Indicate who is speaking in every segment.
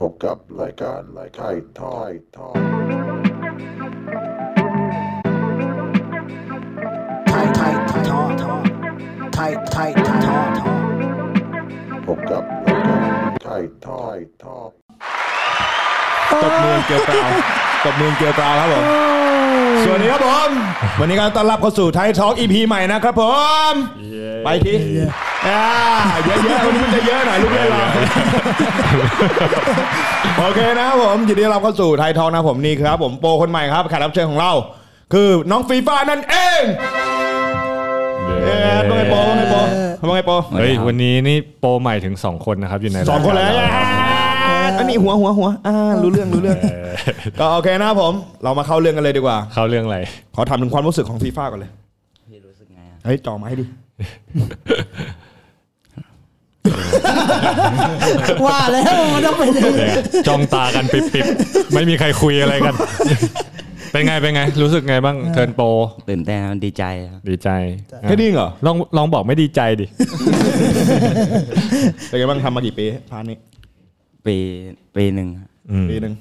Speaker 1: พบกับรายการรายการทอยทอย
Speaker 2: tight tight talk talk tight tight talk talk
Speaker 1: พบกับรายการไทยทอยทอย
Speaker 3: ตบมือเกลียวกราวตบมือเกลียวกราวครับผม สวัสดีครับผม วันนี้การต้อนรับเข้าสู่ไทยทอล์ก EP ใหม่นะครับผม ไปที่อ่า เยอะๆวันนี้มันจะเยอะหน่อยลูกเล่นเรา โอเคนะครับผมยินดีต้อนรับเข้าสู่ไทยทอล์กนะครับผมนี่ครับ ผมโปรคนใหม่ครับแขกรับเชิญของเรา คือน้องฟีฟ่านั่นเองเอ๊ะต้องไงโปรต้องไงโปรต้องไงโปร
Speaker 4: เฮ้ยวันนี้นี่โปรใหม่ถึง 2 คนนะครับ อยู่ใน
Speaker 3: สองคนแล้ว
Speaker 4: รายการ
Speaker 3: อันนี้หัวหัวหัวอ่ารู้เรื่องรู้เรื่อง ก็โอเคนะครับผมเรามาเข้าเรื่องกันเลยดีกว่า
Speaker 4: เข้าเรื่องอะไร
Speaker 3: ขอถามถึงความรู้สึกของฟีฟ่าก่อนเลย
Speaker 5: พี่รู้สึกไงอะ
Speaker 3: เฮ้ยจ่อมาให้ดิ
Speaker 6: ว่าแล้วมันต้องเป็นอย่างนี้
Speaker 4: จ้องตากันปิบๆ ไม่มีใครคุยอะไร กัน เป็นไงเป็นไง รู้สึกไงบ้างเทิร์นโปร
Speaker 5: ตื่นเต้นครับดีใจครับ
Speaker 4: ดีใจ
Speaker 3: แค่นี้เหรอ
Speaker 4: ลองลองบอกไม่ดีใจดิ
Speaker 3: เป็นไงบ้างทำมากี่ปีพาร์ทนี้
Speaker 5: ปีปีหนึ่งครับ
Speaker 3: ปีหนึ่ง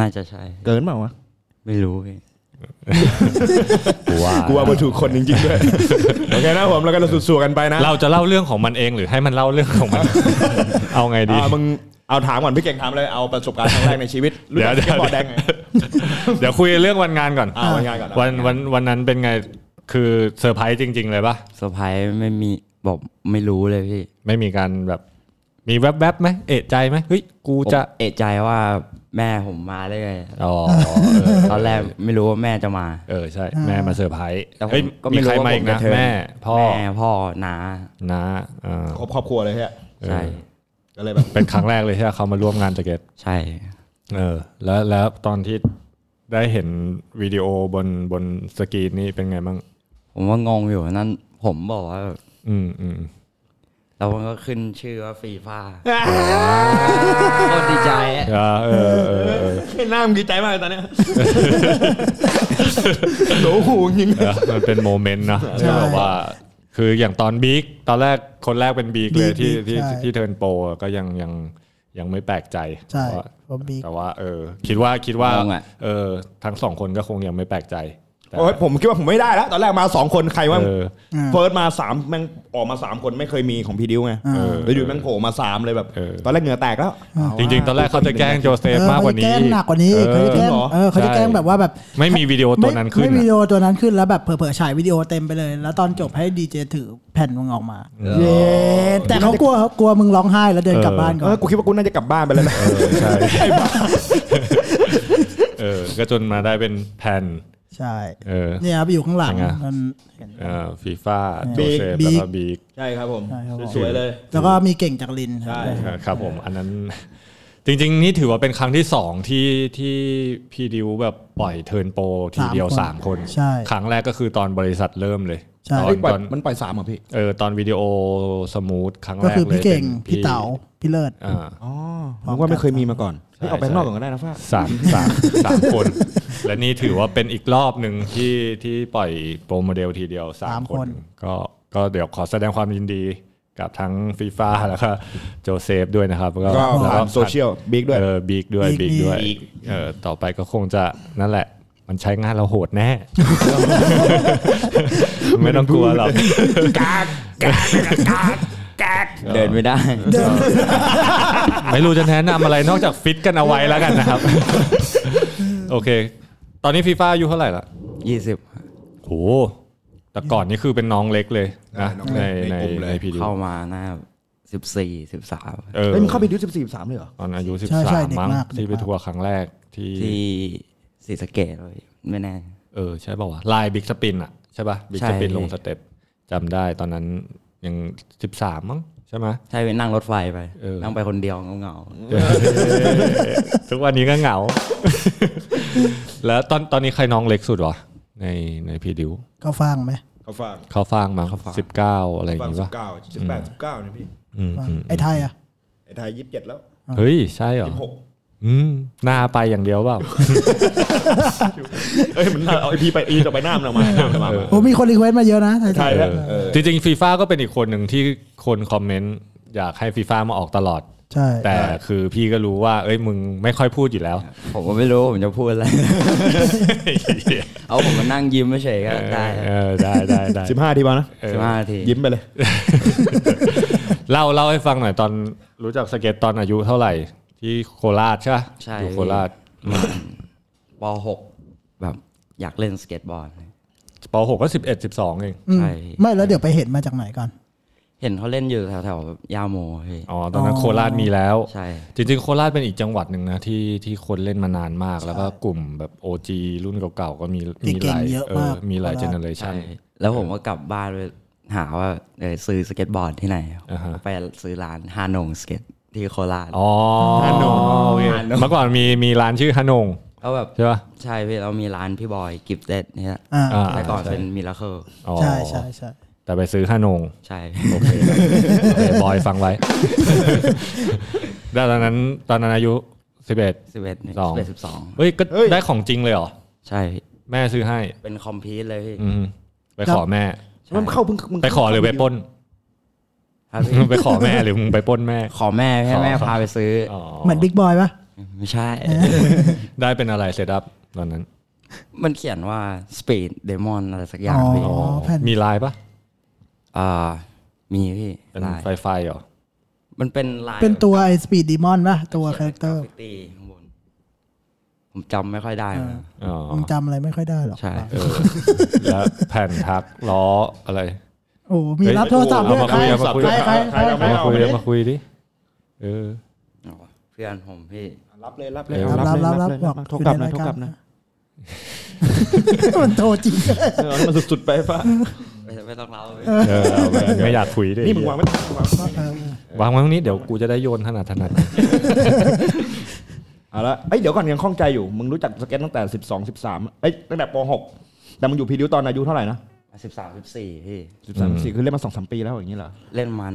Speaker 5: น่าจะใช่
Speaker 3: เกินเปล่าวะ
Speaker 5: ไม่รู้พี่
Speaker 3: กูว่ามาถูกคนจริงๆด้วย โอเคนะผมแล้วก็เราสู้ๆกันไปนะ
Speaker 4: เราจะเล่าเรื่องของมันเองหรือให้มันเล่าเรื่องของ มัน เอาไงดี
Speaker 3: อ่ามึงเอาถามก่อนพี่เก่งถามเลยเอาประสบการณ์ครั้งแรกในชีวิตรู้จัก
Speaker 4: เดี๋
Speaker 3: ส
Speaker 4: ยว
Speaker 3: เก็ตบอร์ดแดงไง
Speaker 4: เดี๋ยวคุยเรื่องวันงานก่อน
Speaker 3: อ่าวันงานก่อน
Speaker 4: วันวันวันนั้นเป็นไงคือเซอร์ไพรส์จริง ๆ เลยปะ
Speaker 5: เซอร์ไพรส์ไม่มีบอกไม่รู้เลยพี่
Speaker 4: ไม่มีการแบบมีแวบๆไหมเอะใจไหมเฮ้ยกู
Speaker 5: ผม
Speaker 4: จะ
Speaker 5: เอะใจว่าแม่ผมมาเลย
Speaker 4: อ๋อ
Speaker 5: ตอนแรกไม่รู้ว่าแม่จะมา
Speaker 4: เออใช่แม่มาเซอร์ไพรส์
Speaker 5: แต่ผม
Speaker 4: เอ้ย
Speaker 5: ก็ไม่
Speaker 4: มี
Speaker 5: รู้
Speaker 4: ใคร
Speaker 5: ว่า
Speaker 4: มาอีก
Speaker 5: ผมจะ
Speaker 4: นะ
Speaker 5: เทิร์น
Speaker 4: แม่พ่อ
Speaker 5: แม่พ่อนา
Speaker 4: นะเออ
Speaker 3: ครอบครอบครัวเลยฮะ
Speaker 5: ใช่
Speaker 3: ก็ เลยแบบ
Speaker 4: เป็นครั้งแรกเลยที่เขามาร่วมงานจเก็ต
Speaker 5: ใช่
Speaker 4: เออ แล้วแล้วตอนที่ได้เห็นวิดีโอบนบนสกรีนนี่เป็นไงบ้าง
Speaker 5: ผมว่างงอยู่นั่นผมบอกว่า
Speaker 4: อืมอืม
Speaker 5: แล้วมันก็ขึ้นชื่อว่าฟีฟ่าโคตรดีใจอะ
Speaker 4: อ่าเออเออเออ
Speaker 3: เฮ้ยหน้ามึงดีใจมากเลยต อนเนี้ย โหหูยิง
Speaker 4: เออมันเป็นโมเมนต์เนอะที่แบบว่า คืออย่างตอนบิ๊กตอนแรกคนแรกเป็นบิ๊กเลยที่
Speaker 6: Big
Speaker 4: ที่
Speaker 6: ใช่
Speaker 4: ที่เทิร์นโปรก็ยังยังยังไม่แปลกใจ
Speaker 6: ใช่
Speaker 4: แต่ว่า
Speaker 6: ผมมี
Speaker 4: แต่ว่า เออ คิดว่าคิดว่าง
Speaker 5: อะ
Speaker 4: เออทั้งสองคนก็คงยังไม่แปลกใจแต่
Speaker 3: โอ้ยผมคิดว่าผมไม่ได้แล้วตอนแรกมาสองคนใครว่า
Speaker 4: เออ
Speaker 3: เฟิร์สมาสามแม่งออกมาสามคนไม่เคยมีของพี่ดิวไงแล้วอยู่แม่งโผล่มาสามเลยแบบ
Speaker 4: เออ
Speaker 3: ตอนแรกเหงื่อแตกแล้ว
Speaker 4: จริงๆ ตอนแรกเขาจะแกล้งโจเซฟ
Speaker 6: เออ
Speaker 4: มากกว่า
Speaker 6: เขจะแก
Speaker 4: นี้
Speaker 6: ล้งหนักกว่านี้
Speaker 4: อ
Speaker 6: เขา
Speaker 4: อ
Speaker 6: จะแกล้ง
Speaker 3: เหรอ
Speaker 6: เออเขาจะแกล้งแบบว่าแบบ
Speaker 4: ไม่มีวิดีโอตัวนั้นขึ้น
Speaker 6: ไม่วิดีโอตัวนั้นขึ้นแล้วแบบเผลอๆฉายวิดีโอเต็มไปเลย แล้วตอนจบให้ดีเจถือแผ่นมึงออกมาเย้แต่เขากลัวเขากลัวมึงร้องไห้แล้วเดินกลับบ้านก่
Speaker 3: เอ
Speaker 6: อ
Speaker 3: อน กูคิดว่ากูน่าจะกลับบ้านไปแล้วนะ
Speaker 4: ใช่เออ ก็จนมาได้เป็นแผ่น
Speaker 6: ใช่
Speaker 4: เออ
Speaker 6: เนี่ยครับอยู่ข้างหลัง
Speaker 4: เป็นไง
Speaker 6: มันเห็น
Speaker 4: เอ่อฟีฟ่าโจเซฟ
Speaker 6: Big
Speaker 4: แล้วก็บีก
Speaker 3: ใช่ครับผม
Speaker 6: ใช่ครับผม
Speaker 3: สวยๆเลย
Speaker 6: แล้วก็มีเก่งจากลิน
Speaker 3: ใช่
Speaker 6: ครับ
Speaker 4: ครับผม อันนั้น จริงๆ นี่ถือว่าเป็นครั้งที่สองที่ที่พี่ดิวแบบปล่อยเทิร์นโปรทีเดียว
Speaker 6: สา
Speaker 4: สาม ม
Speaker 6: ค
Speaker 4: คน น
Speaker 6: ใช่
Speaker 4: ครั้งแรกก็คือตอนบริษัทเริ่มเลย
Speaker 6: ใช่
Speaker 4: ตอน
Speaker 3: เอ้ยปล่อ
Speaker 4: ต
Speaker 3: ย
Speaker 4: อน
Speaker 3: มันปล่อยสามเหรอพี่
Speaker 4: เออตอนวิดีโอสมูทครั้ง
Speaker 6: ก็
Speaker 4: แรก
Speaker 6: คือ
Speaker 4: เลย
Speaker 6: พี่เก่ง
Speaker 4: ป็น
Speaker 6: พี่เต๋าพี่เลิศ
Speaker 4: อ่า
Speaker 3: อ๋อ
Speaker 6: พ
Speaker 3: ผ
Speaker 6: ร้อม
Speaker 3: ม
Speaker 6: กั
Speaker 3: ว่าน ไม่เคยมีมาก่อนนี่ออกไปข้างนอกก่อนก็ได้นะฟ้า
Speaker 4: สามสามสามคน และนี่ถือว่าเป็นอีกรอบหนึ่งที่ที่ปล่อยโปรโมเดลทีเดียวสา
Speaker 6: สาม ม
Speaker 4: ค
Speaker 6: คน น
Speaker 4: ก็ก็เดี๋ยวขอแสดงความยินดีกับทั้งฟีฟ่าแล้วก็โจเซฟด้วยนะครับก็
Speaker 3: ก็
Speaker 4: แล้ว
Speaker 3: ผ่านโซเชียลบิ๊กด้วย
Speaker 4: เออบิ๊กด้วยบิ๊
Speaker 6: Big
Speaker 4: กด้วย
Speaker 3: นี่
Speaker 4: เออต่อไปก็คงจะนั่นแหละ มันใช้งานเราโหดแน่ ไม่ต้องกลัวหรอก
Speaker 5: เดินไม่ได้
Speaker 4: ไม่รู้จะแนะนำอะไรนอกจากฟิตกันเอาไว้แล้วกันนะครับ โอเค ตอนนี้ฟีฟ่าอายุเท่าไหร่ละ
Speaker 5: ยี่สิบ
Speaker 4: โหแต่ก่อนนี่คือเป็นน้องเล็กเลยนะ
Speaker 3: น้อง
Speaker 4: ใน
Speaker 3: เล็ก
Speaker 4: ใน
Speaker 3: ในกลุ่มเลย
Speaker 4: ในพีดี
Speaker 5: เข้ามาหน้าสิบสี่สิบสาม
Speaker 4: เออ
Speaker 3: เฮ้ยมันเข้าไปดิวสิบสี่สามเลยเหรอ
Speaker 4: ตอนอายุสิบ
Speaker 6: ใช่
Speaker 4: สา
Speaker 6: ใช่
Speaker 4: ม
Speaker 6: เด็ก
Speaker 4: มั้ง
Speaker 6: มาก
Speaker 4: ที่ไป
Speaker 6: เด็กมาก
Speaker 4: ทัวร์ครั้งแรกที่
Speaker 5: ที่ศรีสะเกดเลยไม่แน่
Speaker 4: เออใช่ป่าวะลายบิ๊กสปินอ่ะใช่ป่ะบิ๊ก
Speaker 5: ใช่
Speaker 4: สปินลงสเต็ปจำได้ตอนนั้นยังสิบสามมั้งใช่ไหม
Speaker 5: ใช่ไปนั่งรถไฟไป
Speaker 4: เออ
Speaker 5: นั่งไปคนเดียวเหงา
Speaker 4: ทุกวันนี้ก็เหงา แล้วตอนตอนนี้ใครน้องเล็กสุดวะในในพีดิว
Speaker 6: ก็ฟังไหม
Speaker 3: เขาฟาง
Speaker 4: เขาฟางมั้งสิบเก้าอะไรอย่าง
Speaker 3: ฟาง
Speaker 4: งี้
Speaker 3: สิบ
Speaker 4: ป่ะ
Speaker 3: เก้าสิบแปดสิบเก้าเนี่ยพี่
Speaker 4: อืม
Speaker 6: ฟัง
Speaker 4: อืม
Speaker 6: ไอ้ไทยอ่ะ
Speaker 3: ไอ้ไทยยี่สิบเจ็ดแล้ว
Speaker 4: เฮ้ยใช่เหรอ
Speaker 3: ยี่สิบหก
Speaker 4: อืมหน้าไปอย่างเดียวเปล่า
Speaker 3: เอ้ยมันเอาไอพีไปอีจะไปหน้ามนออกมาหน้ามนออกมา
Speaker 6: โอ้มีคนรีเควสต์มาเยอะนะไทย
Speaker 3: ใช่แล้วเออ
Speaker 4: จริงๆฟีฟ่าก็เป็นอีกคนหนึ่งที่คนคอมเมนต์อยากให้ฟีฟ่ามาออกตลอด
Speaker 6: ใช่
Speaker 4: แต่คือพี่ก็รู้ว่า เอ้ยมึงไม่ค่อยพูดอยู่แล้ว
Speaker 5: ผมก็ไม่รู้ผมจะพูดอะไร เอาผมมานั่งยิ้มเฉยๆก็ได้
Speaker 4: เออได้ได้ได้
Speaker 3: สิบห้าทีป่ะนะ
Speaker 5: สิบห้านาที
Speaker 3: ยิ้มไปเลย
Speaker 4: เล่าเล่าให้ฟังหน่อยตอนรู้จักสเก็ตตอนอายุเท่าไหร่ ที่โคราชใช่ปะ
Speaker 5: ใช่
Speaker 4: อยู่โคราช
Speaker 5: มันปหกแบบอยากเล่นสเก็ตบอร์ด
Speaker 4: ป .6 ก็สิบเอ็ดสิบสองเอง
Speaker 6: อืม
Speaker 5: ใช่
Speaker 6: ไม่แล้วเดี๋ยวไปเห็นมาจากไหนก่อน
Speaker 5: เห็นเขาเล่นอยู่แถวๆยาโมพี่
Speaker 4: อ๋อตอนนั้นโคราชมีแล้ว
Speaker 5: ใช่
Speaker 4: จริงๆโคราชเป็นอีกจังหวัดหนึ่งนะที่ที่คนเล่นมานานมาก แล้วก็กลุ่มแบบ OG รุ่นเก่าๆ ก็มีมีหลาย
Speaker 6: เก่งๆเยอะมาก
Speaker 4: มีหลายเจเนอเรชัน
Speaker 5: ใช่ แล้วผมก็กลับบ้านไปหาว่าเออซื้อสเก็ตบอร์ดที่ไหน
Speaker 4: อ่าฮะ
Speaker 5: ไปซื้อร้านฮานงสเก็ตที่โคราช
Speaker 4: อ๋อฮันงเมื่อก่อนมีมีร้านชื่อฮันง
Speaker 5: แล้วแบบ
Speaker 4: ใช่ป่ะ
Speaker 5: ใช่พี่เรามีร้านพี่บอยกิฟเต็ดเนี่ย
Speaker 6: อ่า
Speaker 4: อ่า
Speaker 5: แต่ก่อน
Speaker 4: ใช่
Speaker 5: เป็นมิล a เคิล
Speaker 4: อ๋อ
Speaker 6: ใช่ใช่ใช่
Speaker 4: แต่ไปซื้อฮันง
Speaker 5: ใช่
Speaker 4: โอเคโอเคบอยฟังไว้ แล้วตอนนั้นตอนนั้นอายุสิบเอ็ด
Speaker 5: สิบเอ็ด
Speaker 4: ส
Speaker 5: สิ
Speaker 4: อง
Speaker 5: บเอ็ดสิบสอง
Speaker 4: เฮ้ยก็
Speaker 3: เฮ้ย
Speaker 4: ได้ของจริงเลยเหรอ
Speaker 5: ใช่พี่
Speaker 4: แม่ซื้อให้
Speaker 5: เป็นคอมพิวต์เลยพี่
Speaker 4: อืมไปขอแม่
Speaker 3: มันเข้าเพิ่งมึง
Speaker 4: ไปขอหรือไปปล้น
Speaker 5: ครับพี่
Speaker 4: ไปขอแม่หรือมึงไปปล้นแม่
Speaker 5: ขอแม่ให้
Speaker 4: ขอ
Speaker 5: แม่พาไปซื้ออ
Speaker 4: อ๋อ
Speaker 6: เหมือนบิ๊กบอยปะ
Speaker 5: ไม่ใช่
Speaker 4: ได้เป็นอะไรเซตอัพตอนนั้น
Speaker 5: มันเขียนว่า Speed Demon อะไรสักอย่า
Speaker 6: อ๋
Speaker 5: ง
Speaker 6: อ
Speaker 5: พี่
Speaker 6: แผ่น
Speaker 4: มีลายปะ
Speaker 5: อ่ามีพี่
Speaker 4: เป็น
Speaker 5: ลาย
Speaker 4: ไฟไฟเหรอ
Speaker 5: มันเป็นลาย
Speaker 6: เป็นตัวไอ้สปีดดีมอนปะตัวคาแรคเตอร์
Speaker 5: กตีข้างบน ผมจำไม่ค่อยได้นะ
Speaker 4: อ๋อ
Speaker 6: มึงจำอะไรไม่ค่อยได้หรอก
Speaker 5: ใช่
Speaker 4: เออแล้วแผ่นทัก ล้ออะไร
Speaker 6: โอ้มีรับโทรศัพท์ด้วย
Speaker 4: เอามา
Speaker 6: ใคร
Speaker 4: คุยเอามาคุย
Speaker 6: ใครใครใคร
Speaker 4: เอามาคุยเอามาคุยดิเออ
Speaker 5: เพื่อนผมพี่
Speaker 3: รับเลยรับเลย
Speaker 6: รับรับรับรับบอก
Speaker 3: โทรกลับนะโทรกลับนะ
Speaker 6: มันโทรจริง
Speaker 3: เออมันสุดๆไปป่ะ
Speaker 5: ไม่ไม่ต้องเล่าพี่
Speaker 4: เออเอาไปไม่อยากคุยดิ
Speaker 3: นี่มึงวางไม่วางไว้
Speaker 4: วางไว้ตรงนี้เดี๋ยวกูจะได้โยนถนัดถนัด
Speaker 3: เอาละเอ้ยเดี๋ยวก่อนยังข้องใจอยู่ มึงรู้จักสเก็ตตั้งแต่ 12 13เอ้ยตั้งแต่ป .6 แต่มึงอยู่พีริวตอนอายุเท่าไหร่นะ
Speaker 5: สิบสามสิบสี่พี่
Speaker 3: 13 14คือเล่นมา2-3ปีแล้วอย่างนี้เหรอ
Speaker 5: เล่นมัน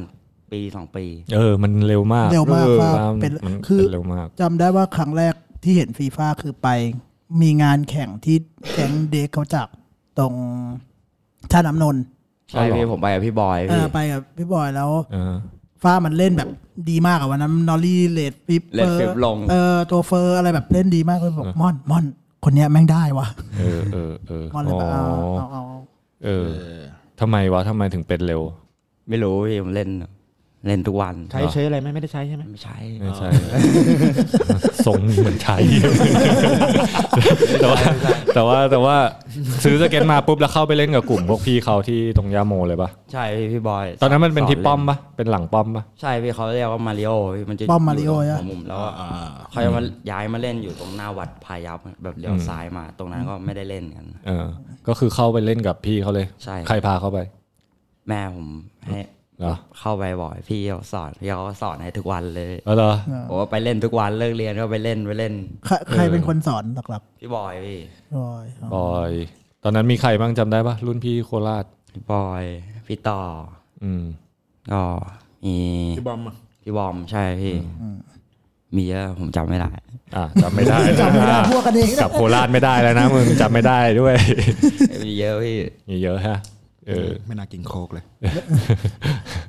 Speaker 5: ปีสองปี
Speaker 4: เออ มันเร็วมาก
Speaker 6: เร็วมาก
Speaker 4: ออ
Speaker 6: ครับ
Speaker 4: มั
Speaker 6: เป็น น
Speaker 4: มัน
Speaker 6: คือ
Speaker 4: เป็นเร็วมาก
Speaker 6: จำได้ว่าครั้งแรกที่เห็นฟีฟ่าคือไป มีงานแข่งที่แก๊งเด็กเขาจัดตรงท่าน้ำนนท์
Speaker 5: ใช่พี่ผมไปกับพี่บอย
Speaker 6: เอ
Speaker 5: พี่
Speaker 6: อไปกับพี่บอยแล้ว
Speaker 4: เออ
Speaker 6: ฟ้ามันเล่นแบบดีมากอะวันนั้นนอรี่เลดฟิป
Speaker 5: Red Flip ลง
Speaker 6: เออตัวเฟอร์อะไรแบบเล่นดีมากเลยบอกมอนมอนคนเนี้ยแม่งได้วะ
Speaker 4: เออ เออ เออ
Speaker 6: มอนเลยแบบ
Speaker 4: อ๋อ
Speaker 6: เอาเอาเอา
Speaker 4: เออทำไมวะทำไมถึงเป็นเร็ว
Speaker 5: ไม่รู้พี่ผมเล่น เล่นทุกวัน
Speaker 3: ใช้ใช้อะไรไหมไม่ได้ใช้ใช่ไหม
Speaker 5: ไม่ใช่
Speaker 4: ไม่ใช่ทรงเหมือนใช้แต่ว่าแต่ว่าแต่ว่าซื้อสเก็ตมาปุ๊บแล้วเข้าไปเล่นกับกลุ่มพวกพี่เขาที่ตรงยาโมเลยปะ
Speaker 5: ใช่พี่พี่บอย
Speaker 4: ตอนนั้นมันเป็นที่ป้อม
Speaker 5: สนล่
Speaker 4: ปะเป็นหลังป้อมปะ
Speaker 5: ใช่พี่เขาเรียกว่ามาริโอพี่มันจะ
Speaker 6: ป้อมมาริโออะ
Speaker 5: หัวมุมแล้วอะเขาจะมาย้ายมาเล่นอยู่ตรงหน้าวัดพายับแบบเลี้ยวซ้ายมา ตรงนั้นก็ไม่ได้เล่นกัน
Speaker 4: เออ ก็คือเข้าไปเล่นกับพี่เขาเลย
Speaker 5: ใช่
Speaker 4: รพาเข้าไป
Speaker 5: แม่ผมให้
Speaker 4: เหรอ
Speaker 5: เข้าไปบ่อยพี่เขาสอนพี่เขาก็สอนให้ทุกวันเลย
Speaker 4: แล้วเหรอ
Speaker 5: ผมว่าไปเล่นทุกวันเลิกเรียนก็ไปเล่นไปเล่น
Speaker 6: ใครใครเป็นคนสอนหลัก
Speaker 5: พี่บอยพี่
Speaker 6: ๆรอยอ๋อบ
Speaker 4: อย ตอนนั้นมีใครบ้างจำได้ปะรุ่นพี่โคราช
Speaker 5: พี่บอยพี่ต่อ
Speaker 4: อืม
Speaker 5: ก็มี
Speaker 3: พี่บอมอะ
Speaker 5: พี่บอมใช่พี่มีเยอะผมจำไม่ได้
Speaker 4: อ่ะจำไม่ได้
Speaker 6: จำไม่ได้พวกกันเอง
Speaker 4: กลับโคราชไม่ได้แล้วนะมึงจำไม่ได้ด้วย
Speaker 5: มีเยอะพี่
Speaker 4: มีเยอะฮะ เออ
Speaker 3: ไม่น่ากินโคก เลย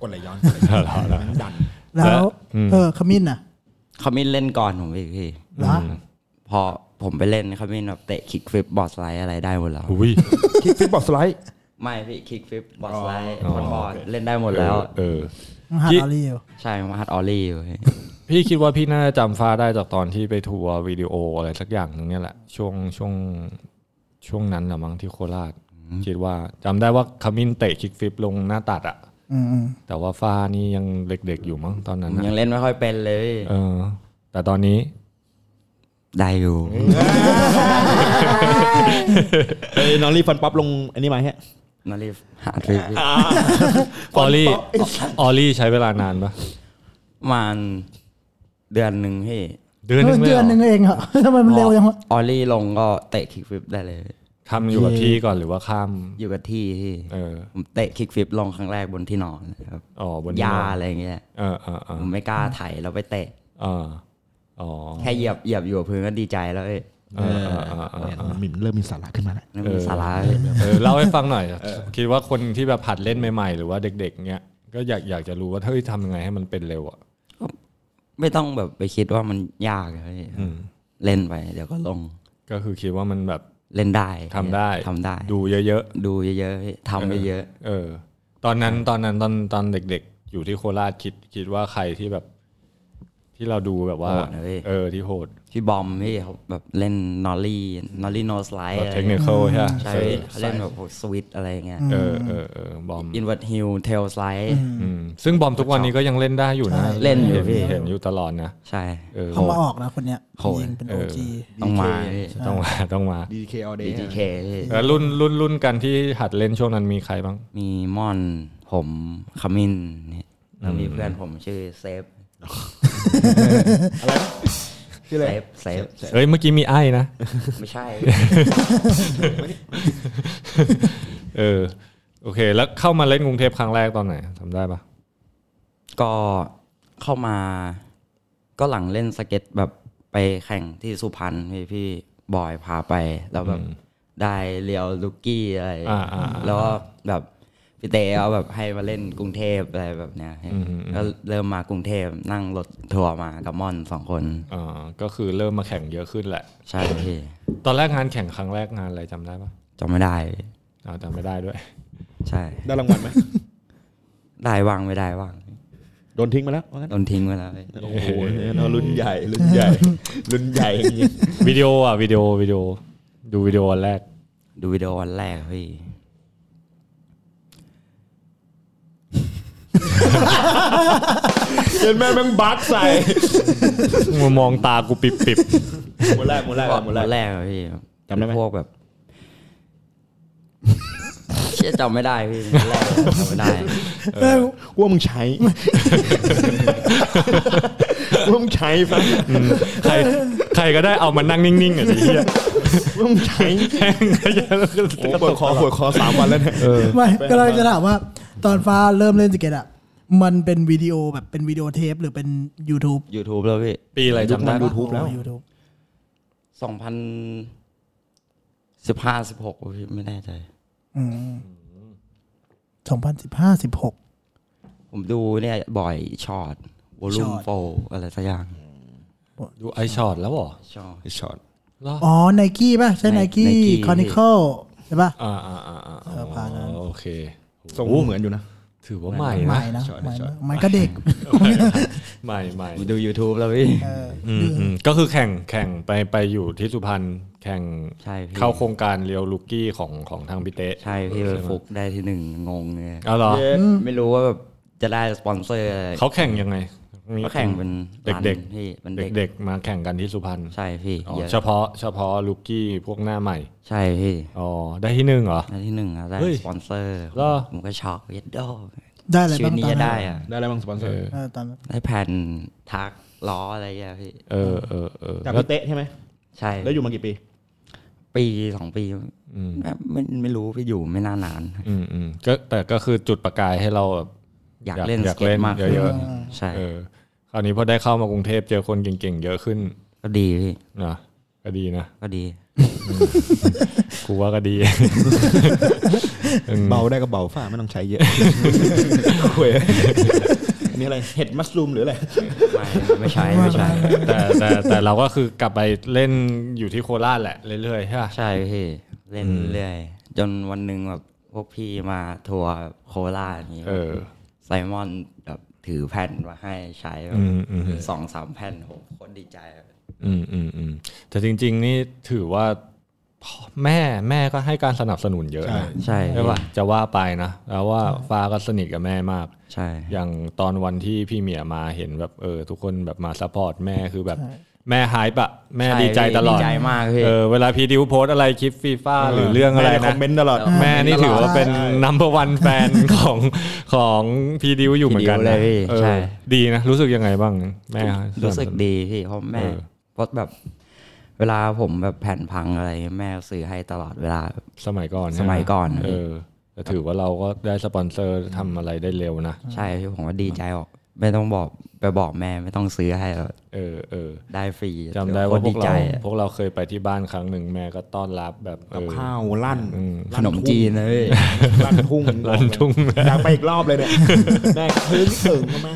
Speaker 3: กดไหลย้อน
Speaker 4: เอาละ
Speaker 3: ดัน
Speaker 6: แล้วเออขมิ้นอ่ะ
Speaker 5: เขาไม่เล่นก่อนผมอีกพี่
Speaker 6: เหรอ
Speaker 5: พอผมไปเล่นเขามีแบบเตะคิกฟลิปบอร์ดสไลด์อะไรได้หมดแล้ว
Speaker 4: อุ้ย
Speaker 3: คิกฟิตบอร์ดสไลด์
Speaker 5: ไม่พี่คิกฟลิปบอร์ดสไลด์
Speaker 4: อ๋
Speaker 5: บ
Speaker 4: อ
Speaker 5: อลบอลเล่นได้หมดแล้ว
Speaker 4: เออ
Speaker 6: มึงหา
Speaker 4: ยี่
Speaker 6: ลอรี่อยู่
Speaker 5: ใช่มาฮัดออลลี่อยู่พี่
Speaker 4: พี่คิดว่าพี่น่าจะจำฟ้าได้จากตอนที่ไปทัวร์วิดีโออะไรสักอย่างหนึงเนี่ยแหละ ช่วงช่วงช่วงนั้นแหละมั้งที่โคราช คิดว่าจำได้ว่าขมิ้นเตะคิกฟลิปลงหน้าตัดอะ
Speaker 6: อืมอืม
Speaker 4: แต่ว่าฟ้านี่ยังเด็กๆอยู่มั้งตอนนั้น
Speaker 5: ผมยั
Speaker 4: นะ
Speaker 5: งเล่นไม่ค่อยเป็นเลยพี่
Speaker 4: เออ แต่ตอนนี้
Speaker 5: ได้อยู่
Speaker 3: ไอ้นอรี่ฟันป๊อปลงอันนี้มาฮะ
Speaker 5: นอรีฮัดฟิปพี่
Speaker 4: ออลี่ออลี่ใช้เวลานานปะ
Speaker 5: ประมาณเดือนหนึ่งพี่
Speaker 4: เดือนหนึงเลย
Speaker 6: เดื
Speaker 4: เหร
Speaker 6: อน
Speaker 4: อ
Speaker 6: หนึ่งเองเหรอ ทำไมมันเร็วยังวะ
Speaker 5: ออลลี่ลงก็เตะคิกฟลิปได้เลย
Speaker 4: ทำอยู่กับที่ก่อนหรือว่าข้าม
Speaker 5: อยู่กับที่พี่
Speaker 4: เออ
Speaker 5: ผมเตะคิกฟลิปลงครั้งแรกบนที่นอนนะครับ
Speaker 4: อ๋อบน
Speaker 5: ยา
Speaker 4: ถนน
Speaker 5: อะไรอย่างเงี้ย
Speaker 4: เออเออเอ
Speaker 5: ผ
Speaker 4: อ
Speaker 5: มไม่กล้าไถ่ายแล้วไปเตะ
Speaker 4: เอออ๋อ
Speaker 5: แค่เหยียบเหยียบอยู่กับพื้นก็ดีใจแล้วพี่
Speaker 4: เออเออเออเออ
Speaker 3: มินเริ่มมีสาระขึ้นมาแล้ว
Speaker 5: นั่นมันสาระพี่
Speaker 4: เออเล่าให้ฟังหน่อยคิดว่าคนที่แบบหัดเล่นใหม่ๆ หรือว่าเด็กๆเนี้ยก็อยากอยากจะรู้ว่าเฮ้ยทำยังไงให้มันเป็นเร็วอ่ะ
Speaker 5: ไม่ต้องแบบไปคิดว่ามันยากอะพี่เล่นไป เดี๋ยวก็ลง
Speaker 4: ก็คือคิดว่ามันแบบ
Speaker 5: เล่นได้
Speaker 4: ทำได้
Speaker 5: ทำได้
Speaker 4: ดูเยอะ
Speaker 5: ดูเยอะๆพี่ทำไปเยอะ
Speaker 4: ๆเออ ตอนนั้นตอนนั้นตอนตอนเด็ก ๆ อยู่ที่โคราชคิดคิดว่าใครที่แบบ ที่เราดูแบบว่า
Speaker 5: โหดนะพี่
Speaker 4: เออที่โหด
Speaker 5: พี่บอมพี่เขาแบบเล่นนอรี่นอรี่โนสไลด์
Speaker 4: แบบเทคนิคอลใช่ปะ
Speaker 5: ใช่
Speaker 4: เอ
Speaker 5: พี่
Speaker 4: อ
Speaker 5: เขาเล่นแบบพวกสวิตอะไรอย่างเงี้ย
Speaker 4: เออเออเออบอม
Speaker 5: อินเวอร์ฮิลเทลสไลด์
Speaker 4: อืมซึ่งบอมทุกวันนี้ก็ยังเล่นได้อยู่นะ
Speaker 6: ใช่
Speaker 5: เล่นอยู่
Speaker 4: ห็
Speaker 5: พี่
Speaker 4: เห็นอยู่ตลอดนะ
Speaker 5: ใช่
Speaker 4: เออ
Speaker 6: เขามาออกนะคนเนี้ย
Speaker 5: โหด
Speaker 6: ยิงเป็นโอจี
Speaker 5: ต้องมาพี่
Speaker 4: ต้องมาต้องมา
Speaker 3: ดีเคออเด
Speaker 5: ดี
Speaker 3: ย์
Speaker 5: ทีเคพี่
Speaker 4: แล้วรุ่นรุ่นรุ่นกันที่หัดเล่นช่วงนั้นมีใครบ้าง
Speaker 5: มีม่อนผมขมิ้นเนี่ยแล้วมีเพื่อนผมชื่อเซฟ
Speaker 3: ชื่ออะไร
Speaker 5: เซฟเซฟ
Speaker 4: เอ้ยเมื่อกี้มีไอ้นะ
Speaker 5: ไม่ใช่
Speaker 4: เออ โอเค แล้วเข้ามาเล่นกรุงเทพครั้งแรกตอนไหนทำได้ปะ
Speaker 5: ก็เข้ามา ก็หลังเล่นสเก็ตแบบไปแข่งที่สุพรรณพี่พี่บอยพาไป แล้วแบบได้เรียวลูกกี้อะไรแล้วก็แบบพี่เตเอาแบบให้มาเล่นกรุงเทพอะไรแบบเนี้ยก็เริ่มมากรุงเทพนั่งรถทัวร์มากับม่อนสองคน
Speaker 4: อ่าก็คือเริ่มมาแข่งเยอะขึ้นแหละ
Speaker 5: ใช่พี่
Speaker 4: ตอนแรกงานแข่งครั้งแรกงานอะไรจำได้ปะ
Speaker 5: จำไม่ได้
Speaker 4: อ่าจำไม่ได้ด้วย
Speaker 5: ใช่
Speaker 3: ได้รางวัลไหม
Speaker 5: ได้ว่างไม่ได้ว่าง
Speaker 3: โดนทิ้งมาแล้วว่างั้น
Speaker 5: โดนทิ้งไปแล้วพี่
Speaker 3: โอ้โหเนี่ยรุ่นใหญ่รุ่นให ญ่รุ่นใหญ่อย่างงี้
Speaker 4: วิดีโออ่ะวิดีโอวิดีโอ ดูวิดีโอวันแรก
Speaker 5: ดูวิดีโอวันแรกพี่
Speaker 3: เห็นแม่แม่งบั๊กใส่
Speaker 4: มึงมองตากูปิบปิบ
Speaker 3: หมดแรกหมดแรกหมดแร
Speaker 5: วัน
Speaker 3: ก
Speaker 5: แรกอะพี่
Speaker 3: จำได้ไหม
Speaker 5: พวก แบบ เชี่ยจำไม่ได้พี่วันแรกจำไม่ได้
Speaker 3: กูว่ามึงใช้กูว่ามึงใช้ฟัง
Speaker 4: อืมใครใครก็ได้เอามานั่งนิ่งๆอ่ะดิเฮีย
Speaker 3: กูว่ามึงใช้โอ้ปวดคอปวดคอสามวันแล้วเนี่ย
Speaker 6: ไม่ก็เลยจะถามว่า ตอนฟ้าเริ่มเล่นสเก็ตอ่ะ มันเป็นวิดีโอแบบเป็นวิดีโอเทปหรือเป็น YouTube
Speaker 5: YouTube แล้วพี่
Speaker 4: ปีอะไรจำได้
Speaker 3: ยู
Speaker 4: ปะ
Speaker 3: ทูบแล้ว
Speaker 6: ยูทูบ
Speaker 5: สองพันสิบห้าสิบหกพี่ไม่แน่ใจ
Speaker 6: สองพันสิบห้าสิบหก
Speaker 5: ผมดูเนี่ยบ่อยช็อตวอลลุ่ม
Speaker 6: Short
Speaker 5: โฟอะไรสักอย่าง
Speaker 4: ดูไอช็อตแล้วเหรอ
Speaker 5: ช็อต
Speaker 3: ช็อต
Speaker 4: เหรอ
Speaker 6: อ๋อไนกี้ป่ะ ใช่ไน
Speaker 5: Nike
Speaker 6: กี้
Speaker 5: Nike
Speaker 6: คอนิคอลใช่ป่ะ
Speaker 4: อ่าอ่าอ่าอ่า
Speaker 6: เออผ่านนั้น
Speaker 4: โอเค
Speaker 3: ทรงเหมือนอยู่นะ
Speaker 4: ถือว่าใหม่
Speaker 6: ให
Speaker 4: นะ
Speaker 6: ม่นะ
Speaker 3: Short
Speaker 6: ใหม่
Speaker 3: Short
Speaker 6: มันก็เด็ก
Speaker 4: ใหม่ใหม่
Speaker 5: ผมดู YouTube แล้วพี่
Speaker 6: เออ
Speaker 4: อืมอืมก็คือแข่งแข่งไปไปอยู่ที่สุพรรณแข่ง
Speaker 5: ใช่พี่
Speaker 4: เข้าโครงการเรียวลูกกี้ของของทางพี่เต้
Speaker 5: ใช่พี่ไปฟุกได้ที่หนึ่งงงเลย
Speaker 4: เอาเหรอ
Speaker 5: ไม่รู้ว่าแบบจะได้สปอนเซอร์อะไร
Speaker 4: เขาแข่งยังไงมี
Speaker 5: เขาแข่งเป็นร้าน
Speaker 4: เด็ก
Speaker 5: พี่เป็นเด็ก
Speaker 4: ๆเด็กๆมาแข่งกันที่สุพรรณ
Speaker 5: ใช่พี่
Speaker 4: อ๋อ
Speaker 5: เยอะ
Speaker 4: เฉพาะเฉพาะลูกกี้พวกหน้าใหม่
Speaker 5: ใช่พี่
Speaker 4: อ๋อได้ที่หนึ่งเหรอ
Speaker 5: อันที่หนึ่งอะได้
Speaker 4: เฮ้ย
Speaker 5: สปอนเซอร์
Speaker 4: เหรอ
Speaker 5: ผมก็ช็อกเย็ดดอก
Speaker 6: ได้อะไร
Speaker 5: ชีวิ
Speaker 6: บ้า
Speaker 5: ต
Speaker 6: ง
Speaker 5: นี้
Speaker 6: ตอน
Speaker 5: จะ
Speaker 6: นั้
Speaker 5: ได้
Speaker 6: น
Speaker 5: อะ
Speaker 3: ได้อะไรบ้างสปอนเซอร์
Speaker 6: เออตอนนั้น
Speaker 5: ได้แผ่นทักล้ออะไรอย่างเงี้ยพี่
Speaker 4: เออเออเออ
Speaker 3: จาก
Speaker 4: แล้ว
Speaker 3: พี่เตะใช่ไหม
Speaker 5: ใช่
Speaker 3: แล้วอยู่มากี่ปี
Speaker 5: ปีสองปีแบบไม่ไม่รู้ไปอยู่ไม่น่านาน
Speaker 4: อืมอืมก็แต่ก็คือจุดประกายให้เราแบบ
Speaker 5: อยาก
Speaker 4: อยาก
Speaker 5: เล่น
Speaker 4: อ
Speaker 5: ส
Speaker 4: ยาก
Speaker 5: เก็
Speaker 4: เล่
Speaker 5: ต
Speaker 4: น
Speaker 5: มากขึ้น
Speaker 4: เยอะ
Speaker 5: ใช่
Speaker 4: เออคราวนี้พอได้เข้ามากรุงเทพเจอคนเก่งๆเยอะขึ้น
Speaker 5: ก็ดีพี่
Speaker 4: นะก็ดีนะ
Speaker 5: ก็ดี
Speaker 4: กูว่าก็ดี
Speaker 3: เบาได้ก็เบาฝ้าไม่ต้องใช้เยอะโอ้ยนี่อะไรเห็ดมัสลูมหรืออะไร
Speaker 5: ไม่ไม่ใช่ไม่ใช่
Speaker 4: แต่แต่แต่เราก็คือกลับไปเล่นอยู่ที่โคราชแหละเรื่อยๆใช่ป่ะ
Speaker 5: ใช่พี่เล่นเรื่อยจนวันหนึ่งแบบพวกพี่มาทัวร์โคราชอย่างเงี้ย
Speaker 4: เออ
Speaker 5: ไซมอนแบบถือแผ่นมาให้ใช้แบบ
Speaker 4: อืมอืม
Speaker 5: สองสามแผ่นโหโคนดีใจอะ
Speaker 4: อืมอืมอืมแต่จริง ๆ นี่ถือว่าพ่อแม่แม่ก็ให้การสนับสนุนเยอะนะ
Speaker 5: ใช่
Speaker 4: ใช่ป่ะจะว่าไปนะแล้วว่าฟ้าก็สนิทกับแม่มาก
Speaker 5: ใช่
Speaker 4: อย่างตอนวันที่พี่เหมียมาเห็นแบบเออ ทุกคนแบบมาซัพพอร์ตแม่คือแบบแม่หายปะแม่ดีใจตลอด
Speaker 5: ดีใจมากพี่
Speaker 4: เออเวลาพี่ดิวโพสต์อะไรคลิปฟีฟ่าหรือเรื่องอะไร
Speaker 3: แม่จ
Speaker 4: นะ
Speaker 3: คอมเมนต์ตลอด
Speaker 4: แม่นี่ถือว่าเป็นนัมเบอร์วันแฟน ของของพีดิวอยู่เหมือนกันนะเออดีนะ รู้สึกยังไงบ้าง แม่
Speaker 5: รู้สึกดีพี่เพราะแม่
Speaker 4: เออ
Speaker 5: เพราะแบบ เวลาผมแบบแผ่นพังอะไร แม่ซื้อให้ตลอดเวลา
Speaker 4: สมัยก่อน
Speaker 5: สมัยก่อน
Speaker 4: เออแต่ถือว่าเราก็ได้สปอนเซอร์ทำอะไรได้เร็วนะ
Speaker 5: ใช่พี่ผมก็ดีใจออก ไม่ต้องบอกไปบอกแม่ไม่ต้องซื้อให้หรอก
Speaker 4: เออเออ
Speaker 5: ได้ฟรี
Speaker 4: จำได้ว่า
Speaker 5: โคต
Speaker 4: พว
Speaker 5: รดี
Speaker 4: ก
Speaker 5: ใจ
Speaker 4: เรา
Speaker 5: อะ
Speaker 4: พวกเราเคยไปที่บ้านครั้งหนึ่งแม่ก็ต้อนรับแบบเอ
Speaker 3: กับ
Speaker 4: อ
Speaker 3: ข้าวลั่น
Speaker 5: ขนมจีนนะพี่
Speaker 3: ลั่นทุ่ง
Speaker 4: ลั่นทุ่ง
Speaker 3: อยากไปอีกรอบเลยเนี่ยแม่คืนถึงก็แม่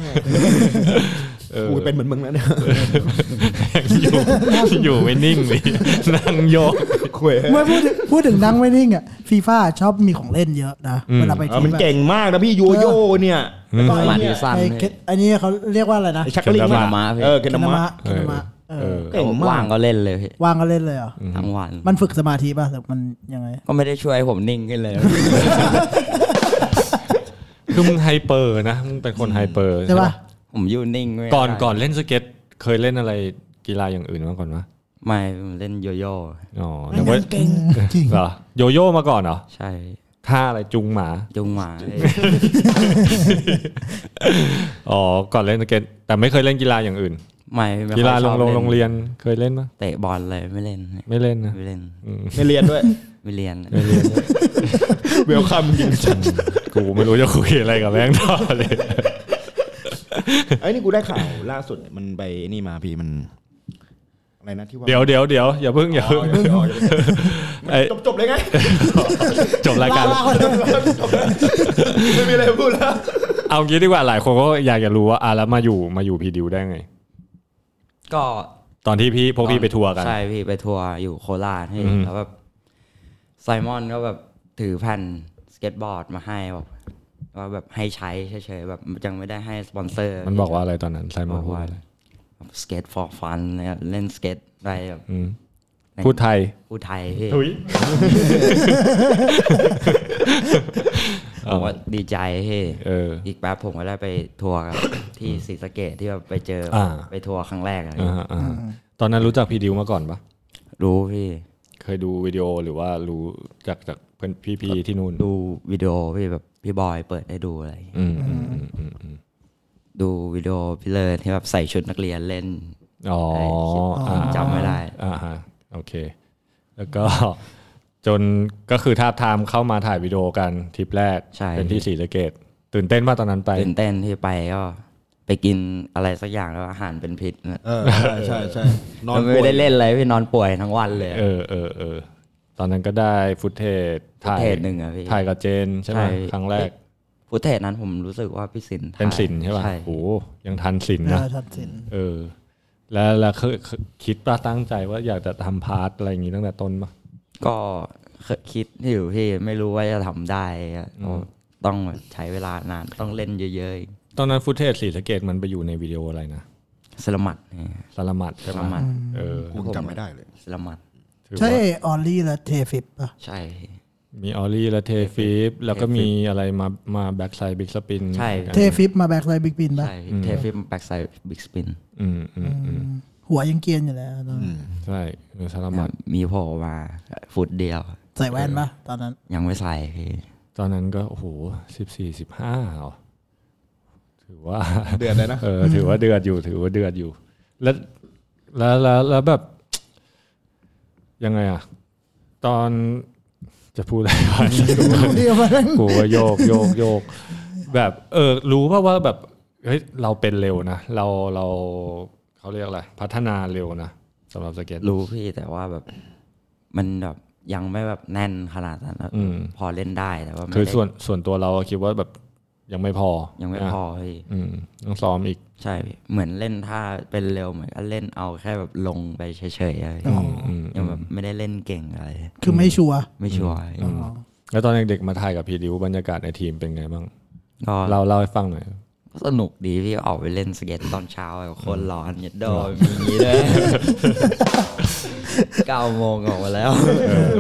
Speaker 3: กูเป็นเหมือนมึงแล้วเนี่ย
Speaker 4: อยู่อยู่ไม่นิ่งเลย นั่งโยก
Speaker 3: คุย
Speaker 6: เมื่อพูดถึงพูดถึงนั่งไม่นิ่งอ่ะฟีฟ่าชอบมีของเล่นเยอะนะเวลาไป
Speaker 3: เออ
Speaker 6: ที
Speaker 3: มันเก่งมากนะพี่โยโย่เนี่ยแล้วก็ไอ้
Speaker 5: มาดี
Speaker 3: เนี่ย
Speaker 5: สั้น
Speaker 6: ไอ้
Speaker 5: เนี่ย
Speaker 6: เคอันนี้เขาเรียกว่าอะไรนะ
Speaker 3: ไอ้ชักลิง
Speaker 4: เคนามะ
Speaker 3: อะเออเคนามะ
Speaker 6: เคนามะเออ
Speaker 4: เออ
Speaker 3: เก่งมาก
Speaker 5: ว่างก็เล่นเลยพี่
Speaker 6: วางก็เล่นเลยเหรอ
Speaker 5: ทั้งวัน
Speaker 6: มันฝึกสมาธิป่ะหรือมันยังไง
Speaker 5: ก็ไม่ได้ช่วยให้ผมนิ่งขึ้นเลย
Speaker 4: คือมึงไฮเปอร์นะมึงเป็นคนไฮเปอร์
Speaker 6: ใช่ป่ะ
Speaker 5: ผมอยู่นิ่งไม่
Speaker 4: ก่อน
Speaker 5: ได้
Speaker 4: ก่อนเล่นสเก็ตเคยเล่นอะไรกีฬาอย่างอื่นมาก่อนปะ
Speaker 5: ไม่ผมเล่นโยโย่
Speaker 4: อ๋อนึกว่า
Speaker 6: เก่งจริง
Speaker 4: เหรอโยโย่มาก่อนเหรอ
Speaker 5: ใช่
Speaker 4: ท่าอะไรจุงหมา
Speaker 5: จุงหมาเลย
Speaker 4: อ๋อ ก่อนเล่นสเก็ตแต่ไม่เคยเล่นกีฬาอย่างอื่น
Speaker 5: ไม่ไม่ค่อย
Speaker 4: กีฬา
Speaker 5: ช
Speaker 4: โร
Speaker 5: องบ
Speaker 4: โรง
Speaker 5: ล่
Speaker 4: โรงเรียนเคยเล่นปะ
Speaker 5: เตะบอลเลยไม่เล่น
Speaker 4: ไม่เล่นนะ
Speaker 5: ไม่เล่น
Speaker 3: ไม่เรียนด้วย
Speaker 5: ไม่เรียน
Speaker 3: เวลคัมจริง
Speaker 4: กูไม่รู้จะคุยอะไรกับแม่ง ต่อเลย
Speaker 3: ไอ้นี่กูได้ข่าวล่าสุดเนี่ยมันไปนี่มาพี่มันอะไรนะที่ว่า
Speaker 4: เดี๋ยวเดี๋ยวเดี๋ยวอย่าเพิ่งอย่าเพิ่งไอ
Speaker 3: จบจบเลยไง
Speaker 4: จบรายการ
Speaker 6: ลาๆเลย
Speaker 3: จบเลยไม่มีอะไรพูดแล้ว
Speaker 4: เอางี้ดีกว่าหลายคนก็อยากจะรู้ว่าอ่ะแล้วมาอยู่มาอยู่พีดิวได้ไง
Speaker 5: ก็
Speaker 4: ตอนที่พี่พวกพี่ไปทัวร์กัน
Speaker 5: ใช่พี่ไปทัวร์อยู่โคราชพี่
Speaker 4: อืม
Speaker 5: แล้วแบบไซมอนก็แบบถือแผ่นสเก็ตบอร์ดมาให้แบบว่าแบบให้ใช้เฉยๆแบบยังไม่ได้ให้สปอนเซอร์
Speaker 4: มันบอกว่าอะไรตอนนั้นไซมอนพูดอะไร
Speaker 5: สเก็ต for fun นะครับเล่นสเก็ตไปแบบ
Speaker 4: อืมพูดไทย
Speaker 5: ผู้ไทยพี่
Speaker 3: ถุย
Speaker 5: ผมว่าดีใจพี่
Speaker 4: เออ
Speaker 5: อีกแป๊บผมก็ได้ไปทัวร์กับ ที่ศรีสะเกดที่แบบไปเจออา ไปทัวร์ครั้งแรกอะ
Speaker 4: อ่าอ่าตอนนั้นรู้จักพีดิวมาก่อนปะ
Speaker 5: รู้พี่
Speaker 4: เคยดูวิดีโอหรือว่ารู้จากจากเพื่อนพี่ๆที่นู่น
Speaker 5: ดูวิดีโอพี่แบบพี่บอยเปิดให้ดูอะไรอย่างเงี้ย
Speaker 4: อืมอืมอืมอืมอืม
Speaker 5: ดูวิดีโอพี่เลิศที่แบบใส่ชุดนักเรียนเล่น
Speaker 4: อ๋ออ่า
Speaker 5: จำไม่ได้
Speaker 4: อ่าฮะโอเค แล้วก็ จนก็คือท้าบทามเข้ามาถ่ายวิดีโอกันทริปแรก
Speaker 5: ใช่
Speaker 4: เป็นที่ศรีสะเกดตื่นเต้นมากตอนนั้นไป
Speaker 5: ตื่นเต้นที่ไปก็ ไปกินอะไรสักอย่างแล้วอาหารเป็นพิษนะ
Speaker 3: เออใช่ใช่นอน
Speaker 5: แล้วไม่ได้เล่นอะไรพี่นอนป่วยทั้งวันเลย
Speaker 4: เออเออเออตอนนั้นก็ได้ฟุตเทจถ่าย
Speaker 5: ฟุตเทจหนึ่งอะพี่
Speaker 4: ถ่ายกับเจนใช่ไหม
Speaker 5: ใช่
Speaker 4: ครั้งแรก
Speaker 5: ฟุตเทจนั้นผมรู้สึกว่าพี่สินถ่าย
Speaker 4: เป็นสินใช่ป่ะโอ้โหยังทันสิน
Speaker 6: เอ
Speaker 4: นะ
Speaker 6: อทัดสิน
Speaker 4: เออ แล้วแล้วคือคือคิดป่ะตั้งใจว่าอยากจะทำพาร์ทอะไรอย่างนี้ตั้งแต่ต้นป่ะ
Speaker 5: ก็เคยคิดอยู่พี่ไม่รู้ว่าจะทำได้อะ
Speaker 4: อืม
Speaker 5: ต้องใช้เวลานานต้องเล่นเยอะ
Speaker 4: ตอนนั้นฟุตเทจศรีสะเกดมันไปอยู่ในวิดีโออะไรนะ
Speaker 5: ๆสลมัดเนี่ย
Speaker 4: สารมัดใช่
Speaker 5: สล
Speaker 4: ป่ะ
Speaker 5: มัด
Speaker 4: เออ
Speaker 3: กูจำไม่ได้เลย
Speaker 5: สลมัด
Speaker 4: ถือว่า
Speaker 6: ใช่ออลลี่และเทฟิปป่ะ
Speaker 5: ใช่พี่
Speaker 4: มีออลลี่และเทฟิฟแล้วก็
Speaker 5: เทฟิป
Speaker 4: มีอะไรมามาแบ็กไซด์บิ๊กสปิน
Speaker 5: ใช่
Speaker 6: เทฟิปมาแบกไซบิ๊กบินป่ะ
Speaker 5: ใช่พี่เทฟิปแบ็กไซด์บิ๊กสปิน
Speaker 4: อืมอืมอืม
Speaker 6: หัวยังเกรียนอยู่แล้วตอนนั้น
Speaker 4: ใช่สลามัด
Speaker 5: มีโผล่มาฟุตเดียว
Speaker 6: ใส่แว่นป่ะตอนนั้น
Speaker 5: ยังไม่ใส่พี่
Speaker 4: ตอนนั้นก็ โอ้โหสิบสี่สิบห้าถือว่า
Speaker 3: เดือนเลยนะ
Speaker 4: เออ ถือว่าเดือดอยู่ ถือว่าเดือดอยู่ แล้วแล้วแล้วแล้วแบบ ยังไงอะตอนจะพูดอะไรวะ
Speaker 6: เดียวมานั่ง
Speaker 4: กูก็โยก โยกโยก แบบเออ รู้ป่าว่าแบบเฮ้ยเราเป็นเร็วนะ เราเราเขาเรียกอะไร พัฒนาเร็วนะสำหรับสเก็ต
Speaker 5: รู้พี่แต่ว่าแบบมันแบบยังไม่แบบแน่นขนาดนั้นอะ
Speaker 4: อืม
Speaker 5: พอเล่นได้แต่ว่าไม่
Speaker 4: คือ
Speaker 5: ได้
Speaker 4: ส่วนส่วนตัวเราคิดว่าแบบยังไม่พอ
Speaker 5: ยังไม่
Speaker 4: นะ
Speaker 5: พอพี่
Speaker 4: อืมต้องซ้อมอีก
Speaker 5: ใช่พี่เหมือนเล่นท่าเป็นเร็วเหมือนก็เล่นเอาแค่แบบลงไปเฉยๆอะไร
Speaker 4: อืม
Speaker 5: ยังแบบไม่ได้เล่นเก่งอะไร
Speaker 6: คือไม่ชัวร์
Speaker 5: ไม่ชัวร์
Speaker 6: อ๋อ
Speaker 4: แล้วตอนเด็กๆมาถ่ายกับพีดิวบรรยากาศในทีมเป็นไงบ้าง
Speaker 5: ก็
Speaker 4: เราเล่าให้ฟังหน่อย
Speaker 5: สนุกดีพี่ออกไปเล่นสเก็ตตอนเช้าแบบคนร้อนเย็ดโดนมีอย่างนี้ด้วย เก้าโมงออกมาแล้ว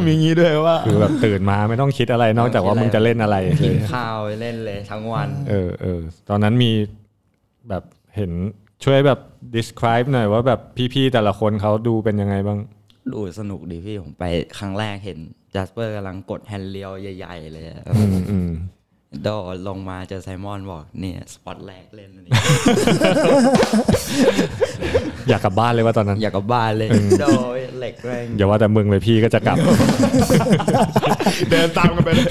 Speaker 3: มีงี้ด้วยว่า
Speaker 4: คือแบบตื่นมาไม่ต้องคิดอะไรนอกจากว่ามึงจะเล่นอะไร
Speaker 5: กินข้าวไปเล่นเลยทั้งวัน
Speaker 4: เออเออตอนนั้นมีแบบเห็นช่วยแบบ describe หน่อยว่าแบบพี่ๆแต่ละคนเขาดูเป็นยังไงบ้าง
Speaker 5: ดูสนุกดีพี่ผมไปครั้งแรกเห็นจัสเปอร์กำลังกดแฮนด์เลียวใหญ่ๆเลยอะ
Speaker 4: อืมอืม
Speaker 5: โดดลงมาเจอไซมอนบอกเนี่ยสปอตแรกเล่นอันนี้
Speaker 4: อยากกลับบ้านเลยว่าตอนนั้น
Speaker 5: อยากกลับบ้านเลยโดยเหล็กแรง
Speaker 4: อย่าว่าแต่มึงเลยพี่ก็จะกลับ
Speaker 3: เดินตามกันไปเลย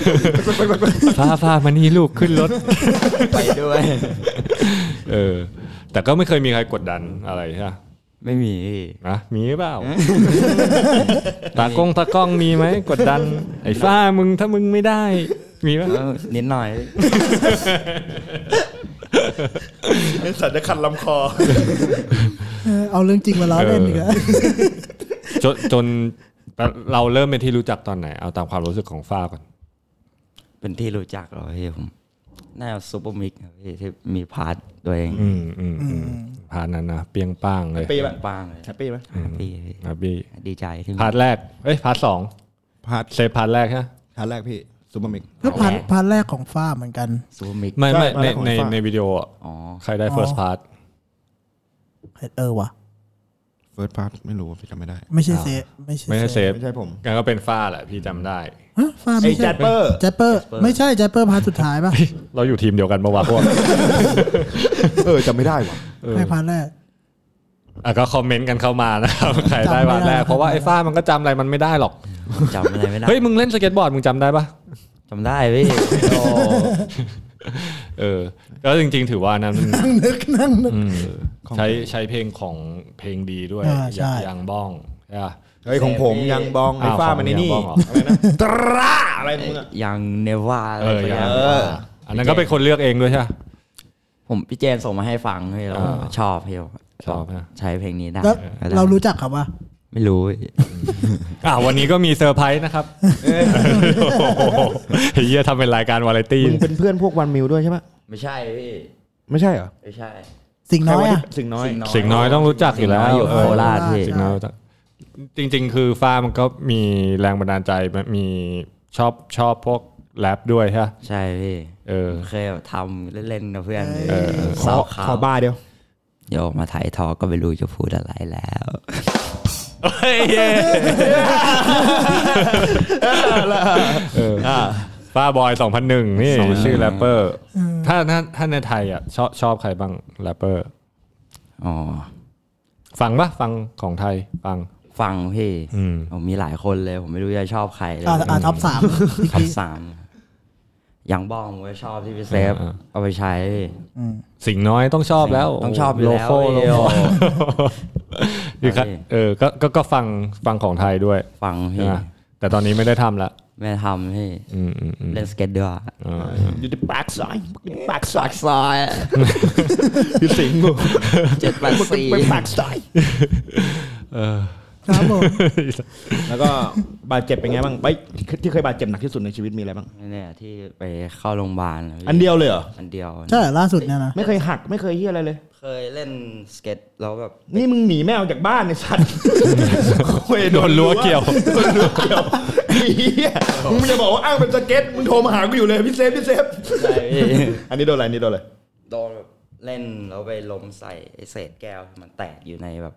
Speaker 4: ฟ้าฟ้ามานี่ลูกขึ้นรถ
Speaker 5: ไปด้วย
Speaker 4: เออ แต่ก็ไม่เคยมีใครกดดันอะไรใช่ไหม
Speaker 5: ไม่มีพี่
Speaker 4: นะมีหรือเปล่า ตากล้องตากล้องมีไหมกดดัน ไอ้ฟ้ามึงถ้ามึงไม่ได้ มีปะ
Speaker 5: เออนิดหน่อย
Speaker 3: สัตว์จะขันลำคอ
Speaker 6: เออเอาเรื่องจริงมาล้อเล่นอีกแล้ว
Speaker 4: จนจนเราเริ่มเป็นที่รู้จักตอนไหน เอาตามความรู้สึกของฟ้าก่อน
Speaker 5: เป็นที่รู้จักเหรอพี่ผมน่าจะซูเปอร์มิกครับพี่ที่มีพาร์ทตัวเอง
Speaker 4: อืมอืมอืมพาร์ทนั้นนะเปียงป้างเลย
Speaker 3: ปีแบบ
Speaker 5: บ้างเลย
Speaker 3: แฮปปี้ไหม
Speaker 5: พี่
Speaker 4: ครับพี่
Speaker 5: ดีใจที่มี
Speaker 4: พาร์ทแรกเอ้ยพาร์ทสอง
Speaker 7: พาร์ท
Speaker 4: เซฟพาร์ทแรกฮะ
Speaker 7: พาร์ทแรกพี่ซูเปอร์มิก
Speaker 6: ก็พันพันแรกของฟ้าเหมือนกัน
Speaker 5: ซูเปอร์มิก
Speaker 4: ไม่
Speaker 3: ใช่
Speaker 4: ไม่
Speaker 3: พาร์ทแรกของ
Speaker 4: ในใน
Speaker 3: ฟ้า
Speaker 4: ในวิดีโออะ
Speaker 5: อ๋อ
Speaker 4: ใครได้ first
Speaker 6: อ๋อ
Speaker 4: part
Speaker 6: เออวะ
Speaker 7: เฟิร์สพาร์ทไม่รู้ว่าพี่จำไม่ได้
Speaker 6: ไม่ใช่เซฟไม่ใช่
Speaker 4: ไม่ใช่เซฟ
Speaker 7: ไม่ใช่ผม
Speaker 4: งั้นก็เป็นฟ้าแหละพี่จำได้
Speaker 6: ฮะฟ้า
Speaker 3: ไอ้
Speaker 6: ไม่
Speaker 3: แจ็
Speaker 6: ใช่
Speaker 3: ปเปอร์
Speaker 6: แจปเปอร์ไม่ใช่แจปเปอร์พาร์ทสุดท้ายป่ะ
Speaker 4: เราอยู่ทีมเดียวกันมาวะพวก
Speaker 7: เออจำไม่ได้ว่ะ
Speaker 6: ใครพาร์ทแรก
Speaker 4: อ่ะก็คอมเมนต์กันเข้ามานะครับ ใครได้
Speaker 6: จำไม่
Speaker 4: บาทแรก
Speaker 6: ได้
Speaker 4: เพราะว่าไอ้ฟ้ามันก็จำอะไรมันไม่ได้หรอก
Speaker 5: จำอะไรไม่ได้
Speaker 4: เฮ้ย มึงเล่นสเก็ตบอร์ดมึงจำได้ปะ
Speaker 5: จำได้พี่
Speaker 4: เออแล้วจริงๆ ถือว่านั้นมัน
Speaker 6: นั่งนึกนั่งนึก
Speaker 4: ใช้ใช้เพลงของเพลงดีด้วย
Speaker 6: อ่าใช่
Speaker 4: อย่างยางบ้องใช่ปะ
Speaker 3: เฮ้ยของผมยังบองไอ้
Speaker 4: อ้าว
Speaker 3: ฟ้ามันในนี่
Speaker 4: ของผมยังบองเหรออ
Speaker 3: อะไรนะตราอะไรมึงอะ
Speaker 5: ยังเนวาอะ
Speaker 4: เอ
Speaker 5: ไร
Speaker 4: อ
Speaker 5: สักอย่
Speaker 4: อา
Speaker 5: ย่างง
Speaker 3: เออ
Speaker 4: อันนั้นก็เป็นคนเลือกเองด้วยใช่ปะ
Speaker 5: ผมพี่เจนส่งมาให้ฟังพี่เรา
Speaker 4: อ่า
Speaker 5: ชอบพี่
Speaker 4: ชอบนะ
Speaker 5: ใช้เพลงนี้ได้
Speaker 6: แล้ว
Speaker 5: อะไร
Speaker 6: เรารู้จักครับว่า
Speaker 5: ไม่รู้
Speaker 4: อ่ะวันนี้ก็มีเซอร์ไพรส์นะครับ โอ้โหเฮียทำเป็นรายการวาไรตี้
Speaker 7: มึงเป็นเพื่อนพวกวันมิวด้วยใช่ปะ
Speaker 5: ไม่ใช่พี่
Speaker 7: ไม่ใช่เหรอ
Speaker 5: ไม่ใช่
Speaker 6: สิ่งน้อยอ่ะ
Speaker 7: สิ่งน้อย
Speaker 4: สิงห์น้อยต้องรู้จักอยู่แล้ว
Speaker 5: สิงห์น้อยอยู่
Speaker 4: เออ
Speaker 5: โคราชพี่
Speaker 4: สิงห์น้อยรู้จักจริง ๆ คือฟ้ามันก็มีแรงบันดาลใจมีชอบชอบพวกแรปด้วยใช่ปะ
Speaker 5: ใช่พี่
Speaker 4: เออ
Speaker 5: เคยแบบทำเล่นๆกับเพื่อน
Speaker 6: เออ
Speaker 7: ขอ
Speaker 5: สาวขา
Speaker 7: ขอ
Speaker 5: ว
Speaker 7: บ้าร์เดียว
Speaker 5: โยกมาถ่ายทอก็ไม่รู้จะพูดอะไรแล้ว
Speaker 4: เออป้าบอย 2001 นี่ชื่อแรปเปอร์ ถ้าถ้าถ้าในไทยอ่ะชอบชอบใครบ้างแรปเปอร์
Speaker 5: อ๋อ
Speaker 4: ฟังปะฟังของไทยฟัง
Speaker 5: ฟังพี่
Speaker 4: อืม
Speaker 5: ผมมีหลายคนเลย ผมไม่รู้จะชอบใครเลย
Speaker 6: อ่ะอ่ะท็อปสามพี่
Speaker 5: ท็อป
Speaker 6: กี้
Speaker 5: สามยังบ้องผมก็ชอบที่พี่เซฟ
Speaker 4: อ่า
Speaker 5: เอาไปใช้พี่
Speaker 4: สิงห์น้อยต้องชอบแล้ว
Speaker 5: ต้องชอบอยู่
Speaker 4: โล
Speaker 5: แล้ว
Speaker 4: โก้โล
Speaker 5: เออ
Speaker 4: โก้คือครับ
Speaker 5: โอเค
Speaker 4: เออก็ก็ก็ฟังฟังของไทยด้วย
Speaker 5: ฟังพี่
Speaker 4: นะแต่ตอนนี้ไม่ได้ทำละ
Speaker 5: ไม่ทำพี่
Speaker 4: อืมอืมอืม
Speaker 5: เล่นสเก็ตด้วย
Speaker 3: อยู่ในปากซอยปากซ อ
Speaker 5: ปายกซอย
Speaker 3: อยู่สิงห์
Speaker 5: เจ็ดแปดสี่
Speaker 3: เป็นปากซอย
Speaker 6: ครับผม
Speaker 3: แล้วก็บาดเจ็บเป็นไงบ้างไปที่เคยบาดเจ็บหนักที่สุดในชีวิตมีอะไรบ้าง
Speaker 5: เนี่ยที่ไปเข้าโรงพยาบาละพี่
Speaker 3: อันเดียวเลยเหรอ
Speaker 5: อันเดียว
Speaker 6: ใช่เหรอล่าสุดเนี่ยนะ
Speaker 3: ไม่เคยหักไม่เคยเฮียอะไรเลย
Speaker 5: เคยเล่นสเก็ตแล้วแบบ
Speaker 3: นี่มึงหนีแมวจากบ้านไอ้สัตว์โอ้ย
Speaker 4: โดนรั้วเกี่ยว
Speaker 3: โดนรั้วเกี่ยวไอ้เฮียมึงจะบอกว่าอ้างเป็นสเก็ตมึงโทรมาหากูอยู่เลยพี่เซฟพี่เซฟ
Speaker 5: ใช่พี่
Speaker 3: อันนี้โดนอะไรอันนี้โดนอะไร
Speaker 5: โดนแบบเล่นแล้วไปล้มใส่ไอ้เศษแก้วที่มันแตกอยู่ในแบบ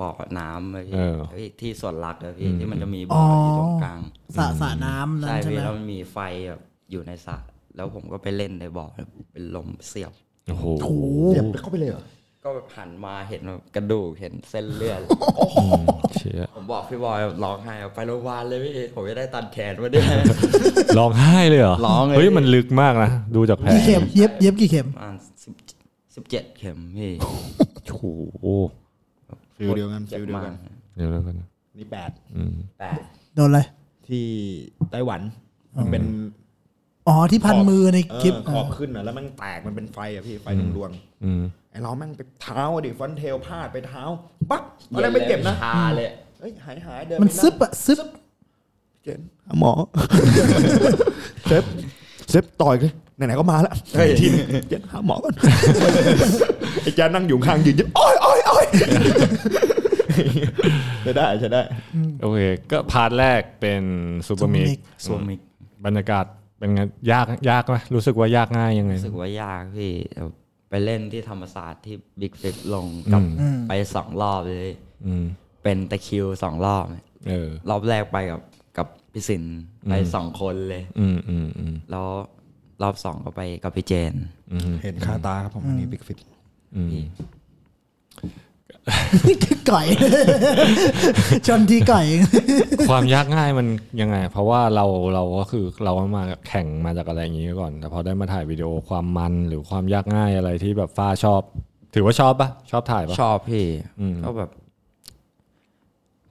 Speaker 5: บ่อน้ำเลยพี่
Speaker 4: เออ
Speaker 5: ที่ที่ส่วนหลักเลยพี่ที่มันจะมีบ่ออยู่ตรงกลาง
Speaker 6: สระสระน้ำนั้น
Speaker 5: ใช่
Speaker 6: ใช่
Speaker 5: พี่
Speaker 6: ไหม
Speaker 5: แล้วมันมีไฟแบบอยู่ในสระแล้วผมก็ไปเล่นในบ่อแล้วเป็นลมเสียบ
Speaker 4: โอ้โห
Speaker 3: เจ็บเข้าไปเลยเหรอ
Speaker 5: ก็แบบหันมาเห็นแบบกระดูกเห็นเส้นเลือด
Speaker 4: เชี่ย
Speaker 5: ผมบอกพี่บอยแบบร้องไห้แบบไปโรงพยาบาลเลยพี่ผมจะได้ตัดแขนมาด้วย
Speaker 4: ร้องไห้เลยเหรอ
Speaker 5: ร้องเลย
Speaker 4: เฮ้ยมันลึกมากนะ ดูจากแผล
Speaker 6: กี่เข็มเย็บเย็บกี่เข็ม
Speaker 5: ประมาณสิบสิบเจ็ดเข็มพี่
Speaker 4: โอ้โห
Speaker 7: ฟิลเดียวกัน
Speaker 5: เจ็บ
Speaker 7: ฟิลเดียว
Speaker 5: มา
Speaker 7: กั
Speaker 5: ก
Speaker 7: น
Speaker 4: เดี๋ยวแล้วกันนะ
Speaker 3: นี่แปด
Speaker 4: อืม
Speaker 5: แต่
Speaker 6: โดนอะไร
Speaker 3: ที่ไต้หวันมันเป็น
Speaker 6: อ๋อที่พันมือใน
Speaker 3: เออ
Speaker 6: คลิป
Speaker 3: ขอบขึ้นอ่ะแล้วมันแตกมันเป็นไฟอ่ะพี่ไฟดวง
Speaker 4: อืม
Speaker 3: ๆไอ้เราแม่งไปเท้าอะดิฟันเทลพลาดไปเท้าปั๊บตอนแรกไม่เจ็บนะ
Speaker 5: ชาเลย
Speaker 3: เอ้ยหายหายเดิน
Speaker 6: มัน
Speaker 3: ไป
Speaker 6: ซึบอะซึบ
Speaker 7: เจนหาหมอ เซฟเซฟต่อยเลยไหนๆก็มาแล้ว
Speaker 3: เฮ้ยที่
Speaker 7: เจนหาหมอก่อน
Speaker 3: ไอ้แกนั่งอยู่ข้างยืนยิ้มโอ้ยโอ้ยโอ้ย ใช่ได้ใช่ได้
Speaker 4: โอเค ก็พาร์ทแรกเป็นซูเปอร์มิก
Speaker 5: สวมิก
Speaker 4: บรรยากาศเป็นไงยากยากไหมรู้สึกว่ายากง่ายยังไง
Speaker 5: รู้สึกว่ายากพี่แต่ไปเล่นที่ธรรมศาสตร์ที่บิ๊กฟิปลงกับไปสองรอบเลย
Speaker 4: อืม
Speaker 5: เป็นตะคริวสองรอบ
Speaker 4: เออ
Speaker 5: รอบแรกไปกับกับพี่สินไปสองคนเลย
Speaker 4: อืมอืมอืม
Speaker 5: แล้วรอบสองก็ไปกับพี่เจน
Speaker 7: เห็นคาตาครับผมอันนี้บิ๊กฟิต
Speaker 6: นี่คือไก่ อยชนที่ไก่อยเอง
Speaker 4: ความยากง่ายมันยังไง เพราะว่าเราเราก็คือเรามาแข่งมาจากอะไรอย่างนี้ก่อน แต่พอได้มาถ่ายวิดีโอความมันหรือความยากง่ายอะไรที่แบบฟ้าชอบ ถือว่าชอบปะชอบถ่ายปะ
Speaker 5: ชอบพี่
Speaker 4: อืม
Speaker 5: ก็แบบ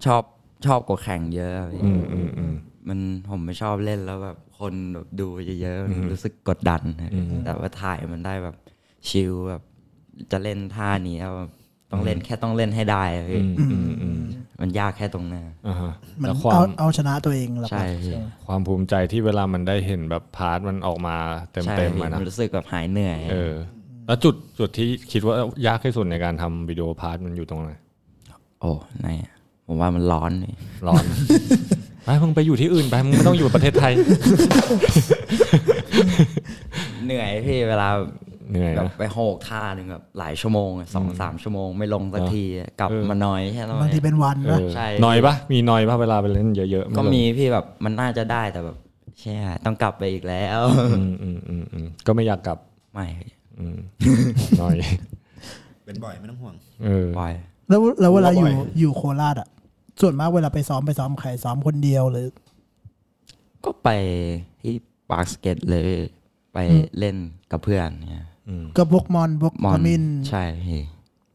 Speaker 5: ชอบชอบกว่าแข่งเยอะอะพี่
Speaker 4: อืมอืมอืม
Speaker 5: มันผมไม่ชอบเล่นแล้วแบบ คนแบบดูเยอะๆมันรู้สึกกดดันนะแต่ว่าถ่ายมันได้แบบ ชิลแบบจะเล่นท่านี้ครับต้องเล่นแค่ต้องเล่นให้ได้อะพี่
Speaker 4: อืมอืมอืม
Speaker 5: มันยากแค่ตรงนั้น
Speaker 4: อ่าฮะ
Speaker 6: เหมือน
Speaker 4: แล้วควา
Speaker 6: เอา
Speaker 4: ม
Speaker 6: เอาชนะตัวเองหลักๆ
Speaker 5: ใช่
Speaker 6: ไหม
Speaker 4: ความภูมิใจที่เวลามันได้เห็นแบบพาร์ทมันออกมาเต็ม
Speaker 5: ใช่
Speaker 4: เต็ม
Speaker 5: พี่
Speaker 4: มันนะ
Speaker 5: มันรู้สึกแบบหายเหนื่อย
Speaker 4: เออ แล้วจุดจุดที่คิดว่ายากที่สุดในการทำวิดีโอพาร์ทมันอยู่ตรงไหน
Speaker 5: โอ้ไหนอะผมว่ามันร้อนพี่
Speaker 4: ร้อน ไปมึงไปอยู่ที่อื่นไปมึงไม่ต้องอยู่ประเทศไทย
Speaker 5: เหนื่อยพี่เวลา
Speaker 4: เหนื่อย
Speaker 5: แบบ
Speaker 4: นะ
Speaker 5: ไปโหกท่าหนึ่งแบบหลายชั่วโมงอะสองสามชั่วโมงไม่ลงสักทีอะกลับ
Speaker 4: เออ
Speaker 5: มาน้อยแค่นั้น
Speaker 6: บางทีเป็นวัน
Speaker 4: เอ
Speaker 6: นะ
Speaker 4: อ
Speaker 5: ใช่
Speaker 4: นอยปะมีนอยปะเวลาไปเล่นเยอะๆไลง
Speaker 5: ก็มีพี่แบบมันน่าจะได้แต่แบบเช่ยต้องกลับไปอีกแล้ว
Speaker 4: อืมอืมอืมอืมก็ไม่อยากกลับ
Speaker 5: ไม่
Speaker 4: อืมนอย
Speaker 8: เป็นบ่อยไม่ต้องห่วง
Speaker 4: เออ
Speaker 5: ปล่อย
Speaker 6: แล้วแล้วเวลา
Speaker 8: ผม
Speaker 6: อ
Speaker 8: ว่าบ่อยู่ ย
Speaker 6: อยู่โคราชอ่ะ ส่วนมากเวลาไปซ้อมไปซ้อมใครซ้อมคนเดียวหรือ
Speaker 5: ก็ไปที่ปาร์คสเก็ตเลยไปเล่นกับเพื่อนเนี่ย
Speaker 6: ก็พวกมอนพวก
Speaker 5: มอ
Speaker 6: ข
Speaker 5: น
Speaker 6: มิ้น
Speaker 5: ใช่พี่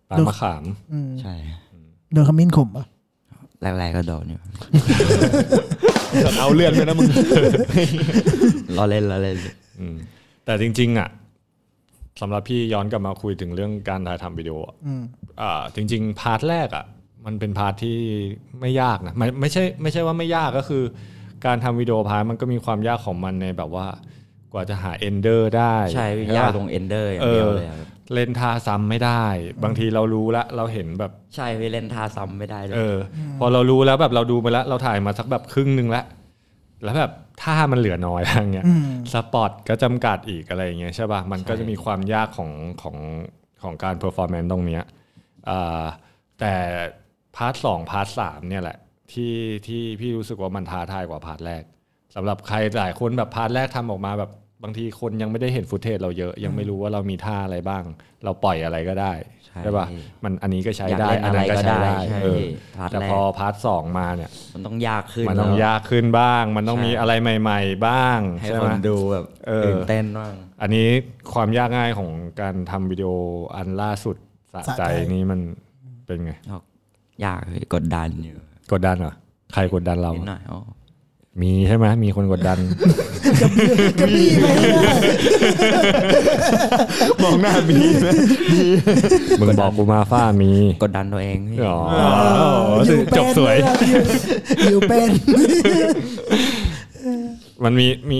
Speaker 4: ปลา
Speaker 6: ดู
Speaker 4: มะขาม
Speaker 6: อืม
Speaker 5: ใช่
Speaker 6: โดนขมิ้นข่มปะ
Speaker 5: แรกๆก็โดนอยู่
Speaker 3: เอาเลื่อนไป นะมึง
Speaker 5: เราเล่นเราเล่น
Speaker 4: อืมแต่จริง ๆ อ่ะสำหรับพี่ย้อนกลับมาคุยถึงเรื่องการถ่ายทำวิดีโออะ
Speaker 6: อืม
Speaker 4: อ่าจริงๆ พาร์ทแรกอะ่ะมันเป็นพาร์ทที่ไม่ยากนะไม่ไม่ใช่ไม่ใช่ว่าไม่ยากก็คือ การทำวิดีโอพาร์ทมันก็มีความยากของมันในแบบว่ากว่าจะหาเอนเดอร์ได้
Speaker 5: ใช่พี่
Speaker 4: ปะ
Speaker 5: ยากตรงเอนเดอร์อย่างเดียว
Speaker 4: เออ
Speaker 5: เลยครับ
Speaker 4: เล่นท่าซ้ำไม่ได้ บางทีเรารู้ละเราเห็นแบบ
Speaker 5: ใช่พี่เล่นท่าซ้ำไม่ได้เล
Speaker 4: เอย ออพอเรารู้แล้วแบบเราดูไปแล้วเราถ่ายมาสักแบบครึ่งหนึ่งละแล้วแบบท่ามันเหลือน้อยอะไรเงี้ย
Speaker 6: อืม
Speaker 4: สปอตก็จำกัดอีกอะไรอย่างเงี้ยใช่ป่ะมันก็จะมีความยากของของของการเพอร์ฟอร์แมนซ์ตรงเนี้ย อ่าแต่พาร์ทสองพาร์ทสามเนี่ยแหละที่ที่พี่รู้สึกว่ามันท้าทายกว่าพาร์ทแรกสำหรับใครหลายคนแบบพาร์ทแรกทำออกมาแบบบางทีคนยังไม่ได้เห็นฟุตเทจเราเยอะ ยังไม่รู้ว่าเรามีท่าอะไรบ้าง เราปล่อยอะไรก็ได้
Speaker 5: ใช่
Speaker 4: ใช่ป่ะมันอันนี้ก็ใช้
Speaker 5: อยาก
Speaker 4: ได้
Speaker 5: เล่น
Speaker 4: อันนั้นก็ใช้ได้
Speaker 5: อะไรก็ได้ใช่
Speaker 4: เออ
Speaker 5: พาร์ทแรก
Speaker 4: แต่พอพาร์ทสองมาเนี่ย
Speaker 5: มันต้องยากขึ้น
Speaker 4: มันต้อง
Speaker 5: แล้ว
Speaker 4: ยากขึ้นบ้าง มันต้อง
Speaker 5: ใช่
Speaker 4: มีอะไรใหม่ ๆ บ้าง
Speaker 5: ให้
Speaker 4: ใช่
Speaker 5: ค
Speaker 4: ไหม
Speaker 5: นดูแบบ
Speaker 4: เออ
Speaker 5: ตื่นเต้นบ้าง
Speaker 4: อันนี้ความยากง่ายของการทำวิดีโออันล่าสุดสะ
Speaker 6: สะ
Speaker 4: ใจ
Speaker 6: ใจ
Speaker 4: นี่มันเป็นไง
Speaker 5: ยากเลยกดดันอยู่
Speaker 4: กดดันเหรอใครกดดันเรา
Speaker 5: นิดหน่อยอ๋อ
Speaker 4: มีใช่ไหมมีคนกดดั น
Speaker 6: จะมีไหม
Speaker 7: มองหน้ามีไหม
Speaker 4: มึงบอกกูมาฟ้ามี
Speaker 5: กดดันตัวเองพี่
Speaker 4: อ๋อ
Speaker 6: อยู่เป็น
Speaker 4: จบสวย
Speaker 6: อยู่อยู่เป็น
Speaker 4: มันมีมี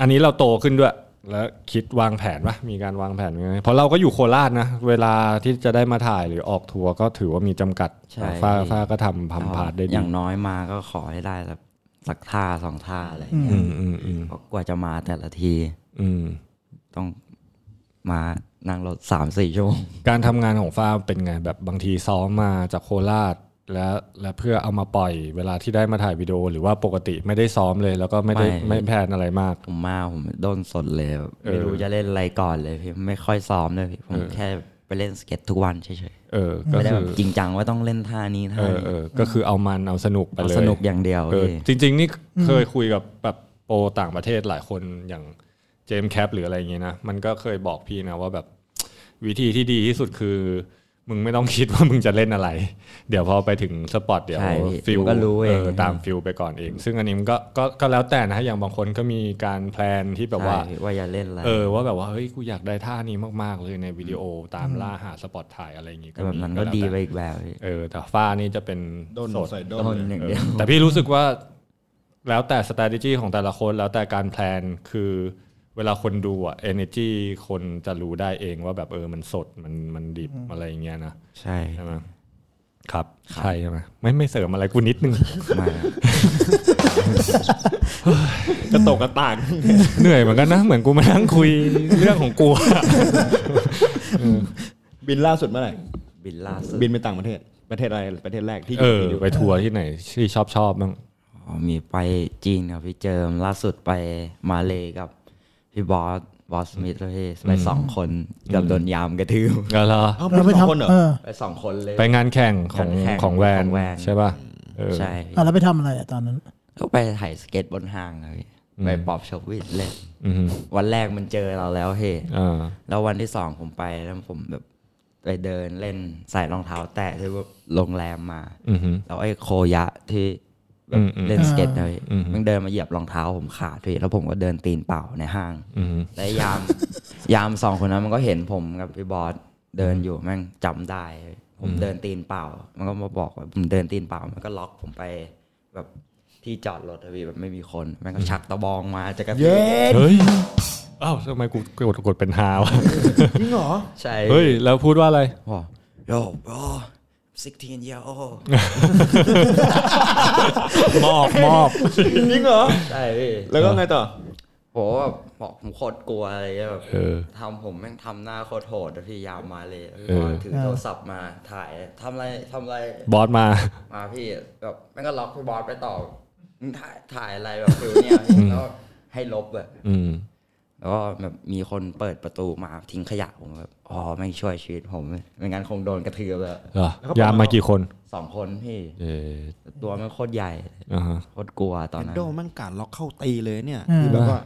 Speaker 4: อันนี้เราโตขึ้นด้วย แล้วคิดวางแผนปะมีการวางแผนยังไงเพราะเราก็อยู่โคราชนะ เวลาที่จะได้มาถ่ายหรือออกทัวร์ก็ถือว่ามีจำกัด
Speaker 5: ใช่
Speaker 4: ฟ้าฟ้าก็ทำพัมพาดได้
Speaker 5: อ
Speaker 4: ดี
Speaker 5: ย่างน้อยมาก็ขอให้ได้แบบสักท่าสองท่าอะไรอย่างเงี้ย
Speaker 4: อืมอืมอืม
Speaker 5: เพราะกว่าจะมาแต่ละที
Speaker 4: อืม
Speaker 5: ต้องมานั่งรถสามสี่ชั่วโมง
Speaker 4: การทำงานของฟ้าเป็นไงแบบบางทีซ้อมมาจากโคราช แล้วและเพื่อเอามาปล่อย เวลาที่ได้มาถ่ายวิดีโอ หรือว่าปกติไม่ได้ซ้อมเลย แล้วก็ไม่ได้ไม่แพลนอะไรมาก
Speaker 5: ผมมาผมโดนสดเลยแบบ
Speaker 4: เออ
Speaker 5: ไม่รู้จะเล่นอะไรก่อนเลยพี่ไม่ค่อยซ้อมเลยพี่ผมแค่ไปเล่นสเก็ตทุกวันเฉย
Speaker 4: เออ
Speaker 5: ๆ
Speaker 4: ก็
Speaker 5: ไม่ได้
Speaker 4: คื
Speaker 5: แบบ
Speaker 4: อ
Speaker 5: จริงจังว่าต้องเล่นท่านี้
Speaker 4: เอ
Speaker 5: ท่า
Speaker 4: อเอ
Speaker 5: นี้
Speaker 4: อก็คือเอามันเอาสนุกไป
Speaker 5: เอา
Speaker 4: เลย
Speaker 5: สนุกอย่างเดียว
Speaker 4: เออ
Speaker 5: พี่
Speaker 4: จริง ๆ นี่เคยคุยกับแบบโปรต่างประเทศหลายคนอย่างเจมส์แคปหรืออะไรอย่างเงี้ยนะ มันก็เคยบอกพี่นะว่าแบบวิธีที่ดีที่สุดคือ มึงไม่ต้องคิดว่ามึงจะเล่นอะไร เดี๋ยวพอไปถึงสปอตเดี๋ยว
Speaker 5: ใช่พี่
Speaker 4: ฟิล
Speaker 5: มึงก็รู้เอง
Speaker 4: ตามฟิลไปก่อนเอง ซึ่งอันนี้มันก็ก็ก็แล้วแต่นะอย่างบางคนก็มีการแพลนที่แบบว่า
Speaker 5: ใช่พี่ว่าอย่าเล่นอะไร
Speaker 4: เออว่าแบบว่าเฮ้ยกูอยากได้ท่านี้มากๆเลยในวิดีโอตามล่าหาสปอตถ่ายอะไรอย่างงี้
Speaker 5: แต่แบบ
Speaker 4: มี
Speaker 5: นั้นก็
Speaker 4: แล้ว
Speaker 5: ดี
Speaker 4: แต่
Speaker 5: ไปอีกแบบพี่
Speaker 4: เออแต่ฟ้านี่จะเป็น
Speaker 8: โดน
Speaker 4: สด
Speaker 8: ใส่โด
Speaker 5: โดน
Speaker 8: น
Speaker 5: อ
Speaker 8: เลย
Speaker 5: ย่างเดียว
Speaker 4: แต่พี่รู้สึกว่าแล้วแต่ strategy ของแต่ละคนแล้วแต่การแพลนคือเวลาคนดูอ่ะ energy คนจะรู้ได้เองว่าแบบเออมันสดมันมันดิบอะไรอย่างเงี้ยนะ
Speaker 5: ใช่
Speaker 4: ใช่ไหมครับใช่ใช่ไหมไม่ไม่เสริมอะไรกูนิดนึง
Speaker 5: มาก
Speaker 3: กระตกกระตาก
Speaker 4: เหนื่อยเหมือนกันนะ เหมือนกูมานั่งคุย เรื่องของกูอะ
Speaker 7: บินล่าสุดเมื่อไหร่
Speaker 5: บินล่าสุด
Speaker 7: บินไปต่างประเทศ ประเทศอะไร ประเทศแรกที่
Speaker 4: เออ
Speaker 7: บินยู่
Speaker 4: ไปทัวร์ที่ไหนที่ชอบชอบบ้าง
Speaker 5: อ๋อมีไปจีนกับพี่เจิมล่าสุดไปมาเลกับพี่บอสบอสสมิธแล้วพี่ไปสองคนเกับโดนยามกระทืบ
Speaker 4: ก็เหรอ
Speaker 7: เอ้าไป
Speaker 6: เราไป
Speaker 7: สองคนเหรอ
Speaker 6: ทำเออ
Speaker 5: ไปสองคนเลย
Speaker 4: ไปงานแข่งของ
Speaker 5: งานแข่ง
Speaker 4: ของแวน
Speaker 5: ของแวน
Speaker 4: ใช่ป่ะเออ
Speaker 5: ใช่
Speaker 6: อ่ะแล้วไปทำอะไรอะตอนนั้น
Speaker 5: ก็ไปถ่ายสเก็ตบนห้างอะพี่ไปปอบชอบวิดเล่น
Speaker 4: อืม
Speaker 5: วันแรกมันเจอเราแล้วเฮ้
Speaker 4: อ่า
Speaker 5: แล้ววันที่สองผมไปแล้วผมแบบไปเดินเล่นใส่รองเท้าแตะที่ว่าโรงแรมมา
Speaker 4: อืม
Speaker 5: แล้วไอ้โคยะที่ แบ
Speaker 4: อื
Speaker 5: บ
Speaker 4: มอืม
Speaker 5: เล่นสเก็ตนะ
Speaker 4: อืม
Speaker 5: พี่มันเดินมาเหยียบรองเท้าผมขาดพี่แล้วผมก็เดินตีนเปล่าในห้าง
Speaker 4: อืม
Speaker 5: และยาม ยามสองคนนั้นมันก็เห็นผมกับพี่บอสเดินอยู่แม่งจำได้ ผมเดินตีนเปล่า มันก็มาบอกว่าผมเดินตีนเปล่า มันก็ล็อกผมไป แบบที่จอดรถอะพี่แบบไม่มีคนแม่งก็ชักตะบองมาจะกระทืบ
Speaker 7: เย้
Speaker 4: เฮ้ยอ้าวทำไมกูกดกดเป็นฮาวะ
Speaker 7: จริงเหรอ
Speaker 5: ใช่
Speaker 4: เฮ้ย แล้วพูดว่าอะไร
Speaker 5: บอกโยโอ้16 year old
Speaker 4: มอบมอบ
Speaker 7: จริงเหรอ
Speaker 5: ใช่พี่
Speaker 7: แล้วก็ไงต่อ
Speaker 5: ผมก็แบบบอกผมโคตรกลัวอะไรเงี้ยแบบ
Speaker 4: เออ
Speaker 5: ทำผมแม่งทำหน้าโคตรโหดอะพี่ยามมาเลยแล้วพี่
Speaker 4: เออ
Speaker 5: บอสถือโทรศัพท์มาถ่ายทำอะไรทำอะไร
Speaker 4: บอสมา
Speaker 5: มาพี่แบบแม่งก็ล็อกพี่บอสไปต่อมึงถ่ายถ่ายอะไรแบบฟิวเนี่ยแล้วให้ลบอะ
Speaker 4: อืม
Speaker 5: แล้วก็แบบมีคนเปิดประตูมาทิ้งขยะผมแบบอ๋อไม่งช่วยชีวิตผมไม่งั้นคงโดนกระทืบแล้ว
Speaker 4: เหรอ ยามมากี่คน
Speaker 5: สองคนพี่
Speaker 4: เออ
Speaker 5: ตัวมันโคตรใหญ่
Speaker 4: อ่าฮะ
Speaker 5: โคตรกลัวตอน
Speaker 8: แอน
Speaker 5: นั้น
Speaker 8: โดมั่งการล็อกเข้าตีเลยเนี่ย
Speaker 6: อืม
Speaker 8: แล้วก็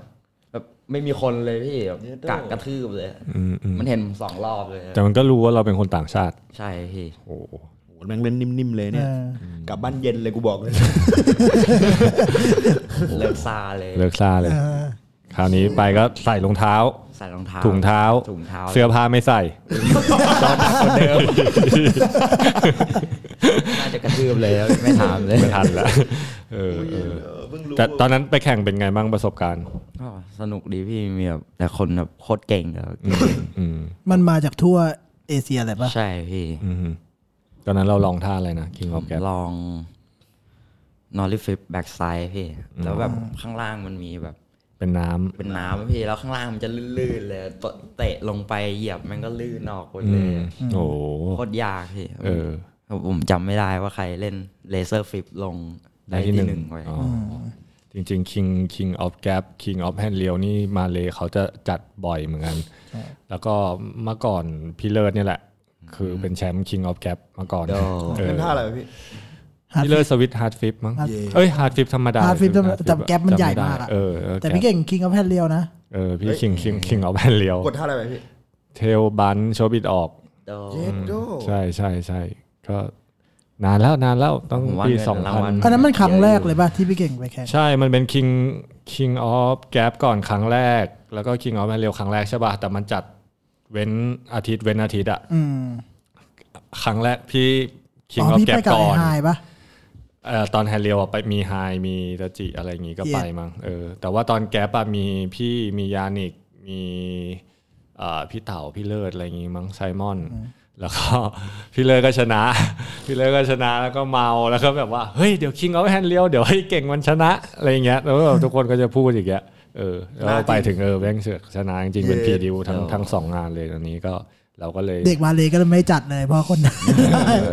Speaker 5: แบบไม่มีคนเลยพี่แบบ
Speaker 8: เยอะเด้อ
Speaker 5: กะกระทืบเลย
Speaker 4: อืมอืม
Speaker 5: มันเห็นผมสองรอบเลย
Speaker 4: แต่มันก็รู้ว่าเราเป็นคนต่างชาติ
Speaker 5: ใช่พี่
Speaker 4: โอ้โห
Speaker 8: โหแม่งเล่นนิ่มๆเลยเนี่ย
Speaker 6: เออ
Speaker 8: กลับบ้านเย็นเลยกูบอกเลย
Speaker 5: เลิกซาเลย
Speaker 4: เลิกซาเลย
Speaker 6: เออ
Speaker 4: คราวนี้ไปก็ใส่รองเท้า
Speaker 5: ใส่รองเท้า
Speaker 4: ถุงเท้า
Speaker 5: ถุงเท้า
Speaker 4: เสื้อผ้าไม่ใส่
Speaker 5: น่าจะกระทืบเลยไม่ถามเลย
Speaker 4: ไม่ทันละเออเออแต่ตอนนั้นไปแข่งเป็นไงบ้างประสบการณ์
Speaker 5: ก็สนุกดีพี่มีแบบแต่คนแบบโคตรเก่งอะ
Speaker 4: อืม
Speaker 6: มันมาจากทั่วเอเชียเลยปะ
Speaker 5: ใช่พี่
Speaker 4: อืมตอนนั้นเราลองท่าอะไรนะ King of Gap
Speaker 5: ลองนอริฟิปแบ็กไซด์พี่ แล้วแบบข้างล่างมันมีแบบ
Speaker 4: เป็นน้ำ
Speaker 5: เป็นน้ำอะพี่แล้วข้างล่างมันจะลื่นๆเลยตเตะลงไปเหยียบมันก็ลื่นออกหมดเล
Speaker 4: อื
Speaker 5: ย
Speaker 4: มโอ้โห
Speaker 5: โคตรยากพี่
Speaker 4: เออ
Speaker 5: ผมจำไม่ได้ว่าใครเล่นเลเซอร์ฟิปลง
Speaker 4: ได้ที่หนึ่ง
Speaker 5: ไว้
Speaker 4: อ๋ออจริงๆ King King of Gap King of Hand r e e l นี่มาเลยเขาจะจัดบ่อยเหมือนกัน แล้วก็เมื่อก่อนพี่เลิศเนี่ยแหละ คือเป็นแชมป์ King of Gap มาก่อน
Speaker 5: โด
Speaker 4: เออ
Speaker 7: เป็นท่าอะไรวะพี่
Speaker 6: ฮาร์ด
Speaker 4: พี่
Speaker 6: ฟิ
Speaker 4: เลิ
Speaker 6: ต
Speaker 4: ศสวิตฮาร์ดฟิปมั้ง
Speaker 6: Hard
Speaker 4: เอ้ยฮาร์ดฟิปธรรมดา
Speaker 6: Hard Flip ธรรมดา
Speaker 4: Hard Flip
Speaker 6: แต่ Gap มันใหญ่
Speaker 4: จำไได้
Speaker 6: มากอะ
Speaker 4: เออเออ
Speaker 6: แต่พี่
Speaker 4: Gap
Speaker 6: เก่งคิงกับแพทเรียวนะ
Speaker 4: เออพี่ King King King of Hand r e e l
Speaker 7: กดท่าอะไรไปพี่
Speaker 4: เทลบันโชว์บิดออก
Speaker 5: โด
Speaker 7: เย็ดโด
Speaker 4: ใช่ใช่ใช่ก็นานแล้วนานแล้วต้อง
Speaker 5: ผมว่า
Speaker 4: ปี
Speaker 5: เงิน
Speaker 4: สอง
Speaker 5: ราง
Speaker 4: พั
Speaker 5: วัล
Speaker 4: น
Speaker 6: อันนั้นมันครั้งแรกเลยป่ะที่พี่เก่งไปแข่ง
Speaker 4: ใช่ มันเป็น King King of Gap ก่อนครั้งแรก แล้วก็ King of m a n เ e วครั้งแรกใช่ป่ะ แต่มันจัดเว้นอาทิตย์เว้นอาทิตย์อะ
Speaker 6: อืม
Speaker 4: ครั้งแรกพี่
Speaker 6: อ๋อ
Speaker 4: King of
Speaker 6: พี่ไป
Speaker 4: Gap
Speaker 6: กับ
Speaker 4: ก่
Speaker 6: ไอ้
Speaker 4: อน
Speaker 6: ไฮายป่ะ
Speaker 4: เอ่อตอนแฮนเรียวไปมีไฮมีตะจิอะไรอย่างงี้ก็ไป
Speaker 6: Yeah.
Speaker 4: มั้งเออแต่ว่าตอนแกปอะมีพี่มียานิกมีเอ่อพี่เต๋าพี่เลิศอะไรอย่างงี้มั้งไซมอน แล้วก็ พี่เลิศก็ชนะ พี่เลิศก็ชนะแล้วก็เมาแล้วก็แบบว่าเฮ้ยเดี๋ยวคิงเอาแฮนเลียวเดี๋ยวให้เก่งมันชนะอะไรอย่างเงี้ยแล้วแบบทุกคนก็จะพูดอย่างเงี้ยเออแล้วไปถึงเออแบงค์เสือกชนะจริงๆเป็นพีดิวทั้งทั้งสองงานเลยตอนนี้ก็เราก็เลย
Speaker 6: เด็กมาเลยก็เลยไม่จัดเลยเพราะคนนั้น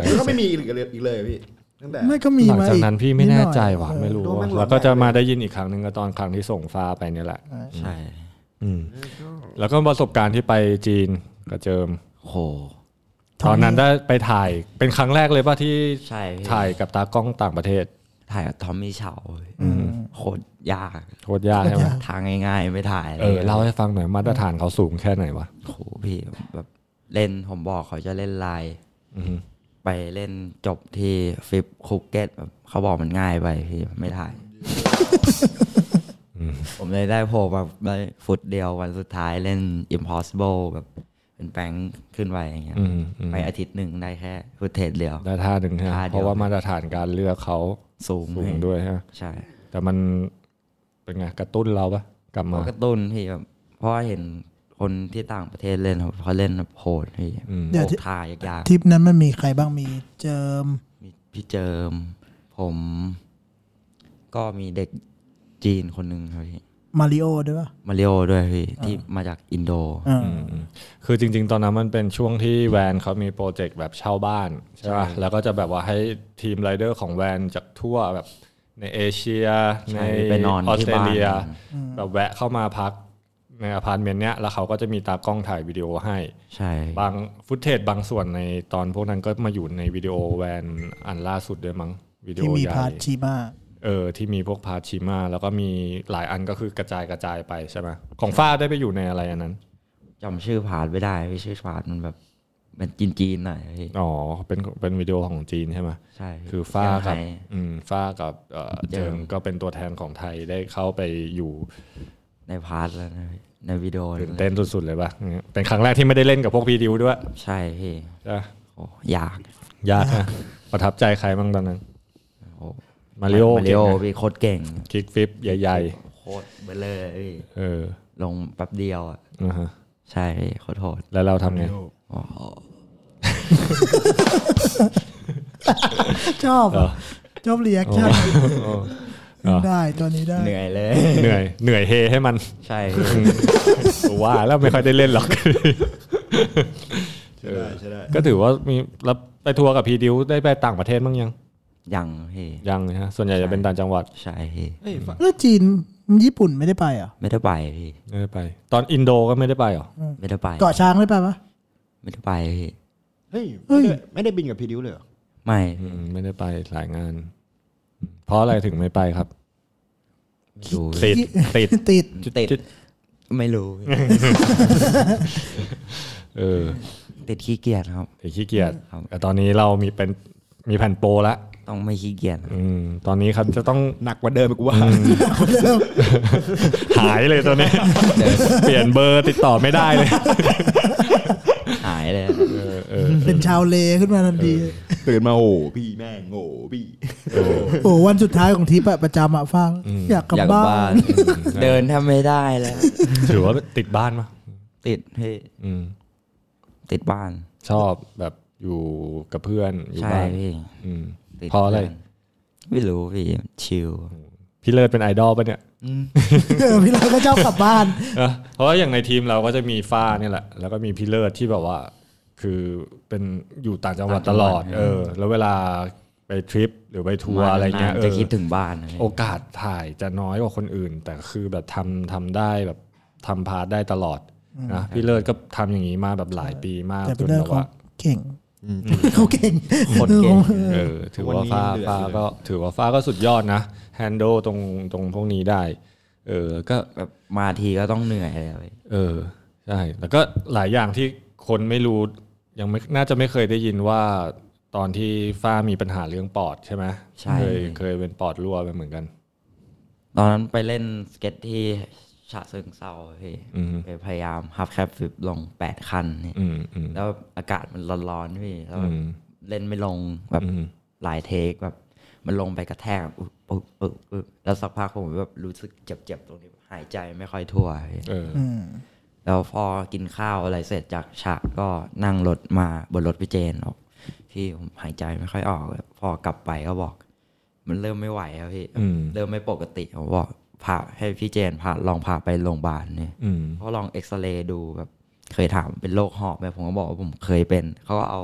Speaker 7: แล้วก็ไม่มีอีกเลยอีกเลยเหรอพี่ตั้งแต่
Speaker 6: ไม่ก็มี
Speaker 4: หลัง
Speaker 6: มา
Speaker 4: จาก
Speaker 6: อีก
Speaker 4: นั้นพี่ไม่
Speaker 6: ดหอย
Speaker 4: แน่ใจว่ะ
Speaker 6: เออ
Speaker 4: ไม่รู้
Speaker 7: โดนแม่
Speaker 4: ว่ะ
Speaker 7: งหลอก
Speaker 4: แล้วก็
Speaker 7: แน่เลย
Speaker 4: จะมาได้ยินอีกครั้งหนึ่งก็ตอนครั้งที่ส่งฟ้าไปเนี่ยแหละ
Speaker 5: ใช่
Speaker 4: อืมแล้วก็ประสบการณ์ที่ไปจีนกระเจิม
Speaker 5: โห
Speaker 4: ตอนนั้นได้ไปถ่ายเป็นครั้งแรกเลยป่ะที่
Speaker 5: ใช่พี่
Speaker 4: ถ่ายกับตากล้องต่างประเทศ
Speaker 5: ถ่ายกับทอมมี่เฉาโคตรยาก
Speaker 4: โคตรยากใช่ไหม
Speaker 5: ทางง่ายๆ ไม่ถ่ายลย
Speaker 4: เออเล่าให้ฟังหน่อยมาตรฐานเขาสูงแค่ไหนวะ
Speaker 5: โหพี่แบบเล่นผมบอกเขาจะเล่นไลน์
Speaker 4: อือฮึ
Speaker 5: ไปเล่นจบที่ฟิปคุกเก็ตแบบเขาบอกมันง่ายไปพี่ไม่ถ่ายผมเลยได้โผล่แบบได้ฟุตเดียววันสุดท้ายเล่น impossible แบบเป็นแปลงขึ้นไปอย่างเงี้ย
Speaker 4: อืมอืม
Speaker 5: ไปอาทิตย์หนึ่งได้แค่ฟุตเทจเดียว
Speaker 4: ได้ท่าหนึ่งใช่ไหม
Speaker 5: ท่าเดียว
Speaker 4: เพราะว่ามาตรฐานการเลือกเขา
Speaker 5: สูง
Speaker 4: สูง
Speaker 5: พี่
Speaker 4: ด้วยฮะ
Speaker 5: ใช่
Speaker 4: แต่มันเป็นไงกระตุ้นเราปะกลับ
Speaker 5: เพ
Speaker 4: มา
Speaker 5: ราะกระตุ้นพี่แบบเพราะว่าเห็นคนที่ต่างประเทศเล่นครับเขาเล่นแบบโหดพี่
Speaker 4: อืม
Speaker 5: โหดทายยากๆ
Speaker 6: ทริปนั้นมันมีใครบ้างมีเจิม
Speaker 5: มีพี่เจิม ผมก็มีเด็กจีนคนหนึ่งครับพี่
Speaker 6: มาริโอด้วยป่ะ
Speaker 5: มาริโอด้วยพี่ที่มาจากอินโด
Speaker 6: อ่า
Speaker 4: คือจริง ๆ ตอนนั้นมันเป็นช่วงที่แวนเขามีโปรเจกต์แบบเช่าบ้านใช่ป่ะแล้วก็จะแบบว่าให้ทีมไรเดอร์ของแวนจากทั่วแบบในเอเชีย
Speaker 5: ใช่
Speaker 4: ใน
Speaker 5: ไปนอน
Speaker 4: ออส
Speaker 5: ที่
Speaker 4: เตร
Speaker 5: บ้าน
Speaker 4: เลียแบบแวะเข้ามาพักในอพาร์ตเมนต์เนี้ยแล้วเขาก็จะมีตากล้องถ่ายวิดีโอให้
Speaker 5: ใช่
Speaker 4: บางฟุตเทจบางส่วนในตอนพวกนั้นก็มาอยู่ในวิดีโอแวนอันล่าสุดด้วยมั้งวิดีโอ
Speaker 6: ที่มี
Speaker 4: ใหญ่
Speaker 6: พาชิมา
Speaker 4: เออที่มีพวกพาชิมาแล้วก็มีหลายอันก็คือกระจายกระจายไปใช่ไหมของฝ้าได้ไปอยู่ในอะไรอันนั้น
Speaker 5: จำชื่อผาดไม่ได้พี่ชื่อผาดมันแบบ เป็นจีนจีนๆหน่อยพี่
Speaker 4: อ๋อเป็นเป็นวิดีโอของจีนใช่ไหม
Speaker 5: ใช่พี่
Speaker 4: คือฝ้ากับ
Speaker 5: เซี่ยงไฮ้
Speaker 4: อืมฝ้ากับเอ่อ
Speaker 5: เจิ
Speaker 4: เจิ
Speaker 5: ง
Speaker 4: งก็เป็นตัวแทนของไทยได้เข้าไปอยู่
Speaker 5: ในพาร์ทแล้วนะพี่ในวิดีโอ
Speaker 4: ตื่นเต้นสุดๆเลยปะเนี่ยเป็นครั้งแรกที่ไม่ได้เล่นกับพวกพีดิวด้วย
Speaker 5: ใช่พี่
Speaker 4: นะ
Speaker 5: โอ้อยาก
Speaker 4: ยาก นะประทับใจใครบ้างตอนนั้น
Speaker 5: โอ้
Speaker 4: มาริโอ
Speaker 5: มาริโอ
Speaker 4: เก่งนะ
Speaker 5: พี่โคตรเก่ง
Speaker 4: คิกฟลิปใหญ่
Speaker 5: โคตรเบลเลยพี่
Speaker 4: ๆ เออ
Speaker 5: ลงแป๊บเดียวอ่ะ
Speaker 4: นะฮะ
Speaker 5: ใช่พี่โคตรโหด
Speaker 4: แล้วเราทำไง
Speaker 5: โอ้โห
Speaker 6: ชอบ
Speaker 4: เหรอ
Speaker 6: ชอบเรียกชั่นได้ตัวนี้ได้
Speaker 5: เหนื่อยเลย
Speaker 4: เหนื่อยเหนื่อยเฮให้มัน
Speaker 5: ใช่ พี่
Speaker 4: ว่าแล้วไม่ค่อยได้เล่นหรอก
Speaker 8: ใช่ได้ใช่ได้
Speaker 4: ก็ถือว่ามีแล้วไปทัวร์กับพีดิวได้ไปต่างประเทศบ้างยัง
Speaker 5: ยังพี่
Speaker 4: ยังนะฮะส่วนใหญ่จะเป็นต่างจังหวัด
Speaker 5: ใช่พี่
Speaker 6: แล้วจีนญี่ปุ่นไม่ได้ไปเหรอ่ะ
Speaker 5: ไม่ได้ไปพี่
Speaker 4: ไม่ได้ไป ตอนอินโดก็ไม่ได้ไปเหรอ
Speaker 5: ไม่ได้ไป
Speaker 6: เกาะช้างได้ไปปะ
Speaker 5: ไม่ได้ไปพี่
Speaker 8: เฮ้ยไม่ได้ไม่ได้บินกับพี่ดิวเลยเหรอ
Speaker 5: ไม่
Speaker 4: อื
Speaker 5: พี่
Speaker 4: มไม่ได้ไปหลายงาน เพราะอะไรถึงไม่ไปครับ
Speaker 5: ดู
Speaker 4: ติดติด
Speaker 6: ติด
Speaker 5: ติดไม่รู้พี่
Speaker 4: เออ
Speaker 5: ติดขี้เกียจครับ
Speaker 4: ติดขี้เกียจ
Speaker 5: ครับ
Speaker 4: แต่ตอนนี้เรามีเป็นมีแผ่นโปรละ
Speaker 5: ต้องไม่ขี้เกียจครับ
Speaker 4: อืมตอนนี้ครับจะต้อง
Speaker 8: หนักกว่าเดิมอีกกูว่า
Speaker 4: หายเลยตอนนี้ เปลี่ยนเบอร์ติดต่อไม่ได้เลย
Speaker 5: หายเลย
Speaker 6: เป็นชาวเลขึ้นมาทันที
Speaker 8: ตื่นมาโอ้พี่แม่งโอ้พี่
Speaker 6: โอ้วันสุดท้ายของทริปอะประจำอะฟัง อยากกลับ
Speaker 5: อยากกลั
Speaker 6: บ้า
Speaker 5: บบ้านน เดินแทบไม่ได้แล้ว
Speaker 4: ถือว่าติดบ้านปะ
Speaker 5: ติดพี่
Speaker 4: อืม
Speaker 5: ติดบ้าน
Speaker 4: ชอบแบบอยู่กับเพื่อนอยู่
Speaker 5: ใช่
Speaker 4: บ้าน
Speaker 5: พี่
Speaker 4: อืม
Speaker 5: ติด
Speaker 4: เพราะอะไร
Speaker 5: พื่นไม่รู้พี่ชิล
Speaker 4: พี่เลิศเป็นไอดอลปะเนี่ย
Speaker 6: เอ อพี่เราก็เจ้ากลับบ้าน
Speaker 4: เออเพราะว่าอย่างในทีมเราก็จะมีฟ้าเนี่ยแหละ แล้วก็มีพี่เลิศที่แบบว่า คือเป็นอยู่ต่างจังหวัดตลอด เออ แล้วเวลาไปทริปหรือไปทัวร์อะไรเงี้ย
Speaker 5: นาน
Speaker 4: เออ
Speaker 5: ๆจะคิดถึงบ้านนะพี่
Speaker 4: โอกาสถ่ายจะน้อยกว่าคนอื่น แต่คือแบบทำทำได้แบบทำพาร์ทได้ตลอดนะพี่เลิศก็ทำอย่างนี้มาแบบหลายปีมาก
Speaker 6: แต่
Speaker 4: จ
Speaker 6: พี่
Speaker 4: น
Speaker 6: เลิก
Speaker 4: แบบ
Speaker 6: เขา
Speaker 4: ว่า
Speaker 6: เก่งเขาเก่ง
Speaker 5: คนเก่ง
Speaker 4: เออถือว่าฟ้าฟ้าก็ถือว่าฟ้าก็สุดยอดนะแฮนโดตรงตรงพวกนี้ได้ เออก็
Speaker 5: แบบมาทีก็ต้องเหนื่อยเลยพี่
Speaker 4: เออใช่แล้วก็หลายอย่างที่คนไม่รู้ยังไม่น่าจะไม่เคยได้ยินว่าตอนที่ฟ้ามีปัญหาเรื่องปอดใช่ไหม
Speaker 5: ใช่
Speaker 4: เคยเคยเป็นปอดรั่วไปเหมือนกัน
Speaker 5: ตอนนั้นไปเล่นสเก็ตที่ฉะเชิงเซาพี่
Speaker 4: อืม
Speaker 5: ไปพยายามฮับแคปฟิบลงแปดคันนี่
Speaker 4: อืมอืม
Speaker 5: แล้วอากาศมันร้อนๆพี่แล้ว
Speaker 4: อืม
Speaker 5: เล่นไม่ลงแบบ
Speaker 4: อืม
Speaker 5: หลายเทคแบบมันลงไปกระแทกอุ๊บอุ๊บอุ๊บอุ๊บแล้วสักพักผมแบบรู้สึกเจ็บๆตรงนี้หายใจไม่ค่อยทั่วพี่
Speaker 4: เออ
Speaker 5: แล้วพอกินข้าวอะไรเสร็จจากฉะก็นั่งรถมาบนรถพี่เจนบอกพี่ผมหายใจไม่ค่อยออกเลยพอกลับไปก็บอก มันเริ่มไม่ไหวแล้วพี่
Speaker 4: อืม
Speaker 5: เริ่มไม่ปกติผมบอกพาให้พี่เจนพาลองพาไปโรงพยาบาลเนี่ย
Speaker 4: อืม
Speaker 5: เขาลองเอ็กซเรย์ดูแบบ เคยถามเป็นโรคหอบไหมผมก็บอกว่าผมเคยเป็น เขาก็เอา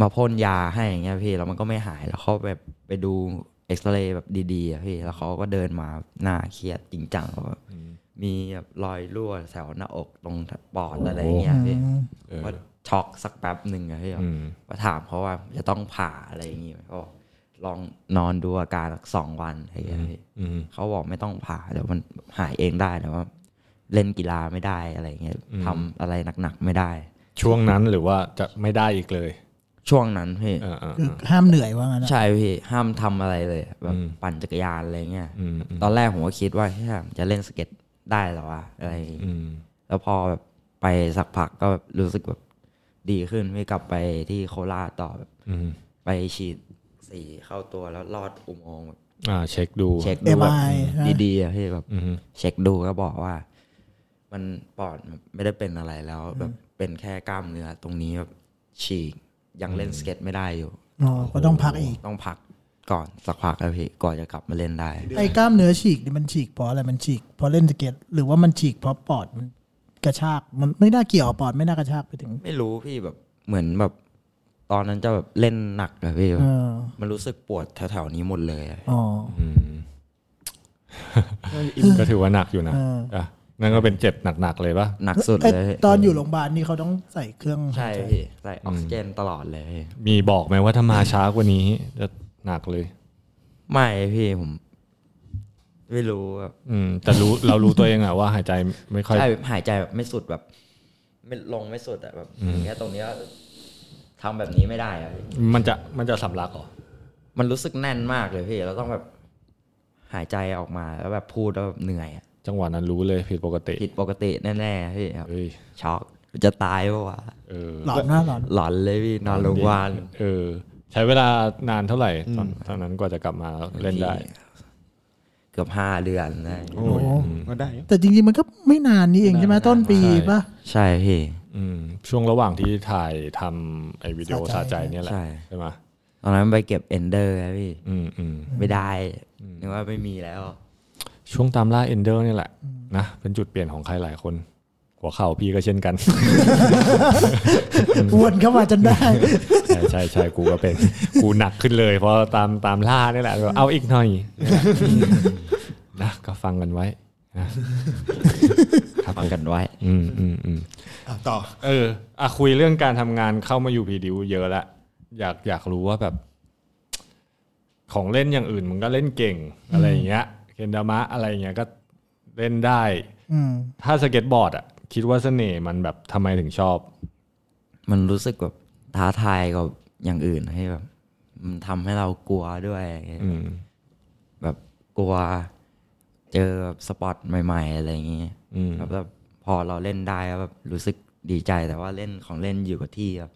Speaker 5: มาพ่นยาให้อย่างเงี้ยพี่แล้วมันก็ไม่หายแล้วเขาแบบไปดูเอ็กซเรย์แบบดีๆอะพี่แล้วเขาก็เดินมาหน้าเครียดจริงจังเขาแบบมีแบบรอยรั่วแถวหน้าอกตรงปอดอะไรอย่างเงี้ยพี่
Speaker 4: เออ
Speaker 5: ว่าช็อกสักแป๊บหนึ่งอะพี่
Speaker 4: อืม
Speaker 5: ก็ถามเขาว่าจะต้องผ่าอะไรอย่างงี้ไหมเขาบอกลองนอนดูอาการสักสองวันอะไรอย่างเงี้ยพี่
Speaker 4: อืม
Speaker 5: เขาบอกไม่ต้องผ่าเดี๋ยวมันหายเองได้แต่ว่า เล่นกีฬาไม่ได้อะไรอย่างเงี้ยทำอะไรหนักๆไม่ได้
Speaker 4: ช่วงนั้นหรือว่าจะไม่ได้อีกเลย
Speaker 5: ช่วงนั้นพี่
Speaker 4: เออเออ
Speaker 6: คือห้ามเหนื่อยว่างั้นอะ
Speaker 5: ใช่พี่ห้ามทำอะไรเลยแบบปั่นจักรยานอะไรเงี้ย
Speaker 4: อืมอืม
Speaker 5: ตอนแรกผมก็คิดว่าเฮ้ยจะเล่นสเก็ตได้เหรอวะอะไรอย่างงี้
Speaker 4: อืม
Speaker 5: แล้วพอแบบไปสักพักก็แบบรู้สึกแบบดีขึ้นไม่กลับไปที่โคราชต่อแบบ
Speaker 4: อืม
Speaker 5: ไปฉีดสีเข้าตัวแล้วลอดอุโมงค์แบบ
Speaker 4: อ่าเช็คดู
Speaker 5: เช็ค
Speaker 6: เอ
Speaker 5: ดู
Speaker 6: ม
Speaker 5: แบบ
Speaker 6: ไอ
Speaker 5: ดีๆอะพี่แบบ
Speaker 4: อืม
Speaker 5: เช็คดูก็บอกว่า มันปอดไม่ได้เป็นอะไรแล้ว แบบเป็นแค่กล้ามเนื้อตรงนี้แบบฉีกยังเล่นสเก็ตไม่ได้อยู่
Speaker 6: อ๋อก็ต้องพักอีก
Speaker 5: ต้องพักก่อนสักพักแล้วพี่ก่อนจะกลับมาเล่นได้
Speaker 6: ไอ้กล้ามเนื้อฉีกนี่มันฉีกเพราะอะไรมันฉีกเพราะเล่นสเก็ตหรือว่ามันฉีกเพราะปอดมันกระชากมันไม่น่าเกี่ยวกับปอดไม่น่ากระชากไปถึง
Speaker 5: ไม่รู้พี่แบบเหมือนแบบ ตอนนั้นจะแบบเล่นหนักอะพี่แบบ
Speaker 6: เออ
Speaker 5: มันรู้สึกปวดแถวๆนี้หมดเลยอะ
Speaker 6: อ๋อ
Speaker 4: ก็ถือว่าหนักอยู่นะ
Speaker 6: เอออ่
Speaker 4: ะนั่นก็เป็นเจ็บหนักๆเลยปะ
Speaker 5: หนักสุด
Speaker 6: เอ้ย
Speaker 5: เลย
Speaker 6: ตอนอยู่โรงพยาบาลนี่เขาต้องใส่เครื่องหา
Speaker 5: ใช่
Speaker 6: ยจ
Speaker 5: พี่ใส่ออกซิเจนตลอดเลยพี่
Speaker 4: มีบอกไหมว่าถ้ามาช้ากว่านี้จะหนักเลย
Speaker 5: ไม่พี่ผม ไม่รู้แบบ
Speaker 4: อืมแต่รู้ เรารู้ตัวเองอะว่าหายใจไม่ค่อย
Speaker 5: ใช่หายใจแบบไม่สุดแบบ ไม่ลงไม่สุดอะแบบอย่างเงี้ยตรงเนี้ยทำแบบนี้ไม่ได้อะพี่
Speaker 4: มันจะมันจะสำลักเหรอ
Speaker 5: มันรู้สึกแน่นมากเลยพี่เราต้องแบบหายใจออกมาแล้วแบบพูดแล้วแบบเหนื่อยอะ
Speaker 4: จังหวะนั้นรู้เลยผิดปกติ
Speaker 5: ผิดปกติแน่ๆพี่ครับ
Speaker 4: เฮ้ย
Speaker 5: ช็อกจะตายปะวะ
Speaker 4: เออ
Speaker 6: หลอนหน้าหลอน
Speaker 5: หลอนเลยพี่นอนโรงพยาบาล
Speaker 4: เออ ใช้เวลานานเท่าไหร่ตอนตอนนั้นกว่าจะกลับมาเล่นได้
Speaker 5: เกือบห้าเดือนนะ
Speaker 7: โอ้ก็ได้อยู่
Speaker 6: แต่จริงๆมันก็ไม่นานนี้เองใช่ไหมต้นปีป่ะ
Speaker 5: ใช่พี่
Speaker 4: อืมช่วงระหว่างที่ถ่ายทำไอ้วิดีโอสา
Speaker 6: สา
Speaker 4: ใจ
Speaker 6: ใจ
Speaker 4: เนี่ยแหละ
Speaker 5: ใช่
Speaker 4: ใช่ไหม
Speaker 5: ตอนนั้นไปเก็บเอนเดอร์นะพี่
Speaker 4: อืมอืม
Speaker 5: ไม่ได้นึกว่าไม่มีแล้ว
Speaker 4: ช่วงตามล่าเอนเดอร์เนี่ยแหละนะเป็นจุดเปลี่ยนของใครหลายคน หัวเข่าพี่ก็เช่นกัน
Speaker 6: วนเข้ามาจนได้
Speaker 4: ใช่ใช่ใช่กูก็เป็น กูหนักขึ้นเลยเพราะตามตามล่าเนี่ยแหละแบบเอาอีกหน่อย นะก็ฟังกันไว้นะ
Speaker 5: ฟังกันไว้
Speaker 4: อืมอืมอืม
Speaker 7: อ่ะต่อ
Speaker 4: เอออ่ะคุยเรื่องการทำงานเข้ามาอยู่พีดิวเยอะละอยากอยากรู้ว่าแบบ ของเล่นอย่างอื่นมันก็เล่นเก่งอะไรอย่างเงี้ยเคนดามะอะไรอย่างเงี้ยก็เล่นได้
Speaker 6: อืม
Speaker 4: ถ้าสเก็ตบอร์ดอ่ะคิดว่าเสน่ห์มันแบบทำไมถึงชอบ
Speaker 5: มันรู้สึกแบบท้าทายกับอย่างอื่นให้แบบ มันทำให้เรากลัวด้วยอะไรเงี้ย
Speaker 4: อืม
Speaker 5: แบบกลัว เจอแบบสปอตใหม่ๆ อะไรอย่างเงี้ย
Speaker 4: อืม
Speaker 5: แบบแบบพอเราเล่นได้แล้วแบบรู้สึกดีใจแต่ว่าเล่นของเล่นอยู่กับที่แบบ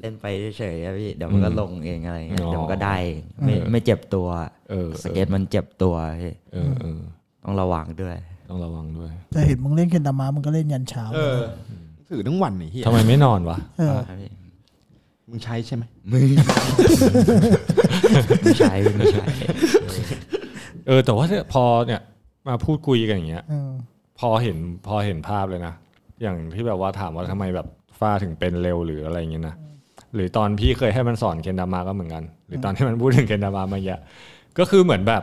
Speaker 5: เล่นไปเฉยๆอะพี่เดี๋ยวมันก็ลงเองอะไรเงี้ยเดี๋ยวมันก็ได้เองไม่ไม่เจ็บตัว
Speaker 4: เออ
Speaker 5: สเก็ตมันเจ็บตัวพี่
Speaker 4: เออเออ
Speaker 5: ต้องระวังด้วย
Speaker 4: ต้องระวังด้วย
Speaker 6: แต่เห็นมึงเล่นเคนตามะมึงก็เล่นยันเช้า
Speaker 7: เออ ถือทั้งวันนี่เฮีย
Speaker 4: ทำไมไม่นอนวะ
Speaker 6: เออ
Speaker 5: ครับพี่
Speaker 7: มึงใช้ใช่ไหม
Speaker 5: ไม่ใช่ไม่ใช่
Speaker 4: เออแต่ว่าเนี่ยพอเนี่ยมาพูดคุยกันอย่างเงี้ย
Speaker 6: เออ
Speaker 4: พอเห็นพอเห็นภาพเลยนะ อย่างที่แบบว่าถามว่าทำไมแบบฟ้าถึงเป็นเร็วหรืออะไรอย่างเงี้ยนะหรือตอนพี่เคยให้มันสอนเคนดามาก็เหมือนกัน หรือตอนที่มันพูดถึงเคนดามาเมื่อกี้ก็คือเหมือนแบบ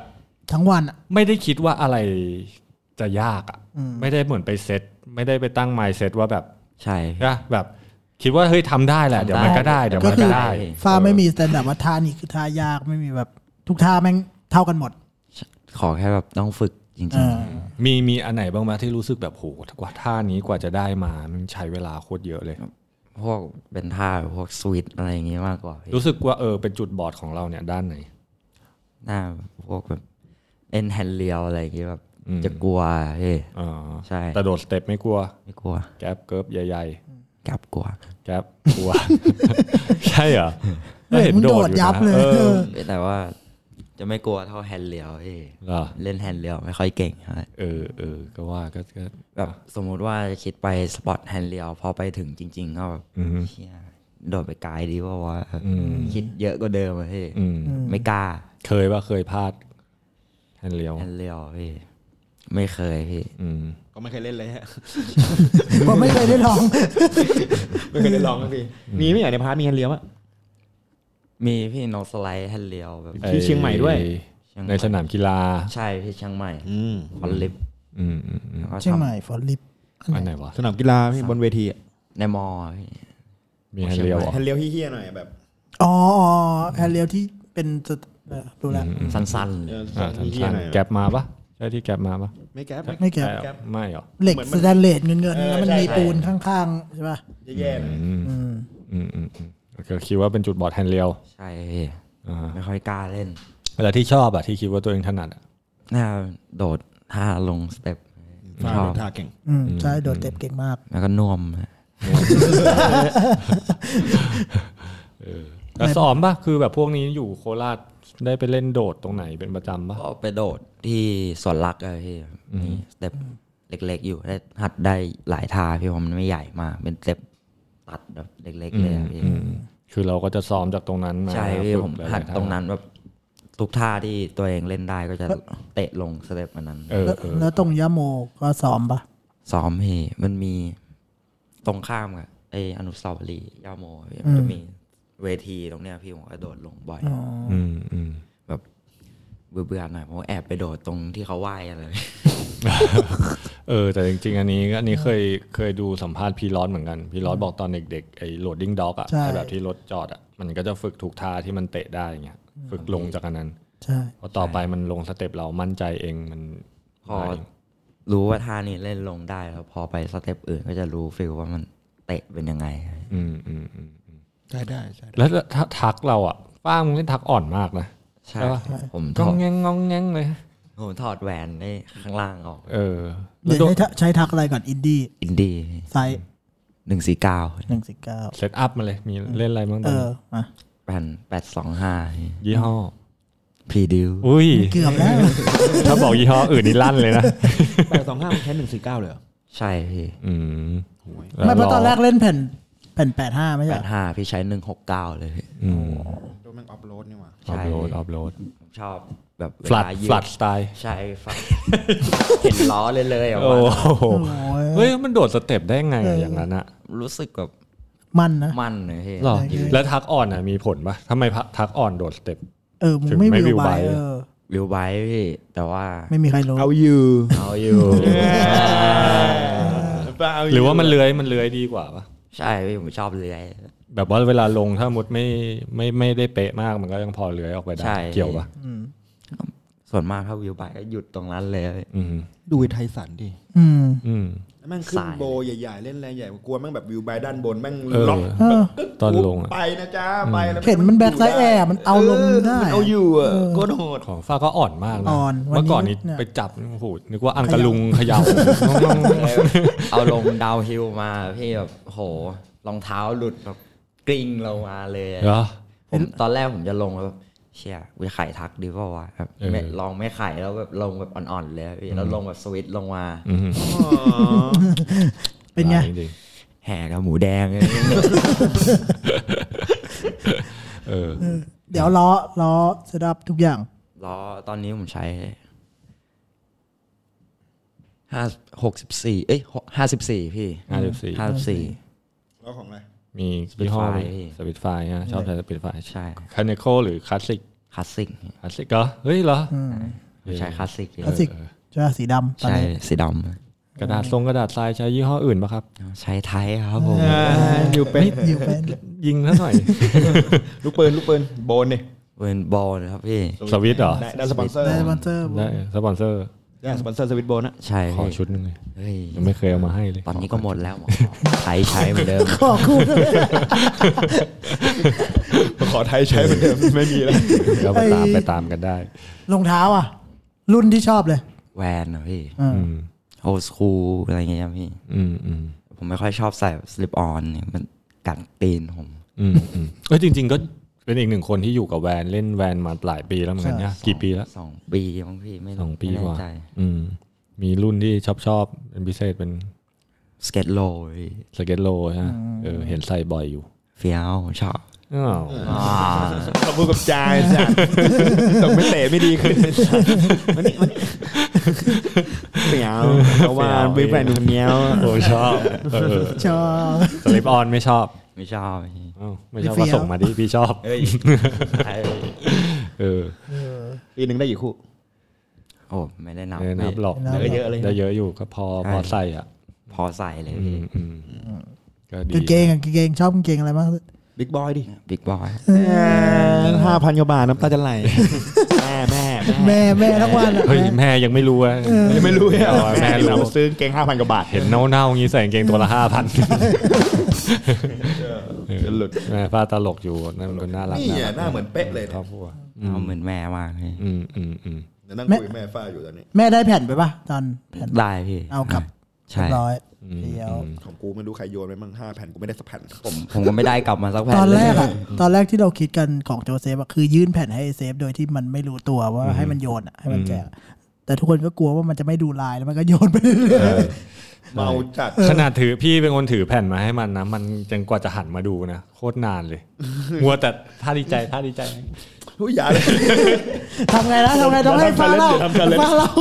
Speaker 6: ทั้งวันอ่ะ
Speaker 4: ไม่ได้คิดว่าอะไรจะยากอะ่ะ
Speaker 6: อืม
Speaker 4: ไม่ได้เหมือนไปเซตไม่ได้ไปตั้งไมล์เซตว่าแบบ
Speaker 5: ใช่พี่
Speaker 4: นะแบบ คิดว่าเฮ้ยทำได้แหละเดี๋ยวมันก็ได้เดี๋ยวมันก็ได้
Speaker 6: ฟ้าไม่มีสแตนดาร์ดว่าท่านี่คือท่ายากไม่มีแบบทุกท่าแม่งเท่ากันหมด
Speaker 5: ขอแค่แบบต้องฝึกจริ
Speaker 6: เอง อ
Speaker 4: มีมีอันไหนบ้างไหมที่รู้สึกแบบโหกว่าท่านี้กว่าจะได้มามันใช้เวลาโคตรเยอะเลย
Speaker 5: ๆ พวกเป็นท่าพวกสวิตอะไรอย่างงี้มากกว่าพี่
Speaker 4: รู้สึกว่าเออเป็นจุดบอดของเราเนี่ยด้านไหน
Speaker 5: หน้าพวกแบบเอ็นแฮนเรียวอะไรอย่างงี้แบบ
Speaker 4: อืม
Speaker 5: จะกลัวเฮ้ย
Speaker 4: อ๋อ
Speaker 5: ใช่
Speaker 4: แต่โดดสเต็ปไม่กลัว
Speaker 5: ไม่กลัว
Speaker 4: แก๊ปเกิร์ฟใหญ่
Speaker 5: กลับกลัว
Speaker 4: ๆแก๊ปกลัว ใช่เหรอ
Speaker 6: เออมึงโดดยับเลย
Speaker 4: ออ
Speaker 5: แต่ว่าจะไม่กลัวเท่าแฮนเรียวเฮ้ย
Speaker 4: เหรอ
Speaker 5: เล่นแฮนเรียวไม่ค่อยเก่งเท่าไหร่
Speaker 4: เออเออก็ว่าก็ก็
Speaker 5: แบบสมมุติว่าคิดไปสปอตแฮนเรียวพอไปถึงจริง ๆ ก็แบบ
Speaker 4: อือฮึ
Speaker 5: เชี่ยโดดไปไกลดีว่าวะ
Speaker 4: อืม
Speaker 5: คิดเยอะกว่าเดิมอะเฮ้ย
Speaker 4: อืม
Speaker 5: ไม่กล้า
Speaker 4: เคยว่าเคยพลาดแฮนเลียว
Speaker 5: แฮนเรียวพี่ไม่เคยพี่
Speaker 4: อืม
Speaker 8: ก็ไม่เคยเล่นเลยฮะ
Speaker 6: เพราะไม่เคยได้ลอง
Speaker 8: ไม่เคยได้ลองสักทีมีไหม่อย่างในพาร์ทมีอันเลี้ยวอะ
Speaker 5: มีพี่โนสไลด์แฮนเรียวแบบ
Speaker 4: ไอ้
Speaker 8: ที่เชียงใหม่ด้วย
Speaker 5: เชียงให
Speaker 4: ใน
Speaker 5: ม่
Speaker 4: สนามกีฬา
Speaker 5: ใช่พี่เชียงใหม่
Speaker 8: อืม
Speaker 5: ฮอลลิฟ
Speaker 4: อืมอืมอืม
Speaker 5: แล้วก็
Speaker 6: เชียง
Speaker 5: ทำ
Speaker 6: ใหม่ฟอนลิป
Speaker 4: อันไหนวะ
Speaker 7: สนามกีฬาพี่บนเวทีอะ
Speaker 5: ในมอพี่
Speaker 4: มีแฮนเลียวเหรอ
Speaker 8: แฮนเลี้ยวเฮี้ยๆหน่อยแบบ
Speaker 6: อ๋ออ๋อแอรเรียลที่เป็นสุดเออดูแลว
Speaker 5: สั้นๆเลย
Speaker 4: อ่า
Speaker 8: เฮี้ย
Speaker 4: ทัน
Speaker 8: ๆหน่อย
Speaker 4: ๆแก๊ปมาปะใช่ที่แก๊ปมาปะ
Speaker 8: ไม่แก๊ป
Speaker 6: ไม่แก่
Speaker 4: ใช่เหรอไม่เหรอ
Speaker 6: เหล็กสแตนเลสเงินเงินๆแล้วมันมีปูนข้างๆใช่ป่ะ
Speaker 8: แย่ๆหน่อย
Speaker 6: อืม
Speaker 4: อืมอืมอืมก็คิดว่าเป็นจุดบอดแฮนเลียว
Speaker 5: ใช่พี่
Speaker 4: อ่า
Speaker 5: ไม่ค่อยกล้าเล่น
Speaker 4: เวลาที่ชอบอะที่คิดว่าตัวเองถนัดอะ
Speaker 5: น่าโดดท่าลงสเต็ปชอบ
Speaker 7: ท่าเก่ง
Speaker 6: อืมใช่โดดเต็มเก่งมาก
Speaker 5: แล้วก็นวม
Speaker 4: แล้วซ้อมปะคือแบบพวกนี้อยู่โคราชได้ไปเล่นโดดตรงไหนเป็นประจำปะ
Speaker 5: ก็ไปโดดที่สวนลักอะพี่มีสเต็ปเล็กๆอยู่ได้หัดได้หลายท่าพี่ผมนไม่ใหญ่มากเป็นสเต็ปตัดแบบเล็กๆเลยอะพี่
Speaker 4: อืมคือเราก็จะซ้อมจากตรงนั้นมา
Speaker 5: ใช่พี่ผม
Speaker 4: ฝึกลายๆ
Speaker 5: หัด
Speaker 4: ท่า
Speaker 5: ตรงนั้นแบบทุกท่าที่ตัวเองเล่นได้ก็จะเตะลงสเต็ปอันนั้น
Speaker 4: เออ
Speaker 6: แล้ว
Speaker 4: เออ
Speaker 6: แล้วตรงยะโมก็ซ้อมป่ะ
Speaker 5: ซ้อมพี่มันมีตรงข้ามกับไออนุสาวรีย์ย่าโมพี่มันจะมีเวทีตรงเนี้ยพี่ผมก็โดดลงบ่อย
Speaker 4: อืมอืม
Speaker 5: แบบเบื่อๆหน่อยผมก็แอบไปโดดตรงที่เขาไหว้อะไร
Speaker 4: เออ แต่จริง ๆ อันนี้อันนี้เคยเคยดูสัมภาษณ์พี่ร้อนเหมือนกัน พี่ร้อนบอกตอนเด็กๆไอ้ loading dock อะ
Speaker 6: ใช่
Speaker 4: ไอ้แบบที่รถจอดอะมันก็จะฝึกทุกท่าที่มันเตะได้อย่างเงี้ยฝึกลงจากอันนั้น
Speaker 6: ใช่
Speaker 4: พอต่อไปมันลงสเต็ปเรามั่นใจเองมัน
Speaker 5: พอ
Speaker 4: มาเง
Speaker 5: รู้ว่าท่านี้เล่นลงได้แล้วพอไปสเต็ปอื่นก็จะรู้ฟิลว่ามัน ตะเป็นยังไง
Speaker 4: อืมอืมอืม
Speaker 3: ใช่ได้ใช่ได้
Speaker 4: แล้วถ้าทักเราอ่ะป้ามึงเล่นทักอ่อนมากนะ
Speaker 5: ใช่
Speaker 4: ใช่ปะ
Speaker 5: ผมถ
Speaker 4: ก้อ
Speaker 5: อง ด
Speaker 4: แงงงองแงงเลย
Speaker 5: ผมถอดแหวนได้ข้างล่างออก
Speaker 4: เออ
Speaker 6: เดี๋ยวใช้ใช้ทักอะไรก่อนอินดี้
Speaker 5: อินดี้
Speaker 6: ไซส์
Speaker 5: หนึ่งสี่เก้า
Speaker 6: หนึ่งสิบเก้า
Speaker 4: เซตอัพมาเลยมีเล่นอะไรบ้างต
Speaker 6: เอ
Speaker 4: อ
Speaker 6: อ
Speaker 4: นนี้
Speaker 6: มา
Speaker 5: แผ่นแปดสองห้า
Speaker 4: ยี่ห้อ
Speaker 5: พรีดิว
Speaker 4: อุ้ย
Speaker 6: เกือบแล้ว
Speaker 4: ถ้าบอกยี่ห้ออื่นนี่ลั่นเลยนะ
Speaker 9: แปดสองห้ามันแค่หนึ่งสี่เก้าเลยเหรอ
Speaker 5: ใช่พี่
Speaker 4: อืม
Speaker 6: ไม่เพราะตอนแรกเล่นแผ่นแผ่นแปดห้าไม่
Speaker 5: แป
Speaker 6: ใช่
Speaker 5: ดห้าพี่ใช้หนึ่งหกเก้าเลยพี่
Speaker 4: อืม
Speaker 3: ตัวมันออฟโรดนี่หว่า
Speaker 4: ออ
Speaker 5: ใช่
Speaker 4: ฟโหลดออฟโหลด
Speaker 5: ผมชอบแบบเว
Speaker 4: ฟลัด
Speaker 5: ลายื
Speaker 4: ฟลัด
Speaker 5: น
Speaker 4: สไตล์
Speaker 5: ใช่ ฝัด เห็นล้อเลยเลยอ่ะ
Speaker 4: โอ้โห
Speaker 6: โอ้ย
Speaker 4: เฮ้ย มันโดดสเต็ปได้ไงอะอย่างนั้นอะ
Speaker 5: รู้สึกแบบ
Speaker 6: มันนะ
Speaker 5: มั่นเลยพี่
Speaker 4: หรอ
Speaker 6: ได้เลย
Speaker 4: แล้วทักอ่อนอะมีผลปะทำไมทักอ่อนโดดสเต็ป
Speaker 6: เออมึง
Speaker 4: ถึง
Speaker 6: ไม่
Speaker 4: ไม่
Speaker 6: วิว
Speaker 4: view
Speaker 6: ไบ
Speaker 4: by
Speaker 6: เออ
Speaker 5: วิวไบค์พี่ แต่ว่า
Speaker 6: ไม่มีใครรู้
Speaker 3: เอาอยู่
Speaker 5: เอาอยู่
Speaker 4: หรือว่ามันเลื้อยมันเลื้อยดีกว่าปะ
Speaker 5: ใช่พี่ผมชอบเลื้อย
Speaker 4: แบบว่าเวลาลงถ้ามุดไม่ไม่ไม่ได้เป๊ะมากมันก็ยังพอเลื้อยออกไปได้
Speaker 5: ใช่
Speaker 4: เกี่ยวปะ
Speaker 6: อืม
Speaker 5: ส่วนมากถ้าวิวไบค์ก็หยุดตรงนั้นเลย
Speaker 4: อืม
Speaker 3: ดูไอ้ไทสันดิ
Speaker 6: อืม
Speaker 4: อืม
Speaker 3: แม่งขึ้น
Speaker 5: สาย
Speaker 3: โบใหญ่ๆ เล่นแรงใหญ่กลัวแม่งแบบวิวไบด้านบนแม่ง
Speaker 4: เออ
Speaker 3: ล็อก
Speaker 6: เออ
Speaker 4: ตอนลงอะ
Speaker 3: ไปนะจ้าไปแล้ว
Speaker 6: เห็นมันแบ็คไซด์แอร์มันเอาลงได้
Speaker 3: มันเอาอยู่อ่ะโคตรโหด
Speaker 4: ของฝ้าก็อ่อนมากนะ
Speaker 6: อ่อนวันนี้
Speaker 4: เมื่อก่อนนี้
Speaker 6: เนี่ย
Speaker 4: ไปจับโอ้โหนึกว่าอังกะลุงเขย่าน้อง
Speaker 5: เอาลงดาวฮิลมาพี่แบบโหรองเท้าหลุดแบบกริ่งลงมาเลย
Speaker 4: ๆเหรอ
Speaker 5: ผมตอนแรกผมจะลงแล้วแบบเชี่ยไปไข่ทักดีเปล่าวะแบบ
Speaker 4: เออ
Speaker 5: ไม่ลองไม่ไข่แล้วแบบลงแบบอ่อนๆเลยพี่แล้วลงแบบสวิตช์ลงมา
Speaker 4: อืม
Speaker 6: เป็นไง
Speaker 4: จริง
Speaker 5: แห่กับหมูแดงเลย
Speaker 4: ๆเออ
Speaker 6: เดี๋ยวล้อล้อเซตอัพทุกอย่าง
Speaker 5: ล้อตอนนี้ผมใช้ห้าหกสิบสี่เอ้ยห้าสิบสี่พี่
Speaker 4: 54
Speaker 5: ห้าสิบสี่
Speaker 3: แล้วของอะไร
Speaker 4: มียี่ห้อ
Speaker 5: Spitfire พี่
Speaker 4: สวิตไฟฮะชอบใช้สวิตไฟ
Speaker 5: ใช่
Speaker 4: คาเนโคหรือคลาสสิก
Speaker 5: คลาสสิก
Speaker 4: คลาสสิกเหรอเฮ้ยเหรอ
Speaker 5: ผมใช้คลาสสิกอยู่
Speaker 6: คลาสสิก ใช่ปะสีดำตอน
Speaker 5: ใช้
Speaker 6: นี้
Speaker 5: สีด
Speaker 4: กระดาษทรงกระดาษทรายใช้ยี่ห้ออื่นปะครับ
Speaker 5: ำใช้ไทยครับผม
Speaker 3: อยู่เป็น
Speaker 6: อยู่เป็น
Speaker 4: ยิงซะหน่อย
Speaker 3: ลูกปืนลูกปืนโบนเนี่ย
Speaker 5: เวนบอลนะครับพี่
Speaker 4: สวิตช์เหรอ
Speaker 3: ได้ได้สปอนเซอร์
Speaker 6: ได้บันเซอร์
Speaker 4: ได้สปอนเซอร์
Speaker 3: ได้สปอนเซอร์สวิตโบนนะ
Speaker 5: ใช่
Speaker 4: ขอ
Speaker 5: พี่
Speaker 4: ชุดหนึงเลย
Speaker 5: เฮ้ย
Speaker 4: ยังไม่เคยเอามาให้เลย
Speaker 5: ตอนนี้ก็หมดแล้วหมอไทย ใช้เหมือนเดิม
Speaker 6: ขอคู่
Speaker 3: ขอไทยใช้เหมือนเดิมไม่มีแล้ว
Speaker 4: ก็ไปตามไปตามกันได้
Speaker 6: รองเท้าอ่ะ รุ่นที่ชอบเลย
Speaker 5: แวนนะพี่
Speaker 4: อืม
Speaker 5: โอสคูลอะไรเงี้ยพี่
Speaker 4: อืมอืม
Speaker 5: ผมไม่ค่อยชอบใส่สลิปออนเนี่ยมันกัดตีนผม
Speaker 4: อืมอืมเอ้ยจริง ๆ ก็เป็นอีกหนึ่งคนที่อยู่กับแวนเล่นแวนมาหลายปีแล้วเหมือนกันนะกี่ปีแล้ว
Speaker 5: สองปีมั้งพี่ไม่
Speaker 4: สองปีก
Speaker 5: ไม่แน่
Speaker 4: ว่า
Speaker 5: ใจ
Speaker 4: อืม มีรุ่นที่ชอบชอบๆเป็นพิเศษเป็น
Speaker 5: สเก็ตโลย
Speaker 4: สเก็ตโลใช่ไหมเออ เห็นใส่บ่อยอยู่
Speaker 5: เฟี้ยวผมชอบ
Speaker 4: อ้าว
Speaker 3: เขาพูดกับจายจ้ะแต่ไม่เตะไม่ดีขึ้นมันนี่มันนี่เหนียวเพราะว่าวิวไบดูเหนียว
Speaker 4: โอ้ชอบเออ
Speaker 6: ชอบ
Speaker 4: สลิปออนไม่ชอบ
Speaker 5: ไม่ชอบ
Speaker 4: อ้าวไม่ชอบ
Speaker 6: ไม่
Speaker 4: ก็
Speaker 6: เฟี้ยว
Speaker 4: ส่งมาดิพี่ชอบ
Speaker 5: เฮ้ย
Speaker 4: เออ
Speaker 3: ปีหนึ่งได้กี่คู่
Speaker 5: โอ้ไม่ได้นับ
Speaker 4: ไม่ได้นับ
Speaker 5: พี่
Speaker 4: หรอก
Speaker 6: ไม่ได้นับ
Speaker 4: ได้เยอะเลยได้เยอะอยู่ก็พอพอใส่อ่ะ
Speaker 5: พอใส่เลย
Speaker 4: อื
Speaker 5: พี่
Speaker 4: มอืมก็ดี
Speaker 6: กางเกงอ่ะกางเกงชอบกางเกงอะไรบ้าง
Speaker 3: บิ๊กบอยดิ
Speaker 5: บิ๊กบอย
Speaker 3: ห้าพันกว่าบาทน้ำตาจะไหล แม่แม่
Speaker 6: แม่แม่ทั้งวันอ่ะ
Speaker 4: เฮ้ย
Speaker 6: แม่
Speaker 4: แม่ยังไม่รู้อะ
Speaker 3: ยังไม่รู้เนี่ย
Speaker 4: เอาอะ
Speaker 3: แม่
Speaker 4: แม่
Speaker 3: เรา
Speaker 4: รู้
Speaker 3: ซื้อเกงห้าพันกว่าบาท
Speaker 4: เห็นเน่าๆอย่างงี้ใส่กางเกงตัวละห้าพัน
Speaker 3: จะหลุด
Speaker 4: แม่ฟาตลกอยู่นั่นก็น่ารัก
Speaker 3: นี่อ่ะหน้าเหมือนเป๊ะเลย
Speaker 4: ค
Speaker 3: เนี่
Speaker 4: ร
Speaker 3: ย
Speaker 4: อบครัว
Speaker 5: เอาเหมือนแม่มากพี่
Speaker 4: อืมอืมอืม
Speaker 3: เดี๋ยวนั่งคุยแม่ฝ้าอยู่ตอนนี้
Speaker 6: แม่ได้แผ่นไปป่ะตอนแผ่น
Speaker 5: ได้พี่
Speaker 6: เอากลับ
Speaker 5: ใช่
Speaker 6: เรียบร้อย
Speaker 4: อืม
Speaker 6: เดียว
Speaker 3: ของกูไม่รู้ใครโยนไปมั่งห้าแผ่นกูไม่ได้สักแผ่น
Speaker 5: ผมผมก็ไม่ได้กลับมาสักแผ่น
Speaker 6: ตอน
Speaker 5: เลย
Speaker 6: แรกอะตอนแรกที่เราคิดกันของโจเซฟอะคือยื่นแผ่นให้เซฟโดยที่มันไม่รู้ตัวว่าให้มันโยนอะให้มันแจกอะแต่ทุกคนก็กลัวว่ามันจะไม่ดูลายแล้วมันก็โยนไปเรื่อย
Speaker 3: เมาจัด
Speaker 4: ขนาดถือพี่เป็นคนถือแผ่นมาให้มันนะ มันจังกว่าจะหันมาดูนะ โคตรนานเลย มัวแต่ท่าดีใจท่าดีใจ
Speaker 3: ทุกอย่างเลย
Speaker 6: ๆทำไงนะทำไงต้องให้ฟ้าเล่า
Speaker 3: ทำ challenge
Speaker 6: ฟ้าเล่า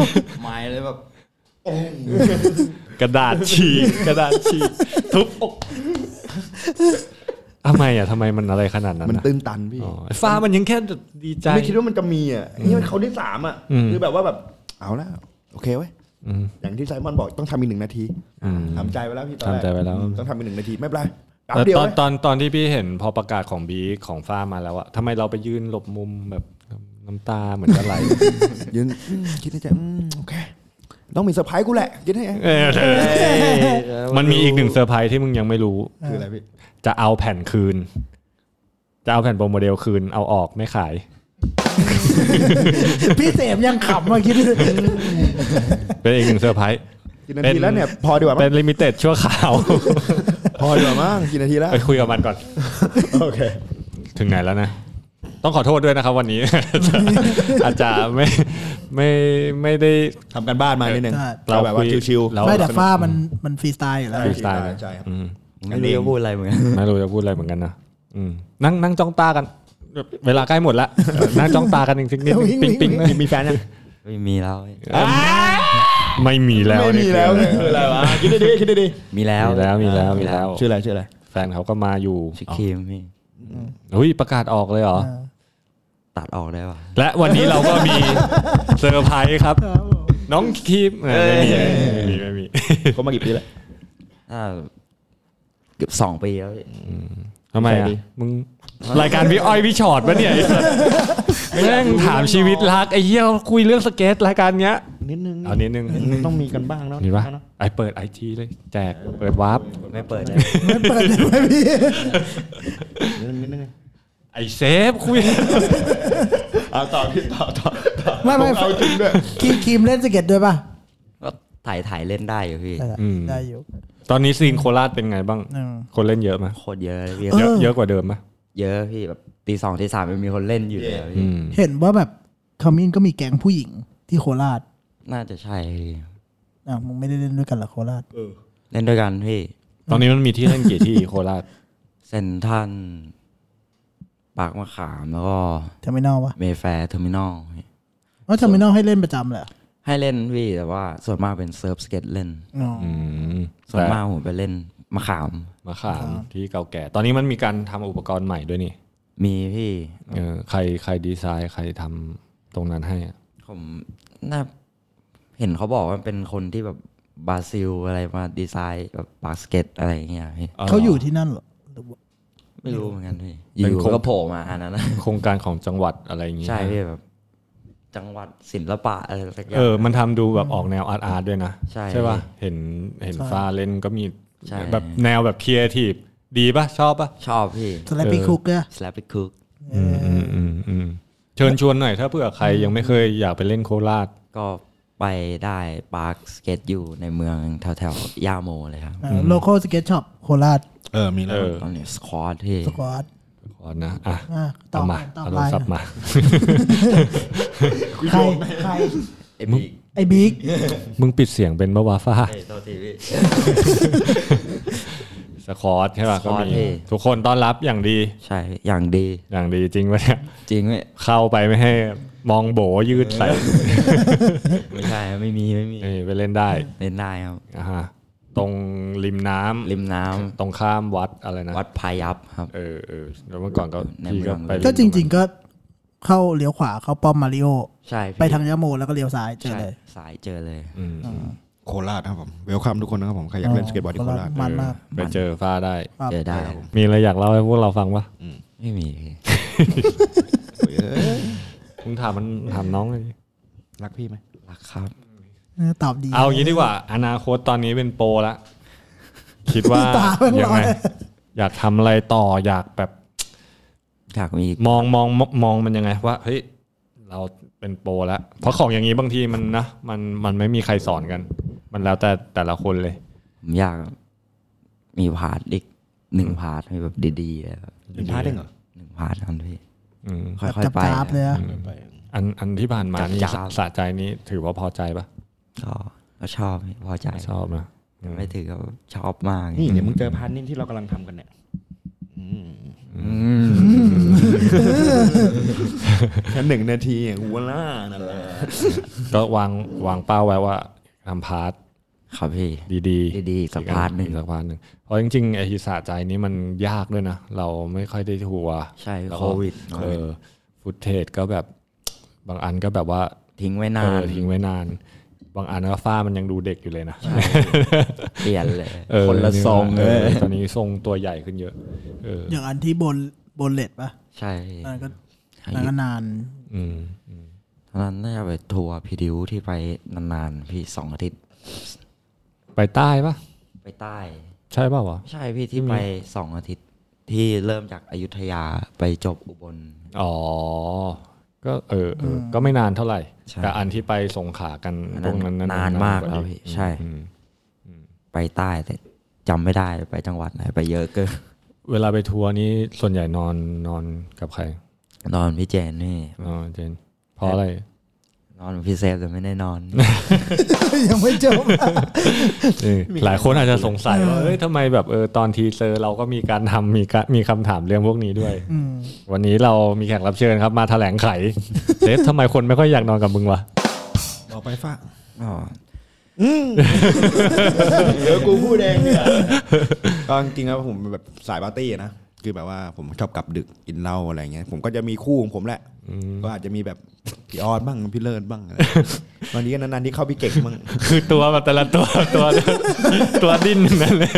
Speaker 5: ไม้เลยแบบ
Speaker 4: กระดาษฉีกกระดาษฉีกทุบอกทำไมอ่ะทำไมมันอะไรขนาดนั้น
Speaker 3: มัน
Speaker 4: นะ
Speaker 3: ตื้นตันพี่
Speaker 4: อ๋อฟ้ามันยังแค่ดีใจ
Speaker 3: ไม่คิดว่ามันจะมีอ่ะนี่มันเขาที่สามอ่ะ
Speaker 4: อืม
Speaker 3: คือแบบว่าแบบเอาละโอเคเว้ย
Speaker 4: อืม
Speaker 3: อย่างที่ไซมอนบอกต้องทำอีกหนึ่งนาที
Speaker 4: อืม
Speaker 3: ทำใจไว้แล้วพี่ตอนแรก
Speaker 4: ทำใจไว้แล้ว
Speaker 3: อืมต้องทำอีกหนึ่งนาทีไม่เป็นไรแป๊บ
Speaker 4: แต่
Speaker 3: เดียว
Speaker 4: ตอน
Speaker 3: เว้ย
Speaker 4: ตอนตอนที่พี่เห็นพอประกาศของบีของฟ้ามาแล้วอะทำไมเราไปยืนหลบ มุมแบบน้ำตาเหมือนจะไหล
Speaker 3: ยืนอืมคิดในใจอืมโอเค ต้องมีเซอร์ไพรส์กูแหละคิดให้ไง
Speaker 4: เออมันมีอีกหนึ่งเซอร์ไพรส์ที่มึงยังไม่รู้
Speaker 3: คืออะไรพี่
Speaker 4: จะเอาแผ่นคืน จะเอาแผ่นโปรโมเดลคืน เอาออกไม่ขาย
Speaker 6: พี่เสมยังขำมาคิดดู
Speaker 4: เป็นอีกหนึ่งเซอร์ไพรส์
Speaker 3: กี่นา
Speaker 4: เป็
Speaker 3: ที
Speaker 4: น
Speaker 3: แล้วเนี่ยพอดีกว่ามั้
Speaker 4: เป็
Speaker 3: ง
Speaker 4: นลิมิเต็ดชั่วคราว
Speaker 3: พ อดีกว่ามั้งกี่นาทีแล้ว
Speaker 4: ไปคุยกับมันก่อน
Speaker 3: โอเค
Speaker 4: ถึงไหนแล้วนะ ต้องขอโทษด้วยนะครับวันนี้ อาจจะไม่ไม่ไม่ได้
Speaker 3: ทำกันบ้านมานิดนึง
Speaker 6: ใช่
Speaker 4: เรา
Speaker 3: แบบว่า
Speaker 4: คุย
Speaker 3: ชิวๆ
Speaker 4: เรา
Speaker 6: ไม่แต่ฟ้ามันมันฟรีสไตล์อยู่แล้ว
Speaker 4: ฟรีสไตล์
Speaker 3: ใช่ครับ
Speaker 4: อืม
Speaker 5: ไม่รู้จะพูดอะไรเหมือนกัน
Speaker 4: ไม่รู้จะพูดอะไรเหมือนกันนะอืมนั่งนั่งจ้องตากัน เวลาใกล้หมดละ นั่งจ้องตากันจริง ๆนิดนึงปิ๊งปิ๊ง
Speaker 3: มีแฟน ยัง
Speaker 5: ไม่มีแล้วเว้ย
Speaker 4: ไม่มีแล้ว
Speaker 3: ไม่มีแล้วเนี่ยคืออะไรวะคิดดีๆคิดดี
Speaker 5: มีแล้ว
Speaker 4: มีแล้วมีแล้วมีแล้ว
Speaker 3: ๆชื่ออะไรชื่ออะไร
Speaker 4: แฟนเขาก็มาอยู่
Speaker 5: ชิคครีมพี่
Speaker 4: เฮ้ยประกาศออกเลยเหรอ
Speaker 6: อ่า
Speaker 5: ตัดออกได้ป่ะ
Speaker 4: และวันนี้เราก็ มีเซอร์ไพรส์ครับ น้องทีมเออไม่มีไม่มีไม่มี
Speaker 3: เขามากี่ปีแล้ว
Speaker 5: ถ้าเกือบสองปีแล้วพี่
Speaker 4: ทำไม
Speaker 3: ใคร
Speaker 4: อ่ะ
Speaker 3: ดี
Speaker 4: มึงรายการพี่อ้อยพี่ชอตปะ เนี่ยไอ้สัสแม่งถามชีวิตรักไอ้เหี้ยคุยเรื่องสเก็ตรายการเนี้ย
Speaker 8: นิดนึง
Speaker 4: เอานิดนึง
Speaker 8: ต้องมีกันบ้างเนาะ
Speaker 4: นี่ปะไอเปิดไอทีเลย แจกเปิดวาร์ป
Speaker 5: ไม่เปิด เลย
Speaker 6: ไม่เปิดเลยไหมพี่
Speaker 8: นิดนึง
Speaker 4: ไอเซฟคุย
Speaker 3: เอาต่อพี่ต่อต่อต่อ
Speaker 6: ไม่ไม่
Speaker 3: เอาจริงด้วย
Speaker 6: คีมคีมเล่นสเก็ตด้วยป่ะ
Speaker 5: ก็ถ่ายถ่ายเล่นได้อยู่พี่
Speaker 6: ได้
Speaker 4: อืม
Speaker 6: ได้อยู่
Speaker 4: ตอนนี้ซีนโคราชเป็นไงบ้าง
Speaker 6: หนึ่ง
Speaker 4: คนเล่นเยอะไหม
Speaker 5: โคตรเยอะเลยพี่
Speaker 6: เอ
Speaker 4: เยอะเยอะกว่าเดิมไหม
Speaker 5: เยอะพี่แบบตีสองตีสามยังมีคนเล่นอยู่เลยอะพี่
Speaker 4: อืม
Speaker 6: เห็นว่าแบบคามินก็มีแก๊งผู้หญิงที่โคราช
Speaker 5: น่าจะใช่พี่
Speaker 6: อ่ะมึงไม่ได้เล่นด้วยกันเหรอโคราช
Speaker 5: เล่นด้วยกันพี่
Speaker 4: ตอนนี้มันมีที่เล่นกี่ที่โคราช
Speaker 5: เซนทรันปากมะขามแล้วก็
Speaker 6: เทอร์มินอลวะ
Speaker 5: เมแฟร์เทอร์มินอลพี่
Speaker 6: อ๋อเทอร์มินอลให้เล่นประจำแหละ
Speaker 5: ให้เล่นพี่แต่ว่าส่วนมากเป็นเซิร์ฟสเก็ตเล่น
Speaker 6: อ๋อ
Speaker 4: อืม
Speaker 5: ส่วน
Speaker 4: แต่
Speaker 5: มากผมไปเล่นมะขาม
Speaker 4: มาขามที่เก่าแก่ ตอนนี้มันมีการทำอุปกรณ์ใหม่ด้วยนี่
Speaker 5: มีพี่
Speaker 4: เออใครใครดีไซน์ใครทำตรงนั้นให้อะ
Speaker 5: ผมน่าเห็นเขาบอกว่าเป็นคนที่แบบบราซิลอะไรมาดีไซน์แบบบาสเกตอะไรอย่างเงี้ยพี่
Speaker 6: เขาอยู่ที่นั่นเหรอหรือว่า
Speaker 5: ไม่รู้เหมือนกันพี่อยู่ๆก็โผล่มาอันนั้นนะ
Speaker 4: โครงการของจังหวัดอะไรอย่างงี้
Speaker 5: ใช่พี่แบบ จังหวัดศิลปะอะไรสักอย่าง
Speaker 4: เออ มันทำดูแบบออกแนวอาร์ตอาร์ตด้วยนะ
Speaker 5: ใช่
Speaker 4: ใช่ป่ะ เห็นเห็นฟ้าเล่นก็มี
Speaker 5: ใช่
Speaker 4: แบบแนวแบบครีเอทีฟดีป่ะ ชอบป่ะ
Speaker 5: ชอบพี่
Speaker 6: สไลปี้คุกเนี่ย
Speaker 5: สแลปปี้คุก
Speaker 4: อืมอืมอืมอืมเชิญชวนหน่อยถ้าเผื่อใครยังไม่เคยอยากไปเล่นโคราช
Speaker 5: ก็ไปได้ปาร์คสเก็ตอยู่ในเมืองแถวแถวๆย่าโมเลยครับ
Speaker 6: โลโก้สเก็ตช็อปโคราช
Speaker 3: เออมีแล้ว
Speaker 4: เออ
Speaker 5: ตอนนี้สควอตพี่
Speaker 6: สควอต
Speaker 4: ก่อนนะ อ่ะ
Speaker 6: อ่ะตอ
Speaker 4: เอา
Speaker 6: บ
Speaker 4: มา
Speaker 6: ตอบ
Speaker 4: เอาโท
Speaker 6: ไล
Speaker 4: ร
Speaker 6: น์
Speaker 4: ศัพท์มา
Speaker 6: ใครใคร
Speaker 5: เอ็มบี
Speaker 6: ไอ้บิ๊ก
Speaker 4: มึงปิดเสียงเป็นบ้าวะฟ้า
Speaker 5: เอ้ยโทษทีพี่
Speaker 4: สคอตใช่ป่ะ
Speaker 5: ส
Speaker 4: ก็
Speaker 5: ควอต
Speaker 4: มี
Speaker 5: พี่
Speaker 4: ทุกคนต้อนรับอย่างดี
Speaker 5: ใช่ อย่างดี
Speaker 4: อย่างดีจริงป่ะเนี่ย
Speaker 5: จริงไหม
Speaker 4: เข้าไปไม่ให้มองโบยืดใส่
Speaker 5: ไม่ใช่ ไม่มี ไม่มี
Speaker 4: นี่ไปเล่นได้
Speaker 5: เล่นได้ครับ
Speaker 4: อ่ะฮะตรงริมน้ำ
Speaker 5: ริมน้ำ
Speaker 4: ตรงข้ามวัดอะไรนะ
Speaker 5: วัดพายัพครับ
Speaker 4: เออเออแล้วเมื่อก่อนก็
Speaker 5: ใน
Speaker 4: พี่
Speaker 5: เมื
Speaker 4: ก็
Speaker 5: อง
Speaker 4: ไป
Speaker 6: ก็จริง ๆก็เข้าเลี้ยวขวาเข้าป้อมมาริโอ
Speaker 5: ใช่
Speaker 6: ไปทางยะโมแล้วก็เลี้ยวซ้ายเจอ
Speaker 5: ใช่
Speaker 6: เลย
Speaker 5: สายเจอเลย
Speaker 4: อืม
Speaker 3: โคราชครับผมเวลคัมทุกคนนะครับผมใครอยากเล่นสเก็ตบอร์ดที่โคราช
Speaker 6: มันมาก
Speaker 4: ไปเจอฟ้าได้
Speaker 5: เจอได้
Speaker 4: มีอะไรอยากเล่าให้พวกเราฟังปะ
Speaker 5: ไม่มีพี่
Speaker 4: มึงถามมันถามน้องเลย
Speaker 3: รักพี่ไหม
Speaker 5: รักครับ
Speaker 6: เออตอบดี
Speaker 4: เอางี้ดีกว่า อนาคตตอนนี้เป็นโปรละ คิดว่า
Speaker 6: ตาแม่ง
Speaker 4: ยั
Speaker 6: ล
Speaker 4: ไง
Speaker 6: อย
Speaker 4: อยากทำอะไรต่ออยากแบบ
Speaker 5: อยากมีอีก
Speaker 4: มองมองมองมองมันยังไงว่าเฮ้ยเราเป็นโปรแล้วเพราะของอย่างนี้บางทีมันนะมันมันไม่มีใครสอนกัน มันแล้วแต่แต่ละคนเลย
Speaker 5: ผมอยาก มีพาร์ทอีกหนึ่งพาร์ทให้แบบดีๆเลยครับ
Speaker 3: เป็นพาร์ทเองเหรอ
Speaker 5: หนึ่งพาร์ทครับพี่
Speaker 4: อืม
Speaker 5: ค่
Speaker 6: แบบ
Speaker 5: อย
Speaker 6: จับ
Speaker 5: ๆไป
Speaker 6: จาบเลยอะ
Speaker 4: อันอันที่ผ่านมานี่
Speaker 5: จับจาบ
Speaker 4: สะใจนี้ถือว่าพอใจปะ
Speaker 5: ก็ก็ชอบพอใจ
Speaker 4: ชอบนะ
Speaker 5: ไม่ถือว่าชอบมาก
Speaker 8: นี่เดี๋ยวมึงเจอพาร์ทนี้ที่เรากำลังทำกันเนี่ย
Speaker 5: อืม
Speaker 3: แค่หนึ่งนาทีอ่ะกูว่าล่านั่นแหละ
Speaker 4: ก็วางวางเป้าไว้ว่าทำพาร์ท
Speaker 5: ครับพี่
Speaker 4: ดีๆ
Speaker 5: ดีๆสักพาร์ทหนึ่ง
Speaker 4: อีกสักพาร์ทหนึ่งเพราะจริงๆไอฮิสาใจนี้มันยากด้วยนะ เราไม่ค่อยได้ทัวร์
Speaker 5: ใช่
Speaker 4: แล้ว
Speaker 5: โค
Speaker 4: ก็
Speaker 5: วิด
Speaker 4: เออฟุตเทจก็แบบบางอันก็แบบว่า
Speaker 5: ทิ้งไว้นา
Speaker 4: เอน อทิ้งไว้นาน บางอันก็ฟ้ามันยังดูเด็กอยู่เลยนะ
Speaker 5: เปลี่ยน เลย
Speaker 4: เออ
Speaker 5: คนละทรง
Speaker 4: เอ
Speaker 5: เล
Speaker 4: อย ตอนนี้ทรงตัวใหญ่ขึ้นเยอะ เออ
Speaker 6: อย่างอันที่บนบนเลดป่ะ
Speaker 5: ใช่
Speaker 6: อันนั้นก็
Speaker 5: อา
Speaker 6: อันนั้น
Speaker 5: ยุ
Speaker 6: ก็นาน
Speaker 4: อืม
Speaker 5: ตอน นั้นน่าจะไปทัวร์พีดิวที่ไปนานๆพี่สองอาทิตย์
Speaker 4: ไปใต้ปะ
Speaker 5: ไปใต้
Speaker 4: ใช่เปล่าวะ
Speaker 5: ใช่พี่ที่ไปสองอาทิตย์ ที่เริ่มจากอยุธยาไปจบอุบล
Speaker 4: อ๋อ ก็เออเออก็ไม่นานเท่าไหร่
Speaker 5: ใช่
Speaker 4: แต่อันที่ไปสงขลากัน
Speaker 5: อัน
Speaker 4: พ
Speaker 5: นั้
Speaker 4: วน กนั้น
Speaker 5: นานมากแล้วพี่ใช่
Speaker 4: อืม
Speaker 5: ไปใต้แต่จำไม่ได้ไปจังหวัดไหนไปเยอะเกิน
Speaker 4: เวลาไปทัวร์นี้ส่วนใหญ่นอนนอนกับใคร
Speaker 5: นอนพี่เจนนี่
Speaker 4: นอนเจนเพราะอะไร
Speaker 5: นอนพี่เซฟแต่ไม่ได้นอน
Speaker 6: ยังไม่จบ
Speaker 4: เออหลายคนอาจจะสงสัยว่าเอ้ยทำไมแบบเออตอนทีเซอร์เราก็มีการทำมีกะมีคำถามเรื่องพวกนี้ด้วย วันนี้เรามีแขกรับเชิญครับมาแถลงไข เดฟทำไมคนไม่ค่อยอยากนอนกับมึงวะ
Speaker 3: บอกไปฝาก
Speaker 5: อ๋อ
Speaker 3: เดี๋ยวกูพูดเอง เนี่ยก็จริงๆแล้วผมแบบสายปาร์ตี้นะคือแบบว่าผมชอบกลับดึกกินเหล้าอะไรเงี้ยผมก็จะมีคู่ของผมแหละก็อาจจะมีแบบพี่ออนบ้างพี่เลิศบ้างอะไร บางทีก็นานๆที่เข้าพี่เก่งบ้าง
Speaker 4: คือตัวแบบแต่ละตัว ตัวตัวดิ้นทั้งนั่นเลย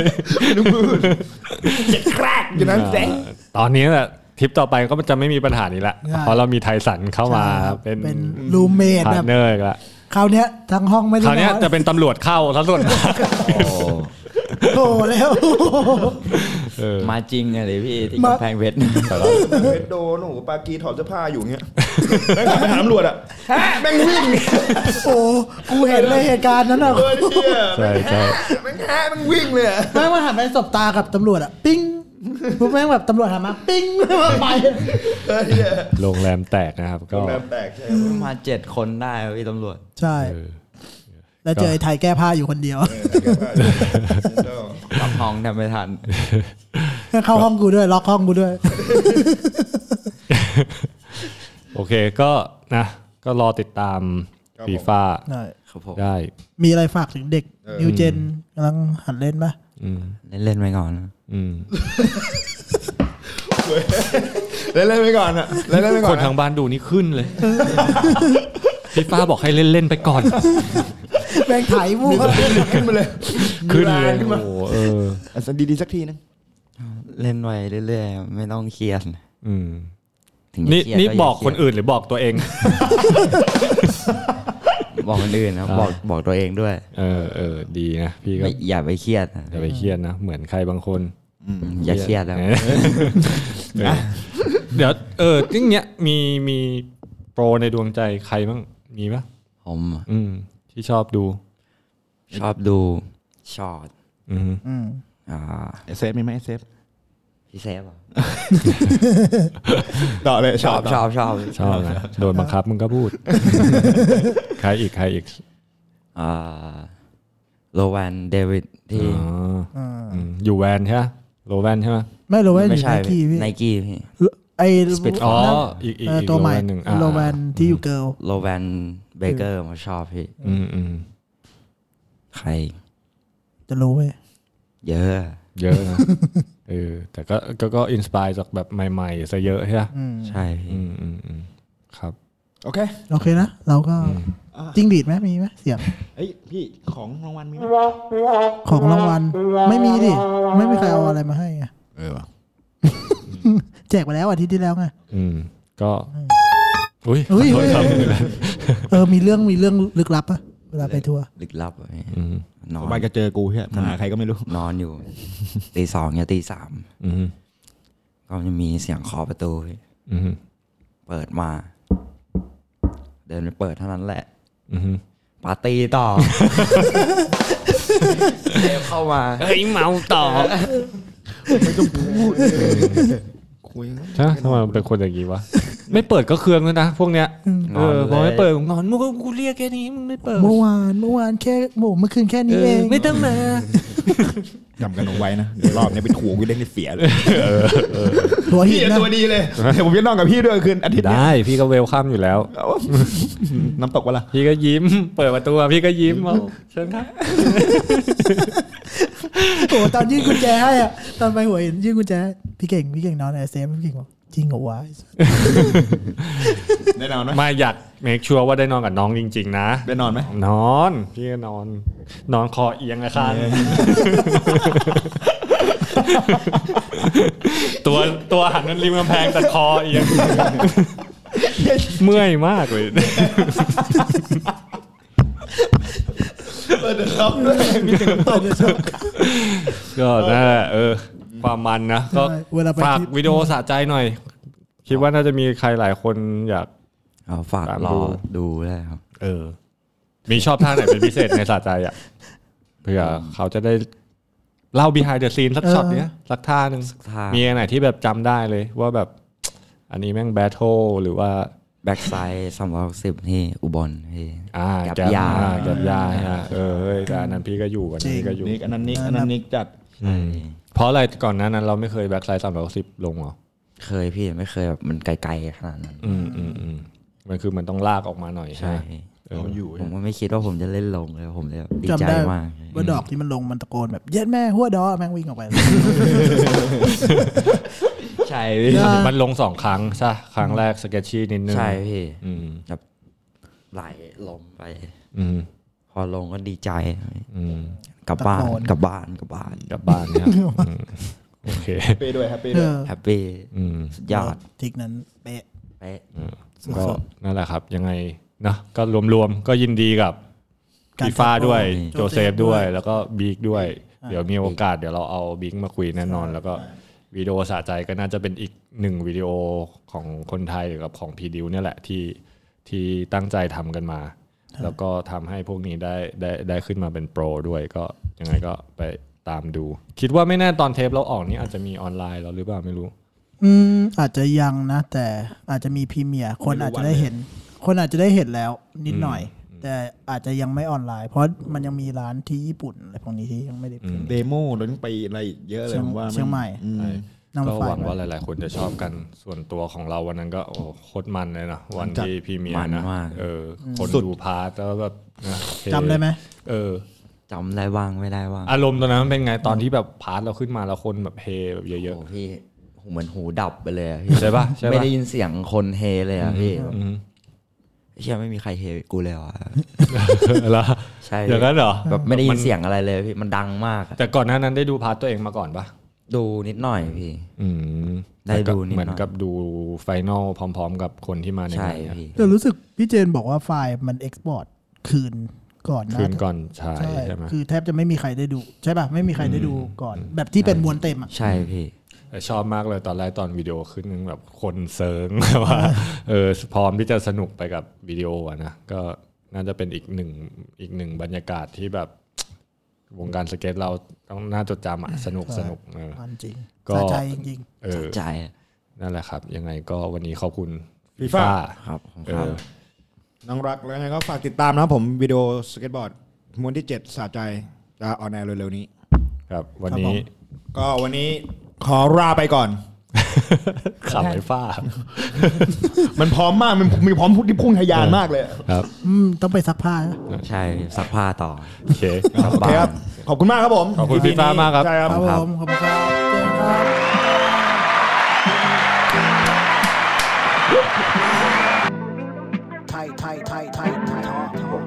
Speaker 3: ฉะนั้นแสง
Speaker 4: อ่าตอนนี้แหละทริปต่อไปก็จะไม่มีปัญหานี้ละ
Speaker 6: ใช่
Speaker 4: เพราะเรามีไทสันเข้ามาเป็น
Speaker 6: เป็นรูเมท
Speaker 4: พา
Speaker 6: แบบ
Speaker 4: ร์ทเนอร์อีกละ
Speaker 6: คราวเนี้ยทั้งห้องไม่ได้
Speaker 4: คราวเนี้ย
Speaker 6: อ
Speaker 4: จะเป็นตำรวจเข้าทั้งส่วนมาก
Speaker 6: โอ้โหแล้ว
Speaker 4: เออ
Speaker 5: มาจริงอะเลยพี่ที่
Speaker 6: มา
Speaker 5: กำแพงเพชร
Speaker 3: โดนหนูปากีถอดเสื้อผ้าอยู่เงี้ย แม่งขับไปหาตำรวจอ่ะฮะแม่งวิ่ง
Speaker 6: โอ้โหกูเห็นเลยเหตุการณ์นั้นอ่ะ
Speaker 3: เออเชี่ย
Speaker 4: ใช่ใช่
Speaker 3: แม่งแฮะแม่งวิ่งเลยอะ
Speaker 6: แม่งมาหันไปสบตากับตำรวจอ่ะ ปิ้งพวกแม่งแบบตำรวจหันมาปิ้ง ไป
Speaker 4: โรงแรมแตกนะครับก็
Speaker 3: แบบแตกใช่ไหม
Speaker 5: มาเจ็ดคนได้อะพี่ตำรวจ
Speaker 6: ใช่
Speaker 4: เออ
Speaker 6: แล้วเจอไอ้ไทยแก้ผ้าอยู่คน เดียว
Speaker 5: กลับห้องแทบไม่ทัน
Speaker 6: เข้าห้องกูด้วยล็อกห้องกูด้วย
Speaker 4: โอเคก็นะ ก็รอติดตามฟีฟ่า
Speaker 6: ได้
Speaker 5: ครับผม
Speaker 4: ได้
Speaker 6: มีอะไรฝากถึงเด็กนิวเจนกำลังหัดเล่นปะ
Speaker 4: อืม
Speaker 5: เล่นเล่นๆไปก่อนนะ
Speaker 4: อืม
Speaker 3: เล่นเล่นๆไปก่อนอะเล่นเล่นๆไปก่
Speaker 4: ค
Speaker 3: อน
Speaker 4: น
Speaker 3: นะ
Speaker 4: ทางบ้านดูนี่ขึ้น เลย ฟีฟ่าบอกให้เล่นเล่นๆไปก่อน
Speaker 6: แม่งไถมั่ว
Speaker 3: ขึ้นมาเลย
Speaker 4: ขึ้นเลย
Speaker 3: ขึ้นมา
Speaker 4: โอ้โหเออ
Speaker 3: อ่ะดีดีๆสักทีนึง
Speaker 5: เล่นไว้เรื่อยๆ ไม่ต้องเครียด
Speaker 4: อืม
Speaker 5: ถึงจะ
Speaker 4: นี่
Speaker 5: เครียด
Speaker 4: นี่
Speaker 5: ย่า
Speaker 4: บอกคน
Speaker 5: เรียด
Speaker 4: อื่นหรือบอกตัวเอง
Speaker 5: บอกคนอื่นนะบอกบอกตัวเองด้วย
Speaker 4: เออเออดีนะ พี่ก็
Speaker 5: ไม่อย่าไปเครียดนะ
Speaker 4: อย่าไปเครียดนะ เหมือนใครบางคน
Speaker 5: อย่าเครียดแล้ว
Speaker 4: เออเดี๋ยว เออจริงเนี้ยมีมีโปรในดวงใจใครบ้างมีปะ
Speaker 5: ผม
Speaker 4: อืม ที่ชอบดู
Speaker 5: ชอบดูช็อต
Speaker 4: อืม
Speaker 6: อืม
Speaker 5: อ่า
Speaker 3: เซฟมีไหมเซฟ
Speaker 5: พี่เซฟเหรอ
Speaker 3: ต่อเลย
Speaker 5: ชอบชอบชอบ
Speaker 4: ชอบนะโดนบังคับมึงก็ พูด ใครอีกใครอีก
Speaker 5: อ่าโรแวนเดวิดที่
Speaker 4: อ๋ออืมอยู่แวนใช่ไหมโลแวนใช่ไหม
Speaker 6: ไม่รู้ว่าอ
Speaker 5: ไม่
Speaker 6: ยู่ไน
Speaker 5: ใช่
Speaker 6: กี้พี่
Speaker 5: ไนกี้พี่
Speaker 6: ไอ้
Speaker 5: ส
Speaker 4: อ๋ออีกอีก
Speaker 6: เออ
Speaker 4: อีก
Speaker 6: ตัวใหม่
Speaker 4: โลแวนหนึ่งอ่า
Speaker 6: โรแวนที่อยู่เกิร์ล
Speaker 5: โรแวนเบเกอร์ผมชอบพี่
Speaker 4: อืมอืม
Speaker 5: ใคร
Speaker 6: จะรู้ไหม
Speaker 5: เยอะ
Speaker 4: เยอะ นะเออแต่ก็ก็ก็อินสปายจากแบบใหม่ๆซะเยอะใช่ไหม
Speaker 5: ใช่พี่
Speaker 4: อืมอืมอืมครับ
Speaker 3: โอเค
Speaker 6: โอเคนะ เราก็จิ้งดีดไหมมีไหมเสียง
Speaker 3: เอ้ยพี่ของรางวัลมีไหม
Speaker 6: ของรางวัลไม่มีดิ ไม่มีใครเอาอะไรมาให้ไง
Speaker 3: เออว่ะ
Speaker 6: แจกไปแล้วอาทิตย์ที่แล้วไง
Speaker 4: อืมก็อุ้ย
Speaker 6: อุ๊ย
Speaker 4: ขอโทษครับ
Speaker 6: เออมีเรื่องมีเรื่องลึกลับปะเวลาไปทัวร์
Speaker 5: ลึกลับอะพี่
Speaker 4: อืม
Speaker 5: นอน
Speaker 3: บ้าน จะเจอกูเฮียมาหาใครก็ไม่รู้
Speaker 5: นอนอยู่ ตีสองเนี่ยตีสาม
Speaker 4: อืม
Speaker 5: ก็จะมีเสียงเคาะประตูพี่
Speaker 4: อืม
Speaker 5: เปิดมา เดินไปเปิดเท่านั้นแหละ
Speaker 4: อืม
Speaker 5: ปาร์ตี้ ต่อ เดฟเข้ามา
Speaker 4: เฮ้ยเมาต่อ
Speaker 3: คุย
Speaker 4: ใช่ไหมทำไมมันเป็นคนอย่างนี้วะไม่เปิดก็เคืองเลยนะพวกเนี้ยเออพอไม่เปิดผมงอนมึงก็กูเรียกแค่นี้มึงไม่เปิด
Speaker 6: เมื่อวานเมื่อวานแค่โมเมื่อคืนแค่นี้เอง
Speaker 4: ไม่ต้องมา
Speaker 3: จำกันเอาไว้นะเดี๋ยวรอบเนี้ยไปถูกกูเล่นในเสียเลย
Speaker 6: หัวหิ
Speaker 3: พี่
Speaker 6: น
Speaker 3: อะ
Speaker 6: นะ
Speaker 3: ตัวดีเลยเดี๋ยวผมจะนอนกับพี่ด้วยคืนอาทิตย์เนี้ย
Speaker 4: ได้พี่ก็เวลคัมอยู่แล้ว
Speaker 3: เอาวะ น้ำตกวะล่ะ
Speaker 4: พี่ก็ยิ้ม เปิดประตูมาพี่ก็ยิ้มเอาเชิญครับ
Speaker 6: โอ้ตอนยื่นกุญแจให้อะตอนไปหัวหินยื่นกุญแจให้พี่เก่งพี่เก่งนอนไอเซฟพี่เก่งบอกจริงเหรอวะ
Speaker 3: ได้นอนไหม
Speaker 4: มาอยากเมคชัวร์ว่าได้นอนกับน้องจริง ๆ นะ
Speaker 3: ได้นอนไหม
Speaker 4: นอน พี่ก็นอน นอนคอเอียงอะค่ะตัวตัวหันริมกำแพงแต่คอเอียง เมื่อยมากเลย ก็นั่นแหละเออ ความมันนะ ก็
Speaker 6: ใช่เวลาไป
Speaker 4: ฝาก
Speaker 6: ทริป
Speaker 4: วิดีโอสะใจหน่อย คิดว่าน่าจะมีใครหลายคนอยาก
Speaker 5: เอาฝาก
Speaker 4: ตาม
Speaker 5: ร
Speaker 4: ดู
Speaker 5: อดูได้ครับ
Speaker 4: เออ มีชอบท่าไหนเป็นพิเศษในสะใจอ่ะเผื่อเขาจะได้เล่า behind the scene สักช็อตเนี้ยสักท่าหนึ่ง
Speaker 5: สักท่ามี
Speaker 4: มีอันไหนที่แบบจำได้เลยว่าแบบ อันนี้แม่ง battle หรือว่า
Speaker 5: แบ็กไซด์สามร้อยสิบที่อุบลพี่
Speaker 4: อ่า
Speaker 5: กับ
Speaker 4: แก๊ป
Speaker 5: ยา
Speaker 4: อ่แกับยาฮะเออเฮ้ยแต่อันนั้นพี่ก็อยู่อันนั้น
Speaker 6: จริง
Speaker 4: พี่ก็อยู่
Speaker 7: นิกอันนั้นนิกอันนั้นนิกจัด
Speaker 4: อืมเพราะอะไรก่อนหนั้านนั้นเราไม่เคยแบ็คไซด์สามร้อยสิบลงเหรอ
Speaker 5: เคยพี่ไม่เคยแบบมันไกลๆขนาดนั้น
Speaker 4: อืมอืมอืมมันคือมันต้องลากออกมาหน่อย
Speaker 5: ใช่
Speaker 4: ไหม
Speaker 5: พี่
Speaker 4: เออ
Speaker 5: ผมก็ไม่คิดว่าผมจะเล่นลงเลยผมเลยแบบดีใจ
Speaker 6: จำได้
Speaker 5: มาก
Speaker 6: ว่าดอกที่มันลงมันตะโกนแบบเย็ดแม่หัวดอแม่งวิ่งออกไป
Speaker 5: ใช่
Speaker 4: มันลงสองครั้งใช่ครั้งแรกสเกตชี่นิดนึง
Speaker 5: ใช่พี่
Speaker 4: อืม
Speaker 5: แบบไหลลงไป
Speaker 4: อืม
Speaker 5: พอลงก็ดีใจ
Speaker 4: อืม
Speaker 5: กลับบ้าน
Speaker 6: ตะโกน
Speaker 5: กลับบ้านกลับบ้าน
Speaker 4: กลับบ้านเนี่ยอืมโอเค
Speaker 7: แฮปปี้ด้วยแฮปปี้
Speaker 6: เอ
Speaker 7: ด้วย
Speaker 6: อ
Speaker 5: แฮปปี้
Speaker 4: อืม
Speaker 5: สุดยอด
Speaker 6: ทริกนั้นเป๊ะ
Speaker 5: เป๊ะ
Speaker 4: ก็
Speaker 6: สด
Speaker 4: นั่นแหละครับ ยังไงเนอะก็รวมๆ ก็ยินดีกับ
Speaker 6: กร
Speaker 4: พี่ฟ้า
Speaker 6: จัโปร
Speaker 4: ด้วย
Speaker 6: โจ
Speaker 4: โจ
Speaker 6: เซ
Speaker 4: เซ
Speaker 6: ฟ
Speaker 4: ฟ
Speaker 6: ด้
Speaker 4: ด้
Speaker 6: ว
Speaker 4: วย ย แล้วก็บิ๊กด้วย เดี๋ยวมีโอกาสเดี๋ยวเราเอาบิ๊กมาคุยแน่นอน แล้วก็วิดีโอสะใจก็น่าจะเป็นอีกหนึ่งวิดีโอของคนไทยหรือกับของพีดิวเนี่ยแหละที่ที่ตั้งใจทำกันมา แล้วก็ทำให้พวกนี้ได้ได้ได้ขึ้นมาเป็นโปรด้วยก็ยังไงก็ไปตามดู คิดว่าไม่แน่ตอนเทปเราออกนี่อาจจะมีออนไลน์แล้วหรือเปล่าไม่รู้
Speaker 6: อืมอาจจะยังนะ แต่อาจจะมีพรีเมียร์คนอาจจะได้เห็น คนอาจจะได้เห็นแล้วนิดหน่อย แต่อาจจะยังไม่ออนไลน์ เพราะมันยังมีร้านที่ญี่ปุ่นอะไรพวกนี้ที่ยังไม่ได้พรีเมียร์
Speaker 7: เดโมดนตรีอะไรอีกเยอะเลย
Speaker 6: เชียง
Speaker 7: ผมว่า
Speaker 6: เชียงใหม่
Speaker 7: อื
Speaker 4: ใช่
Speaker 6: นำ
Speaker 4: ก็
Speaker 6: ไฟ
Speaker 4: หวังว่าห
Speaker 6: ไป
Speaker 4: ลายๆ คนจะชอบกันส่วนตัวของเราวันนั้นก็โอ้โคตรมันเลยนะวันที่พรี่เมีย
Speaker 5: มั
Speaker 4: ร์
Speaker 5: น
Speaker 4: นะ
Speaker 5: มาก
Speaker 4: เออคนดูพาร์ทแล้วแบบนะโอเค
Speaker 6: จำได้ไหม
Speaker 4: เออ
Speaker 5: จำได้บ้างไม่ได้บ้าง
Speaker 4: อารมณ์ตอนนั้นมันเป็นไงตอนที่แบบพาร์ทเราขึ้นมาแล้วคนแบบเฮแบบเยอะ
Speaker 5: โอ้พี่เหมือนหูดับไปเลยอะพี่
Speaker 4: ใช่ปะใช่ปะ
Speaker 5: ไม่ได้ยินเสียงคนเฮเลยอะพี่
Speaker 4: ๆอืม
Speaker 5: เชื่อไม่มีใครเฮกูเลยอะ
Speaker 4: แล้ว
Speaker 5: ใช่
Speaker 4: อย่างนั้นเหรอ
Speaker 5: แบบไม่ได้ยินเสียงอะไรเลยพี่มันดังมากอะ
Speaker 4: แต่ก่อนหน้านั้นได้ดูพาร์ทตัวเองมาก่อนปะ
Speaker 5: ดูนิดหน่อยพี่
Speaker 4: อืม
Speaker 5: ได้ดูนิดหน่อย
Speaker 4: เหมือนกับดูไฟนอลพร้อม ๆ กับคนที่มาใน
Speaker 5: ใช่
Speaker 4: งานเนี่ย
Speaker 5: พี่
Speaker 6: แต่รู้สึกพี่เจนบอกว่าไฟล์มันเอ็กซ์พอร์ตคืนก่อนห
Speaker 4: คื
Speaker 6: นะ
Speaker 4: นก่อนใช่
Speaker 6: ใช่
Speaker 4: ใช่ไหม
Speaker 6: คือแทบจะไม่มีใครได้ดู ใช่ป่ะไม่มีใครได้ดูก่อน แบบที่เป็นมวนเต็มอ่ะ
Speaker 5: ใช่พี่
Speaker 4: แต่ชอบมากเลยตอนแรกตอนวิดีโอขึ้นนึงแบบคนเซิง ว่าเออพร้อมที่จะสนุกไปกับวิดีโออะนะก็น่าจะเป็นอีกหนึ่งอีกหนึ่งบรรยากาศที่แบบ วงการสเก็ตเราต้องน่าจดจำอะสนุกสนุกเออ
Speaker 6: มันจริง
Speaker 4: ก็
Speaker 6: สะใจจริง
Speaker 4: เออ
Speaker 5: ใจ
Speaker 4: นั่นแหละครับ ยังไงก็วันนี้ขอบคุณ
Speaker 7: ฟีฟ่า
Speaker 5: ครับผม
Speaker 4: เอ
Speaker 5: ครับ
Speaker 4: อ
Speaker 7: น้องรักแล้วไงก็ฝากติดตามนะครับผมวิดีโอสเก็ตบอร์ดม้วนที่ 7 สาใจจะออนแอร์เร็วๆนี้
Speaker 4: ครับ วันนี้
Speaker 7: ก็วันนี้ขอลาไปก่อน
Speaker 4: ขับไฟฟ้า
Speaker 7: มันพร้อมมากมันมีพร้อมพุ่งที่พุ่งทะยานมากเลย
Speaker 4: ครับ
Speaker 6: ๆอืมต้องไปซักผ้านะ
Speaker 5: ใช่ซักผ้าต่อ
Speaker 4: โอเค
Speaker 5: กลับ
Speaker 7: โอเค
Speaker 5: บ้า
Speaker 7: ครั
Speaker 5: น
Speaker 7: บขอบคุณมากครับผม
Speaker 4: ขอบคุณฟีฟ่ามากครับ
Speaker 7: ใช่ครับ
Speaker 6: ครับผมขอบคุณครับเจนครับ
Speaker 2: tight, tight, tight, tight, tight, tight.